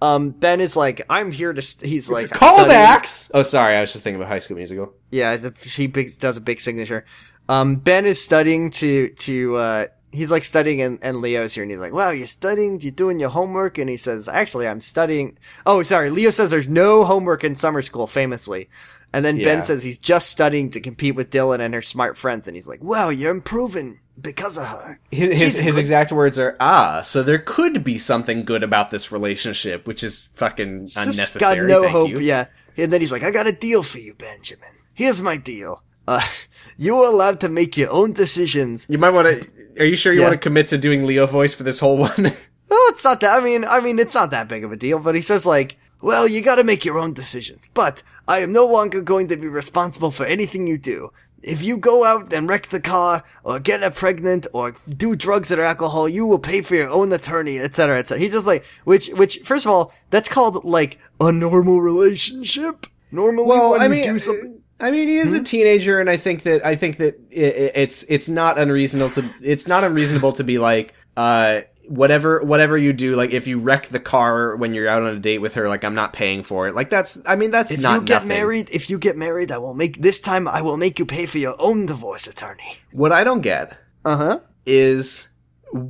Speaker 3: Um, Ben is like, I'm here to. St-, he's like, studying-
Speaker 2: Callbacks! Oh, sorry. I was just thinking about High School Musical.
Speaker 3: Yeah, the- he big, does a big signature. Um, Ben is studying to to uh, he's like studying, and, and Leo's here, and he's like, "Wow, you're studying, you're doing your homework," and he says, "Actually, I'm studying." Oh, sorry, Leo says there's no homework in summer school, famously, and then
Speaker 2: Yeah.
Speaker 3: Ben says he's just studying to compete with Dylan and her smart friends, and he's like, "Wow, you're improving because of her."
Speaker 2: His,
Speaker 3: She's
Speaker 2: his,
Speaker 3: a
Speaker 2: his
Speaker 3: good-
Speaker 2: exact words are, ah, so there could be something good about this relationship, which is fucking
Speaker 3: Just
Speaker 2: unnecessary.
Speaker 3: got no
Speaker 2: Thank
Speaker 3: hope.
Speaker 2: you.
Speaker 3: Yeah, and then he's like, "I got a deal for you, Benjamin. Here's my deal. Uh, you are allowed to make your own decisions."
Speaker 2: You might want to. Are you sure you
Speaker 3: Yeah.
Speaker 2: want to commit to doing Leo voice for this whole one?
Speaker 3: Well, it's not that. I mean, I mean, it's not that big of a deal. But he says like, "Well, you got to make your own decisions." But I am no longer going to be responsible for anything you do. If you go out and wreck the car, or get her pregnant, or do drugs or alcohol, you will pay for your own attorney, etc., etc. He just like, which, which, first of all, that's called like a normal relationship. Normally, when you
Speaker 2: uh,
Speaker 3: do something.
Speaker 2: I mean, he is a teenager, and I think that I think that i- i it's it's not unreasonable to it's not unreasonable to be like, uh, whatever whatever you do, like if you wreck the car when you're out on a date with her, like I'm not paying for it. Like that's I mean that's
Speaker 3: If
Speaker 2: not
Speaker 3: you get
Speaker 2: nothing.
Speaker 3: married, if you get married, I will make this time. I will make you pay for your own divorce attorney.
Speaker 2: What I don't get
Speaker 3: Uh
Speaker 2: Uh-huh.
Speaker 3: huh.
Speaker 2: is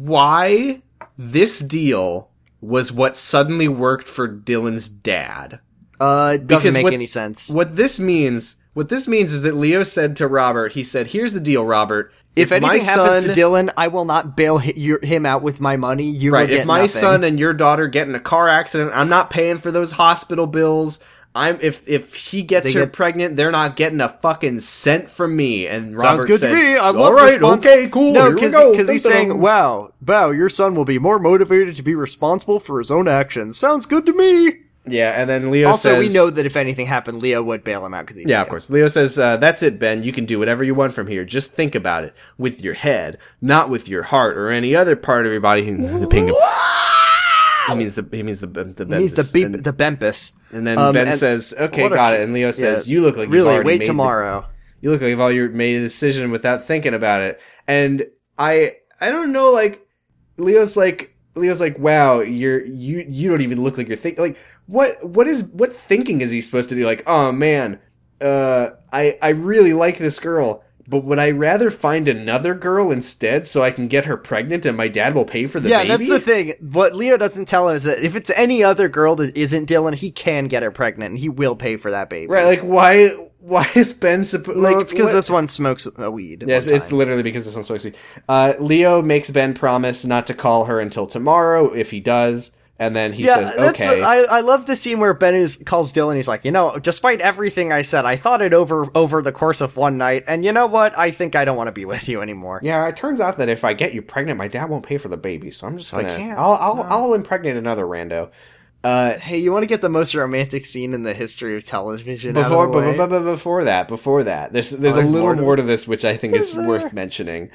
Speaker 2: why this deal was what suddenly worked for Dylan's dad.
Speaker 3: Uh, it doesn't
Speaker 2: Because
Speaker 3: make
Speaker 2: what-
Speaker 3: any sense.
Speaker 2: What this means, what this means is that Leo said to Robert, he said, "Here's the deal, Robert.
Speaker 3: if anything
Speaker 2: my
Speaker 3: happens
Speaker 2: son-
Speaker 3: to Dylan, I will not bail hi- your, him out with my money. You
Speaker 2: right,
Speaker 3: will get
Speaker 2: if my
Speaker 3: nothing.
Speaker 2: son and your daughter get in a car accident, I'm not paying for those hospital bills." I'm if if he gets
Speaker 3: They
Speaker 2: her
Speaker 3: get-
Speaker 2: pregnant, they're not getting a fucking cent from me. And Robert
Speaker 3: good to
Speaker 2: said,
Speaker 3: me. I love
Speaker 2: "All right,
Speaker 3: respons-
Speaker 2: okay, cool.
Speaker 3: no,
Speaker 2: here we
Speaker 3: because
Speaker 2: go."
Speaker 3: he's
Speaker 2: Dun-dun-dun.
Speaker 3: saying, "Wow, wow, your son will be more motivated to be responsible for his own actions." Sounds good to me.
Speaker 2: Yeah, and then Leo
Speaker 3: Also,
Speaker 2: says,
Speaker 3: we know that if anything happened, Leo would bail him out because he's
Speaker 2: Yeah, of
Speaker 3: Leo.
Speaker 2: course. Leo says, uh, "That's it, Ben. You can do whatever you want from here. Just think about it with your head, not with your heart or any other part of your body." The pingum. He means the he means the the
Speaker 3: He means the
Speaker 2: Bembus.
Speaker 3: beep,
Speaker 2: and,
Speaker 3: the Bempus.
Speaker 2: and then
Speaker 3: Um,
Speaker 2: Ben
Speaker 3: and-
Speaker 2: says, "Okay,
Speaker 3: what a-
Speaker 2: got it." And Leo says, "You look like you've
Speaker 3: really
Speaker 2: already
Speaker 3: wait
Speaker 2: made the-
Speaker 3: tomorrow.
Speaker 2: you look like you've already made a decision without thinking about it." And I I don't know. Like Leo's like Leo's like, "Wow, you're you you don't even look like you're thinking." Like what what is what thinking is he supposed to do? Like, oh man, uh, I I really like this girl. But would I rather find another girl instead so I can get her pregnant and my dad will pay for the
Speaker 3: yeah,
Speaker 2: baby?
Speaker 3: that's the thing. What Leo doesn't tell him is that if it's any other girl that isn't Dylan, he can get her pregnant and he will pay for that baby.
Speaker 2: Right, like why why is Ben supposed
Speaker 3: Well,
Speaker 2: like
Speaker 3: it's because
Speaker 2: what-
Speaker 3: this one smokes a weed.
Speaker 2: Yes,
Speaker 3: one
Speaker 2: it's
Speaker 3: time.
Speaker 2: literally because this one's spicy. Uh, Leo makes Ben promise not to call her until tomorrow. If he does, and then he
Speaker 3: yeah,
Speaker 2: says,
Speaker 3: that's.
Speaker 2: "Okay."
Speaker 3: I, I love the scene where Ben is calls Dylan. He's like, you know, despite everything I said, I thought it over over the course of one night, and you know what? I think I don't want to be with you anymore.
Speaker 2: yeah, it turns out that if I get you pregnant, my dad won't pay for the baby, so I'm just
Speaker 3: I
Speaker 2: gonna. I
Speaker 3: can't.
Speaker 2: will I'll I'll impregnate another rando. Uh,
Speaker 3: Hey, you want to get the most romantic scene in the history of television?
Speaker 2: before,
Speaker 3: out of the
Speaker 2: bu-
Speaker 3: way?
Speaker 2: bu- bu- before that, before that, there's there's
Speaker 3: Oh,
Speaker 2: a
Speaker 3: there's
Speaker 2: little
Speaker 3: more to
Speaker 2: more to
Speaker 3: this?
Speaker 2: this which I think is,
Speaker 3: Is
Speaker 2: worth
Speaker 3: there?
Speaker 2: mentioning.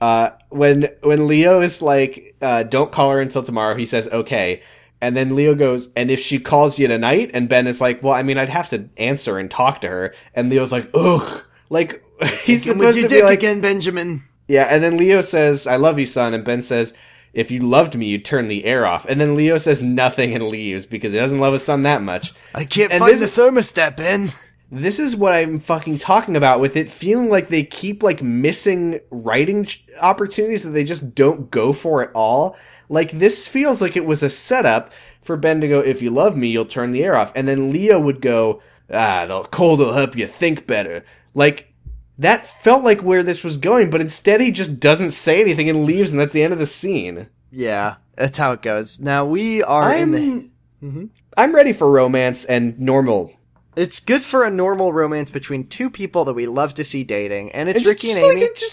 Speaker 2: Uh, when when Leo is like, uh, "Don't call her until tomorrow," he says, "Okay," and then Leo goes, "And if she calls you tonight?" And Ben is like, "Well, I mean, I'd have to answer and talk to her." And Leo's like, "Ugh," like he's
Speaker 5: Come with
Speaker 2: supposed
Speaker 5: your
Speaker 2: to be
Speaker 5: dick
Speaker 2: like,
Speaker 5: again, Benjamin.
Speaker 2: yeah, and then Leo says, I love you, son. And Ben says, if you loved me, you'd turn the air off. And then Leo says nothing and leaves because he doesn't love his son that much.
Speaker 5: I can't
Speaker 2: And
Speaker 5: find
Speaker 2: this-
Speaker 5: the thermostat, Ben.
Speaker 2: This is what I'm fucking talking about with it feeling like they keep like missing writing ch- opportunities that they just don't go for at all. Like this feels like it was a setup for Ben to go, if you love me, you'll turn the air off. And then Leo would go, ah, the cold will help you think better. Like that felt like where this was going, but instead he just doesn't say anything and leaves, and that's the end of the scene.
Speaker 3: yeah, that's how it goes. Now we are in.
Speaker 2: I'm
Speaker 3: the- Mm-hmm.
Speaker 2: I'm ready for romance and normal.
Speaker 3: It's good for a normal romance between two people that we love to see dating, and it's
Speaker 2: It's
Speaker 3: Ricky
Speaker 2: just
Speaker 3: and Amy.
Speaker 2: like- just,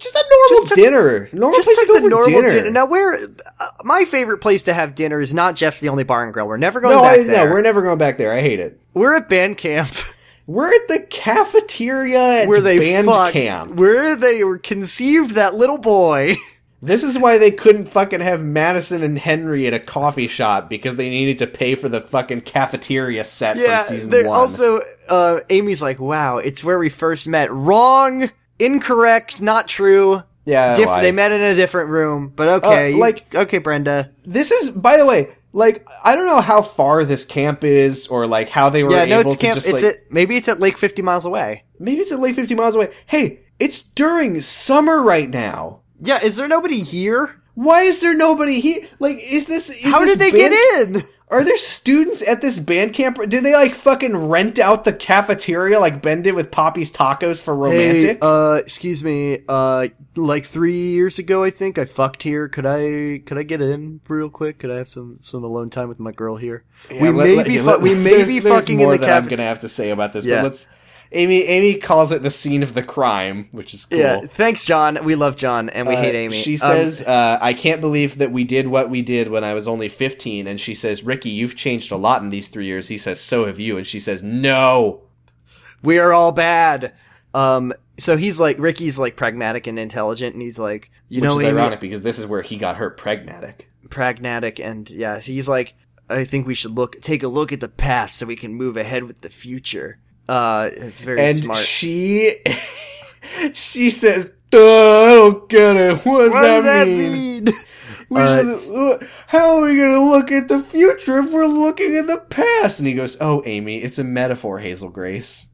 Speaker 2: just a normal
Speaker 3: took-
Speaker 2: dinner. Normal
Speaker 3: just
Speaker 2: place
Speaker 3: took
Speaker 2: to go
Speaker 3: the
Speaker 2: for
Speaker 3: normal dinner. Now, where uh, my favorite place to have dinner is not Jeff's the only bar and grill. We're never going
Speaker 2: no,
Speaker 3: back
Speaker 2: I,
Speaker 3: there.
Speaker 2: no, we're never going back there. I hate it.
Speaker 3: We're at band camp
Speaker 2: We're at the cafeteria at
Speaker 3: where they
Speaker 2: band
Speaker 3: fuck,
Speaker 2: camp.
Speaker 3: where they were conceived that little boy.
Speaker 2: This is why they couldn't fucking have Madison and Henry at a coffee shop because they needed to pay for the fucking cafeteria set
Speaker 3: Yeah,
Speaker 2: from season
Speaker 3: they're
Speaker 2: one.
Speaker 3: also uh, Amy's like, "Wow, it's where we first met." Wrong, incorrect, not true.
Speaker 2: yeah,
Speaker 3: Diff-
Speaker 2: why?
Speaker 3: they met in a different room, but okay,
Speaker 2: Uh,
Speaker 3: you-
Speaker 2: like-
Speaker 3: okay, Brenda.
Speaker 2: This is, by the way, like I don't know how far this camp is or like how they were
Speaker 3: Yeah,
Speaker 2: able
Speaker 3: no, it's
Speaker 2: to
Speaker 3: camp.
Speaker 2: just
Speaker 3: it's
Speaker 2: like,
Speaker 3: at, maybe it's at Lake Fifty Miles away.
Speaker 2: maybe it's at late fifty miles away. Hey, it's during summer right now.
Speaker 3: Yeah, is there nobody here?
Speaker 2: Why is there nobody here? Like, is this? Is
Speaker 3: How
Speaker 2: this
Speaker 3: did they
Speaker 2: band-
Speaker 3: get in?
Speaker 2: Are there students at this band camp? Did they like fucking rent out the cafeteria like Ben did with Poppy's Tacos for romantic?
Speaker 3: uh, excuse me. Uh, like three years ago, I think I fucked here. Could I could I get in real quick? Could I have some some alone time with my girl here? we
Speaker 2: let-
Speaker 3: may
Speaker 2: let-
Speaker 3: be
Speaker 2: yeah,
Speaker 3: fu-
Speaker 2: let-
Speaker 3: we may
Speaker 2: there's-
Speaker 3: be
Speaker 2: there's
Speaker 3: fucking in
Speaker 2: more
Speaker 3: the
Speaker 2: that I'm
Speaker 3: cafeteria.
Speaker 2: gonna have to say about this,
Speaker 3: Yeah.
Speaker 2: but let's. Amy Amy calls it the scene of the crime, which is cool.
Speaker 3: Yeah, thanks, John. We love John, and we
Speaker 2: Uh,
Speaker 3: hate Amy.
Speaker 2: She
Speaker 3: Um,
Speaker 2: says, uh, "I can't believe that we did what we did when I was only 15." And she says, "Ricky, you've changed a lot in these three years." He says, "So have you." And she says, "No."
Speaker 3: we are all bad. Um, so he's like Ricky's like pragmatic and intelligent, and he's like, you
Speaker 2: Which
Speaker 3: know,
Speaker 2: is
Speaker 3: Amy,
Speaker 2: ironic because this is where he got her pragmatic.
Speaker 3: pragmatic and yeah he's like i think we should look take a look at the past so we can move ahead with the future uh it's very
Speaker 2: and
Speaker 3: smart
Speaker 2: she she says "Duh, i don't get it what does,
Speaker 3: what
Speaker 2: that,
Speaker 3: does that
Speaker 2: mean,
Speaker 3: mean
Speaker 2: We
Speaker 3: Uh,
Speaker 2: should- uh, how are we gonna look at the future if we're looking at the past and he goes oh amy it's a metaphor hazel grace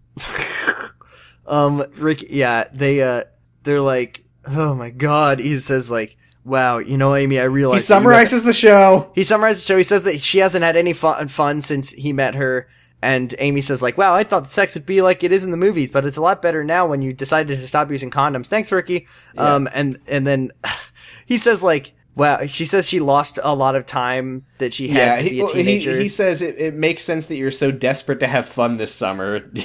Speaker 3: um rick yeah they uh they're like oh my god he says like wow you know amy i
Speaker 2: he
Speaker 3: realize
Speaker 2: summarizes the show
Speaker 3: he summarizes the show he says that she hasn't had any fun, fun since he met her and amy says like wow i thought sex would be like it is in the movies but it's a lot better now when you decided to stop using condoms thanks ricky um and and then he says like wow she says she lost a lot of time that she had
Speaker 2: yeah
Speaker 3: to
Speaker 2: he,
Speaker 3: be a
Speaker 2: well, he,
Speaker 3: teenager
Speaker 2: he says it, it makes sense that you're so desperate to have fun this summer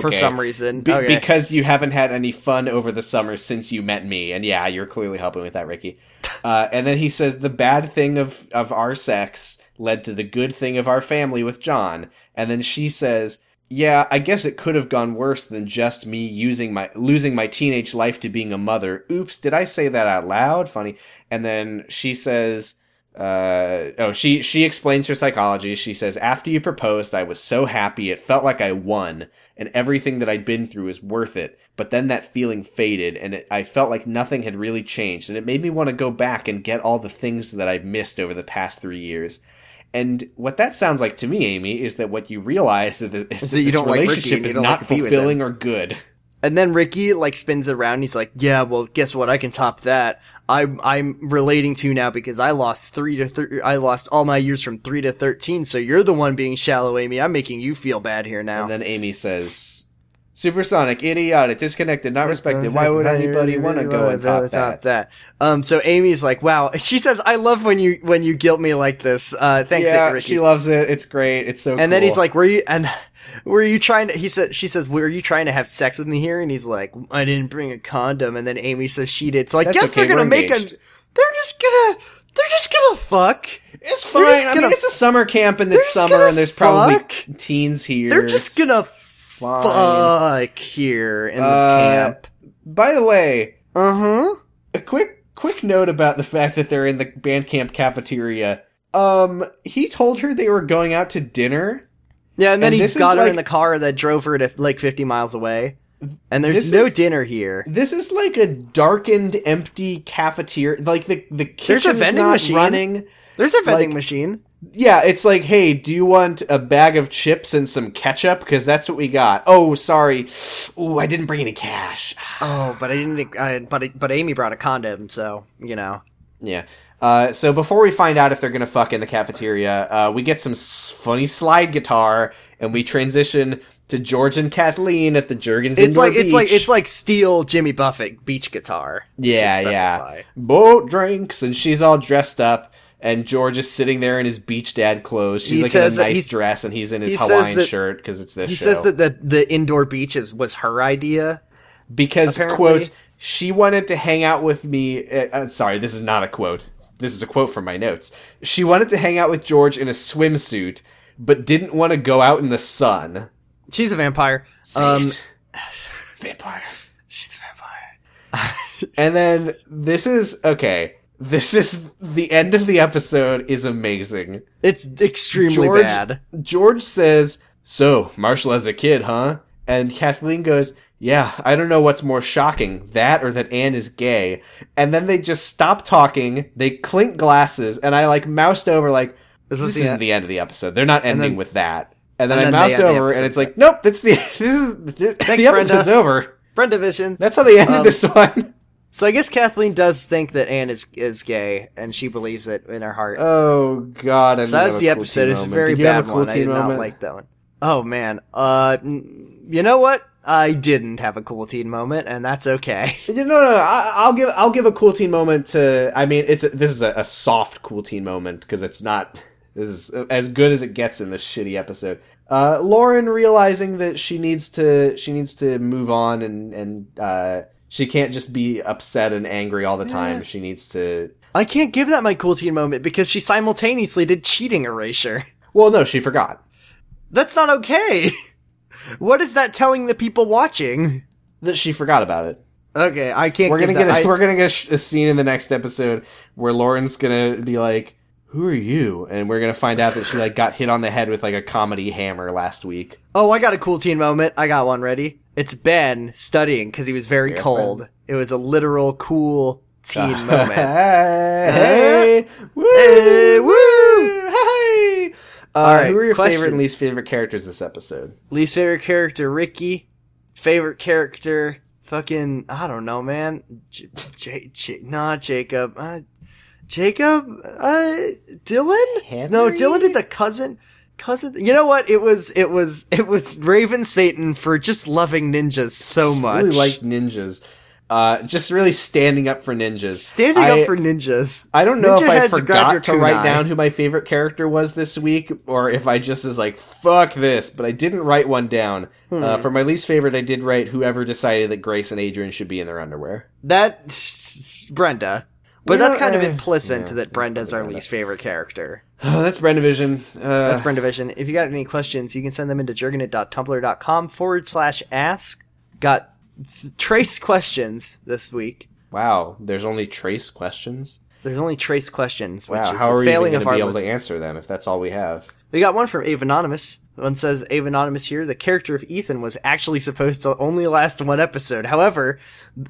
Speaker 3: for
Speaker 2: Okay.
Speaker 3: some reason
Speaker 2: Be-
Speaker 3: okay.
Speaker 2: because you haven't had any fun over the summer since you met me and yeah you're clearly helping with that ricky Uh, and then he says the bad thing of, of our sex led to the good thing of our family with John. And then she says, "Yeah, I guess it could have gone worse than just me using my losing my teenage life to being a mother. Oops, did I say that out loud? Funny." And then she says, uh, "Oh, she she explains her psychology. She says after you proposed, I was so happy. It felt like I won." And everything that I'd been through is worth it. But then that feeling faded, and it, I felt like nothing had really changed. And it made me want to go back and get all the things that I missed over the past three years. And what that sounds like to me, Amy, is that what you realize is that, is that
Speaker 3: that you
Speaker 2: this
Speaker 3: don't like Ricky
Speaker 2: relationship
Speaker 3: and you
Speaker 2: is
Speaker 3: don't
Speaker 2: not
Speaker 3: like to be with him.
Speaker 2: fulfilling or good.
Speaker 3: And then Ricky like spins around. And he's like, "Yeah, well, guess what? I can top that. I'm I'm relating to you now because I lost three to three. I lost all my years from three to thirteen. So you're the one being shallow, Amy. I'm making you feel bad here now.
Speaker 2: And then Amy says, "Supersonic, idiotic, disconnected, not respected. Why would anybody want to go and top that?"
Speaker 3: Um, so Amy's like, "Wow," she says, "I love when you when you guilt me like this." Uh, thanks,
Speaker 2: Yeah,
Speaker 3: Ricky.
Speaker 2: she loves it. It's great. It's so.
Speaker 3: and then he's
Speaker 2: cool.
Speaker 3: like, "Were you?" And were you trying to? He said, "She says, were you trying to have sex with me here?" And he's like, "I didn't bring a condom." And then Amy says she did. So I
Speaker 2: That's
Speaker 3: guess
Speaker 2: okay,
Speaker 3: they're gonna
Speaker 2: we're
Speaker 3: make a.
Speaker 2: engaged.
Speaker 3: They're just gonna. They're just gonna fuck.
Speaker 2: "It's
Speaker 3: they're
Speaker 2: fine.
Speaker 3: just
Speaker 2: I mean,
Speaker 3: gonna-
Speaker 2: it's a summer camp, and
Speaker 3: they're
Speaker 2: it's
Speaker 3: just
Speaker 2: summer,
Speaker 3: gonna
Speaker 2: and there's probably
Speaker 3: fuck.
Speaker 2: teens here.
Speaker 3: They're just gonna fuck here in
Speaker 2: Uh,
Speaker 3: the camp.
Speaker 2: By the way,
Speaker 3: Uh huh.
Speaker 2: a quick quick note about the fact that they're in the Bandcamp cafeteria. Um, he told her they were going out to dinner.
Speaker 3: Yeah, and then
Speaker 2: And
Speaker 3: he
Speaker 2: this is
Speaker 3: got her
Speaker 2: like-
Speaker 3: in the car that drove her to like 50 miles away. And
Speaker 2: this
Speaker 3: there's no
Speaker 2: is-
Speaker 3: dinner here.
Speaker 2: This is like a darkened, empty cafeteria. Like the the
Speaker 3: a
Speaker 2: kitchen's
Speaker 3: vending
Speaker 2: not
Speaker 3: machine.
Speaker 2: running.
Speaker 3: There's a vending
Speaker 2: like-
Speaker 3: machine.
Speaker 2: Yeah, it's like, hey, do you want a bag of chips and some ketchup? Because that's what we got. Oh, sorry. Ooh, I didn't bring any cash.
Speaker 3: Oh, but I didn't. I, but but Amy brought a condom, so you know.
Speaker 2: Yeah. Uh, so before we find out if they're gonna fuck in the cafeteria, uh, we get some s- funny slide guitar, and we transition to George and Kathleen at the Jergens.
Speaker 3: It's
Speaker 2: Indoor
Speaker 3: like it's like
Speaker 2: Beach.
Speaker 3: it's like steel Jimmy Buffett beach guitar. I
Speaker 2: yeah,
Speaker 3: should
Speaker 2: yeah.
Speaker 3: specify.
Speaker 2: Boat drinks, and she's all dressed up, and George is sitting there in his beach dad clothes. She's
Speaker 3: He
Speaker 2: like
Speaker 3: says
Speaker 2: in
Speaker 3: that
Speaker 2: a nice
Speaker 3: he's-
Speaker 2: dress, and he's in his
Speaker 3: he says
Speaker 2: Hawaiian
Speaker 3: that-
Speaker 2: shirt because it's this.
Speaker 3: He
Speaker 2: show.
Speaker 3: says that the the indoor beach is was her idea.
Speaker 2: because
Speaker 3: Apparently-
Speaker 2: quote she wanted to hang out with me uh, uh, sorry this is not a quote this is a quote from my notes she wanted to hang out with george in a swimsuit but didn't want to go out in the sun
Speaker 3: She's a vampire. um,
Speaker 2: it. vampire she's a vampire and then this is okay this is the end of the episode is amazing
Speaker 3: it's extremely
Speaker 2: George,
Speaker 3: bad.
Speaker 2: George says, So, Marshall as a kid, huh? And Kathleen goes, Yeah, I don't know what's more shocking, that or that Anne is gay. And then they just stop talking, they clink glasses, and I like moused over, like, This,
Speaker 3: this the
Speaker 2: isn't
Speaker 3: end?"
Speaker 2: the end of the episode. They're not ending
Speaker 3: then-
Speaker 2: with that. And then,
Speaker 3: and then
Speaker 2: I
Speaker 3: they
Speaker 2: moused
Speaker 3: end the
Speaker 2: over,
Speaker 3: episode.
Speaker 2: and it's like, Nope, that's the this is the, the episode's
Speaker 3: Brenda.
Speaker 2: over.
Speaker 3: Brenda Vision.
Speaker 2: That's how they ended
Speaker 3: Um,
Speaker 2: this one.
Speaker 3: So I guess Kathleen does think that Anne is is gay, and she believes it in her heart.
Speaker 2: Oh God! I
Speaker 3: So that was the episode. It's a very bad one. I did not like that one. Oh man. Uh, n- you know what? I didn't have a cool teen moment, and that's okay.
Speaker 2: No, no, no. I, I'll give I'll give a cool teen moment to. I mean, it's a, this is a, a soft cool teen moment because it's not this is as good as it gets in this shitty episode. Uh, Lauren realizing that she needs to she needs to move on and and uh, she can't just be upset and angry all the time. She needs to.
Speaker 3: I can't give that my cool teen moment because she simultaneously did cheating erasure.
Speaker 2: Well, no, she forgot.
Speaker 3: That's not okay. What is that telling the people watching?
Speaker 2: That she forgot about it.
Speaker 3: Okay, I can't.
Speaker 2: We're gonna
Speaker 3: give
Speaker 2: get
Speaker 3: that.
Speaker 2: a,
Speaker 3: I-
Speaker 2: we're gonna get a sh- a scene in the next episode where Lauren's gonna be like, "Who are you?" and we're gonna find out that she like got hit on the head with like a comedy hammer last week.
Speaker 3: Oh, I got a cool teen moment. I got one ready. It's Ben studying because he was very cold. It was a literal cool teen moment.
Speaker 2: hey, woo,
Speaker 3: Hey,
Speaker 2: woo, hey. Uh,
Speaker 3: All right,
Speaker 2: who are your favorite
Speaker 3: questions?
Speaker 2: and least favorite characters this episode?
Speaker 3: Least favorite character, Ricky. Favorite character, fucking, I don't know, man. J- J- J- nah, Jacob. Uh, Jacob? Uh, Dylan? No,
Speaker 2: Henry?
Speaker 3: Dylan did the cousin. Cousin, you know what? It was, it was, it was Raven Satan for just loving ninjas so
Speaker 2: Just
Speaker 3: much.
Speaker 2: Really like ninjas. Uh, just really standing up for ninjas.
Speaker 3: standing
Speaker 2: I-
Speaker 3: up for ninjas.
Speaker 2: I don't know
Speaker 3: Ninja
Speaker 2: if I
Speaker 3: heads, grab your
Speaker 2: forgot to write
Speaker 3: kunai.
Speaker 2: down who my favorite character was this week, or if I just was like, fuck this, but I didn't write one down. Uh,
Speaker 3: Hmm.
Speaker 2: for my least favorite, I did write whoever decided that Grace and Adrian should be in their underwear.
Speaker 3: That Brenda. But
Speaker 2: You
Speaker 3: that's
Speaker 2: know,
Speaker 3: kind of
Speaker 2: eh,
Speaker 3: implicit
Speaker 2: yeah,
Speaker 3: to that Brenda's our least favorite character.
Speaker 2: Oh, that's Brendavision. Uh,
Speaker 3: That's Brenda Vision. If you got any questions, you can send them into jurgenit.tumblr.com forward slash ask. Got th- trace questions this week.
Speaker 2: wow. There's only trace questions.
Speaker 3: There's only trace questions, which
Speaker 2: Wow,
Speaker 3: is
Speaker 2: how
Speaker 3: a
Speaker 2: are you
Speaker 3: failing
Speaker 2: going to
Speaker 3: of our
Speaker 2: be able
Speaker 3: list.
Speaker 2: to answer them if that's all we have?
Speaker 3: We got one from Ave Anonymous. One says, Ave Anonymous here, the character of Ethan was actually supposed to only last one episode. However,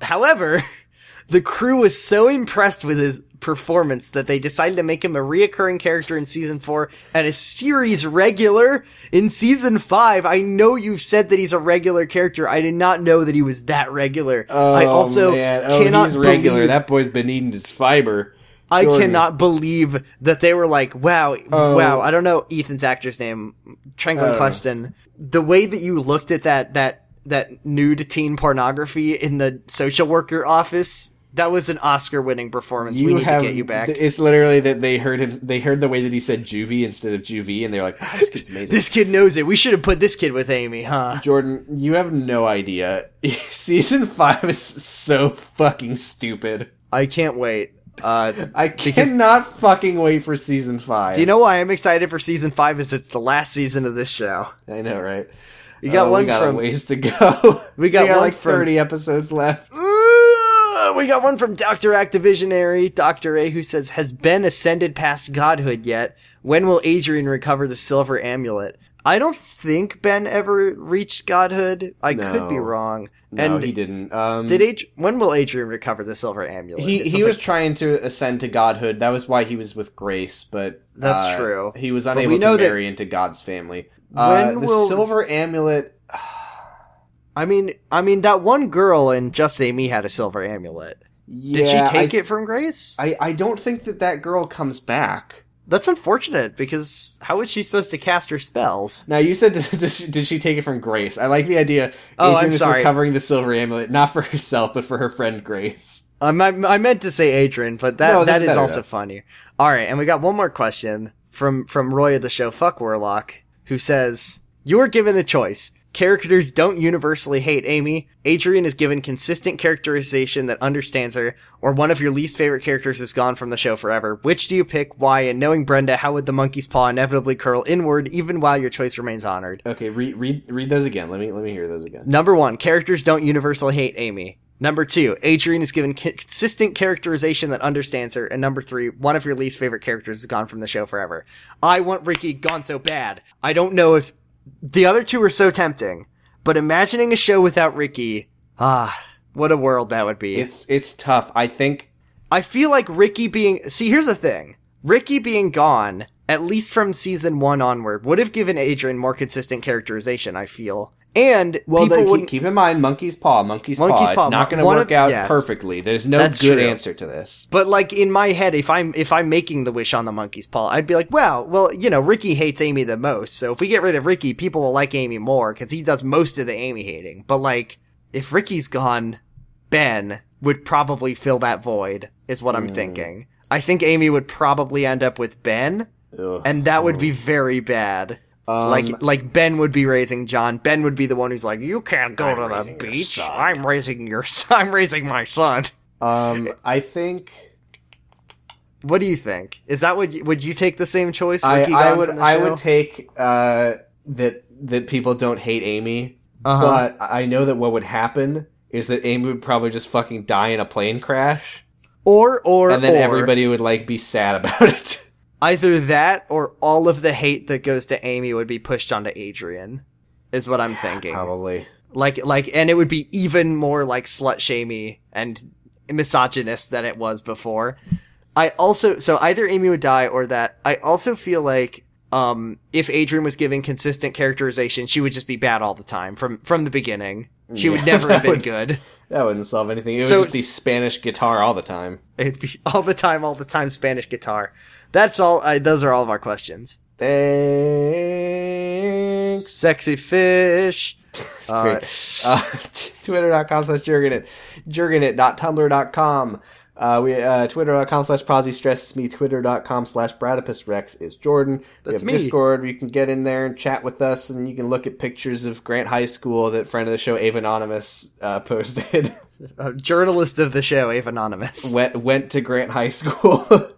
Speaker 3: however, the crew was so impressed with his performance that they decided to make him a reoccurring character in season four and a series regular in season five. I know you've said that he's a regular character. I did not know that he was that regular. I also cannot
Speaker 2: Oh, he's regular.
Speaker 3: believe-
Speaker 2: that boy's been eating his fiber.
Speaker 3: I
Speaker 2: Jordan.
Speaker 3: cannot believe that they were like, wow,
Speaker 2: Oh.
Speaker 3: wow. I don't know Ethan's actor's name, Tranklin
Speaker 2: Oh.
Speaker 3: Cleston. The way that you looked at that that that nude teen pornography in the social worker office, that was an Oscar-winning performance. we need to get you back.
Speaker 2: It's literally that they heard him. They heard the way that he said "juvie" instead of "juvie," and they're like, "Wow, "This kid's amazing."
Speaker 3: this kid knows it. We should have put this kid with Amy, huh?
Speaker 2: Jordan, you have no idea. Season five is so fucking stupid.
Speaker 3: I can't wait. Uh,
Speaker 2: I cannot fucking wait for season five.
Speaker 3: do you know why I'm excited for season five? Is it's the last season of this show.
Speaker 2: I know, right?
Speaker 3: You got
Speaker 2: Oh,
Speaker 3: one
Speaker 2: we got
Speaker 3: from
Speaker 2: a ways to go.
Speaker 3: We got one
Speaker 2: like
Speaker 3: from-
Speaker 2: thirty episodes left.
Speaker 3: Ooh, we got one from Dr. Activisionary, Dr. A, who says, Has Ben ascended past godhood yet? When will Adrian recover the silver amulet? I don't think Ben ever reached godhood. I could be
Speaker 2: No.
Speaker 3: wrong.
Speaker 2: No,
Speaker 3: and
Speaker 2: he didn't. Um,
Speaker 3: did Ad- when will Adrian recover the silver amulet?
Speaker 2: He,
Speaker 3: It's
Speaker 2: he was
Speaker 3: something-
Speaker 2: trying to ascend to godhood. That was why he was with Grace, but
Speaker 3: That's
Speaker 2: uh,
Speaker 3: true.
Speaker 2: He was
Speaker 3: But we
Speaker 2: unable
Speaker 3: know
Speaker 2: to
Speaker 3: that-
Speaker 2: marry into God's family. Uh,
Speaker 3: When
Speaker 2: the
Speaker 3: will-
Speaker 2: silver amulet?
Speaker 3: I mean, I mean that one girl in Just Say Me had a silver amulet.
Speaker 2: Yeah,
Speaker 3: Did she take
Speaker 2: I,
Speaker 3: it from Grace?
Speaker 2: I I don't think that that girl comes back.
Speaker 3: That's unfortunate because how was she supposed to cast her spells?
Speaker 2: Now you said did she, did she take it from Grace? I like the idea.
Speaker 3: Oh,
Speaker 2: Adrian
Speaker 3: I'm
Speaker 2: was
Speaker 3: sorry.
Speaker 2: Recovering the silver amulet, not for herself, but for her friend Grace.
Speaker 3: Um, I, I meant to say Adrian, but that,
Speaker 2: No, that's
Speaker 3: that is
Speaker 2: better,
Speaker 3: also
Speaker 2: though.
Speaker 3: funny. All right, and we got one more question from from Roy of the show Fuck Warlock, who says, "You are given a choice. Characters don't universally hate Amy. Adrian is given consistent characterization that understands her, or one of your least favorite characters is gone from the show forever. Which do you pick? Why? And knowing Brenda, how would the monkey's paw inevitably curl inward, even while your choice remains honored?
Speaker 2: Okay, read read read those again. Let me let me hear those again.
Speaker 3: Number one, characters don't universally hate Amy. Number two, Adrian is given c- consistent characterization that understands her. And number three, one of your least favorite characters is gone from the show forever. I want Ricky gone so bad. I don't know if the other two are so tempting, but imagining a show without Ricky, ah, what a world that would be.
Speaker 2: It's it's tough. I think
Speaker 3: I feel like Ricky being see. Here's the thing: Ricky being gone, at least from season one onward, would have given Adrian more consistent characterization. I feel, and
Speaker 2: Well,
Speaker 3: people
Speaker 2: they-
Speaker 3: wouldn't.
Speaker 2: keep, keep in mind, monkey's paw, monkey's,
Speaker 3: Monkey's
Speaker 2: paw.
Speaker 3: paw,
Speaker 2: It's not going to
Speaker 3: one
Speaker 2: work
Speaker 3: of-
Speaker 2: out
Speaker 3: yes.
Speaker 2: perfectly. There's no
Speaker 3: That's
Speaker 2: good
Speaker 3: true.
Speaker 2: answer to this.
Speaker 3: But like in my head, if I'm if I'm making the wish on the monkey's paw, I'd be like, wow, well, you know, Ricky hates Amy the most, so if we get rid of Ricky, people will like Amy more because he does most of the Amy hating. But like, if Ricky's gone, Ben would probably fill that void. Is what I'm
Speaker 2: Mm.
Speaker 3: thinking. I think Amy would probably end up with Ben,
Speaker 2: Ugh. Mm.
Speaker 3: and that would be very bad.
Speaker 2: Um,
Speaker 3: like like Ben would be raising John. Ben would be the one who's like, "You can't go to the beach. I'm raising your son. I'm raising my son."
Speaker 2: um, I think
Speaker 3: What do you think? Is that what you, would you take the same choice?
Speaker 2: I,
Speaker 3: Ricky
Speaker 2: I
Speaker 3: Gunn
Speaker 2: would
Speaker 3: from the
Speaker 2: I
Speaker 3: show?
Speaker 2: would take uh, that that people don't hate Amy,
Speaker 3: Uh-huh.
Speaker 2: but I know that what would happen is that Amy would probably just fucking die in a plane crash,
Speaker 3: or or
Speaker 2: and then
Speaker 3: or
Speaker 2: everybody would like be sad about it.
Speaker 3: either that or all of the hate that goes to Amy would be pushed onto Adrian. Is what I'm thinking.
Speaker 2: Probably.
Speaker 3: Like like, and it would be even more like slut shamey and misogynist than it was before. I also so either Amy would die or that. I also feel like um if Adrian was given consistent characterization, she would just be bad all the time from from the beginning. She would never
Speaker 2: that
Speaker 3: have been
Speaker 2: would-
Speaker 3: good.
Speaker 2: That wouldn't solve anything. It would
Speaker 3: So
Speaker 2: just be
Speaker 3: it's-
Speaker 2: Spanish guitar all the time.
Speaker 3: It'd be all the time, all the time Spanish guitar. That's all. I, those are all of our questions.
Speaker 2: Thanks.
Speaker 3: Sexy fish. Uh,
Speaker 2: Great. Uh, Twitter.com slash jurgenit. Jurgenit.tumblr.com. Uh, we uh, twitter.com slash posy stresses me. Twitter.com slash Bradipus Rex is Jordan. we
Speaker 3: That's
Speaker 2: have
Speaker 3: me.
Speaker 2: Discord where you can get in there and chat with us, and you can look at pictures of Grant High School that friend of the show Ava Anonymous uh, posted.
Speaker 3: A journalist of the show, Ave Anonymous.
Speaker 2: went went to Grant High School.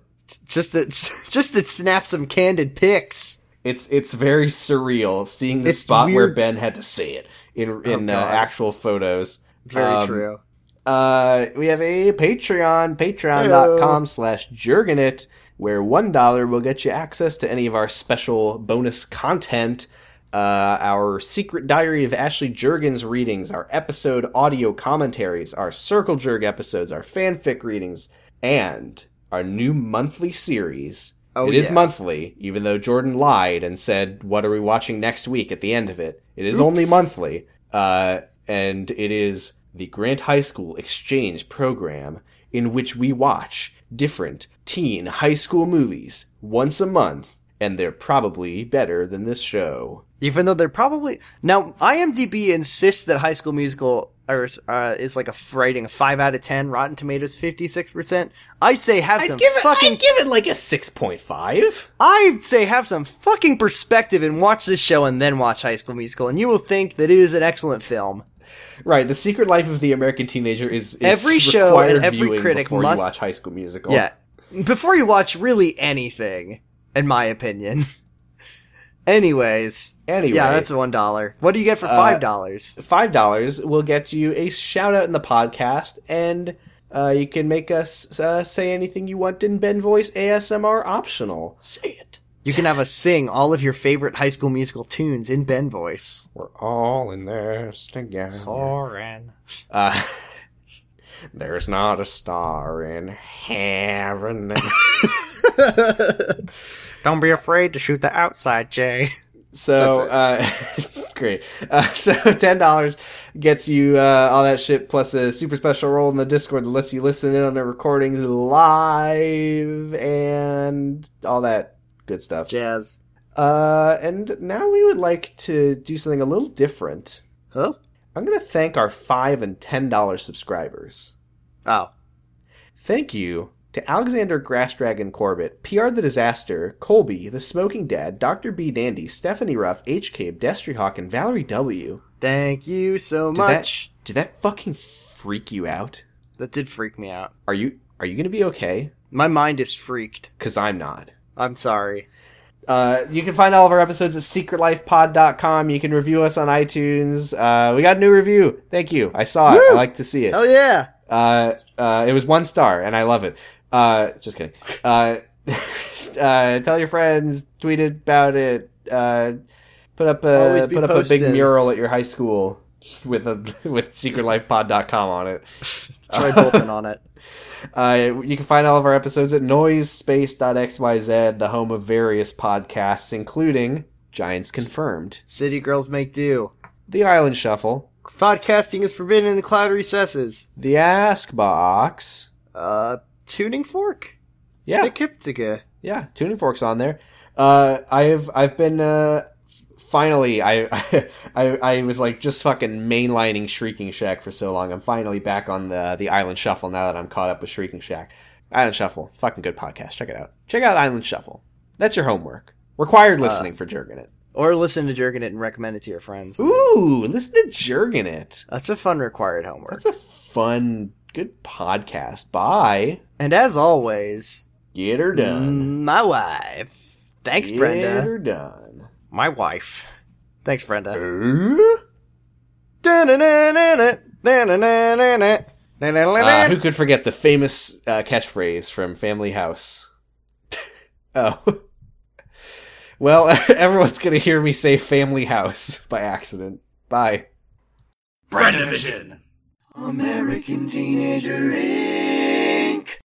Speaker 3: Just to, just to snap some candid pics.
Speaker 2: it's it's very surreal seeing the
Speaker 3: It's
Speaker 2: spot where
Speaker 3: weird. Oh,
Speaker 2: Ben had to say it in in uh,
Speaker 3: God.
Speaker 2: actual photos.
Speaker 3: Very
Speaker 2: Um,
Speaker 3: true.
Speaker 2: Uh, we have a Patreon, patreon.com slash Jurgenit, where $1 will get you access to any of our special bonus content, uh, our secret diary of Ashley Jurgens readings, our episode audio commentaries, our Circle Jurg episodes, our fanfic readings, and our new monthly series.
Speaker 3: Oh,
Speaker 2: it is
Speaker 3: yeah.
Speaker 2: monthly, even though Jordan lied and said, What are we watching next week at the end of it? It is only monthly. Uh, and it is the Grant High School Exchange Program, in which we watch different teen high school movies once a month, and they're probably better than this show.
Speaker 3: even though they're probably now IMDb insists that High School Musical or uh, is like a f- rating of five out of ten, Rotten Tomatoes fifty six percent. I say have some fucking.
Speaker 2: give it like a 6.5.
Speaker 3: I say have some fucking perspective and watch this show and then watch High School Musical, and you will think that it is an excellent film.
Speaker 2: Right, The Secret Life of the American Teenager is, is
Speaker 3: Every show
Speaker 2: required
Speaker 3: and every
Speaker 2: viewing
Speaker 3: critic
Speaker 2: before
Speaker 3: must-
Speaker 2: you watch High School Musical.
Speaker 3: Yeah, before you watch really anything, in my opinion. Anyways, Uh,
Speaker 2: Anyway.
Speaker 3: yeah, that's one dollar. What do you get for five dollars?
Speaker 2: five dollars will get you a shout out in the podcast and uh, you can make us uh, say anything you want in ben voice asmr optional
Speaker 4: Say it.
Speaker 3: you can have us sing all of your favorite High School Musical tunes in Ben voice.
Speaker 2: we're all in this together
Speaker 3: Soren.
Speaker 2: uh, there's not a star in heaven
Speaker 3: Don't be afraid to shoot the outside, Jay.
Speaker 2: So uh, great. Uh, so ten dollars gets you uh, all that shit plus a super special role in the Discord that lets you listen in on the recordings live and all that good stuff.
Speaker 3: Jazz.
Speaker 2: Uh, and now we would like to do something a little different.
Speaker 3: Huh?
Speaker 2: I'm going to thank our five and ten dollar subscribers.
Speaker 3: Oh.
Speaker 2: Thank you to Alexander Grassdragon Corbett, PR the Disaster, Colby, The Smoking Dad, Dr. B. Dandy, Stephanie Ruff, H. Cabe, Destry Hawk, and Valerie W.
Speaker 3: Thank you so
Speaker 2: Did
Speaker 3: much.
Speaker 2: that did that fucking freak you out?
Speaker 3: That... did freak me out.
Speaker 2: Are you are you gonna be okay?
Speaker 3: My mind is freaked.
Speaker 2: Cause I'm not.
Speaker 3: I'm sorry.
Speaker 2: Uh, you can find all of our episodes at secretlifepod.com. You can review us on iTunes. Uh, we got a new review. Thank you. I saw it. I like to see it.
Speaker 3: Hell yeah!
Speaker 2: Uh, uh, it was one star, and I love it. Uh, just kidding. Uh, uh, tell your friends. Tweet about it. Uh, put up a
Speaker 3: Always be
Speaker 2: put up a big
Speaker 3: posting.
Speaker 2: mural at your high school with a with secretlifepod.com on it.
Speaker 3: Troy Bolton on it.
Speaker 2: Uh, you can find all of our episodes at noisespace.xyz, the home of various podcasts, including Giants Confirmed,
Speaker 3: City Girls Make Do.
Speaker 2: The Island Shuffle,
Speaker 3: Podcasting is forbidden in the cloud recesses.
Speaker 2: The Ask Box.
Speaker 3: Uh, Tuning Fork?
Speaker 2: Yeah,
Speaker 3: Ecliptica.
Speaker 2: yeah, tuning forks on there. Uh, I've I've been uh, f- finally I, I I was like just fucking mainlining Shrieking Shack for so long. I'm finally back on the the Island Shuffle now that I'm caught up with Shrieking Shack. Island Shuffle, fucking good podcast. Check it out. Check out Island Shuffle. That's your homework. Required listening for jerking it.
Speaker 3: Or listen to Jerkin It and recommend it to your friends.
Speaker 2: Ooh, listen to jerking it.
Speaker 3: That's a fun required homework.
Speaker 2: That's a fun, good podcast. Bye.
Speaker 3: And as always,
Speaker 2: Get her done.
Speaker 3: my wife. Thanks,
Speaker 2: Get
Speaker 3: Brenda.
Speaker 2: her done.
Speaker 3: My wife. Thanks, Brenda.
Speaker 2: Uh, Uh, who could forget the famous uh, catchphrase from Family House? oh. well, everyone's going to hear me say Family House by accident. Bye.
Speaker 4: Brandivision.
Speaker 5: American teenager is.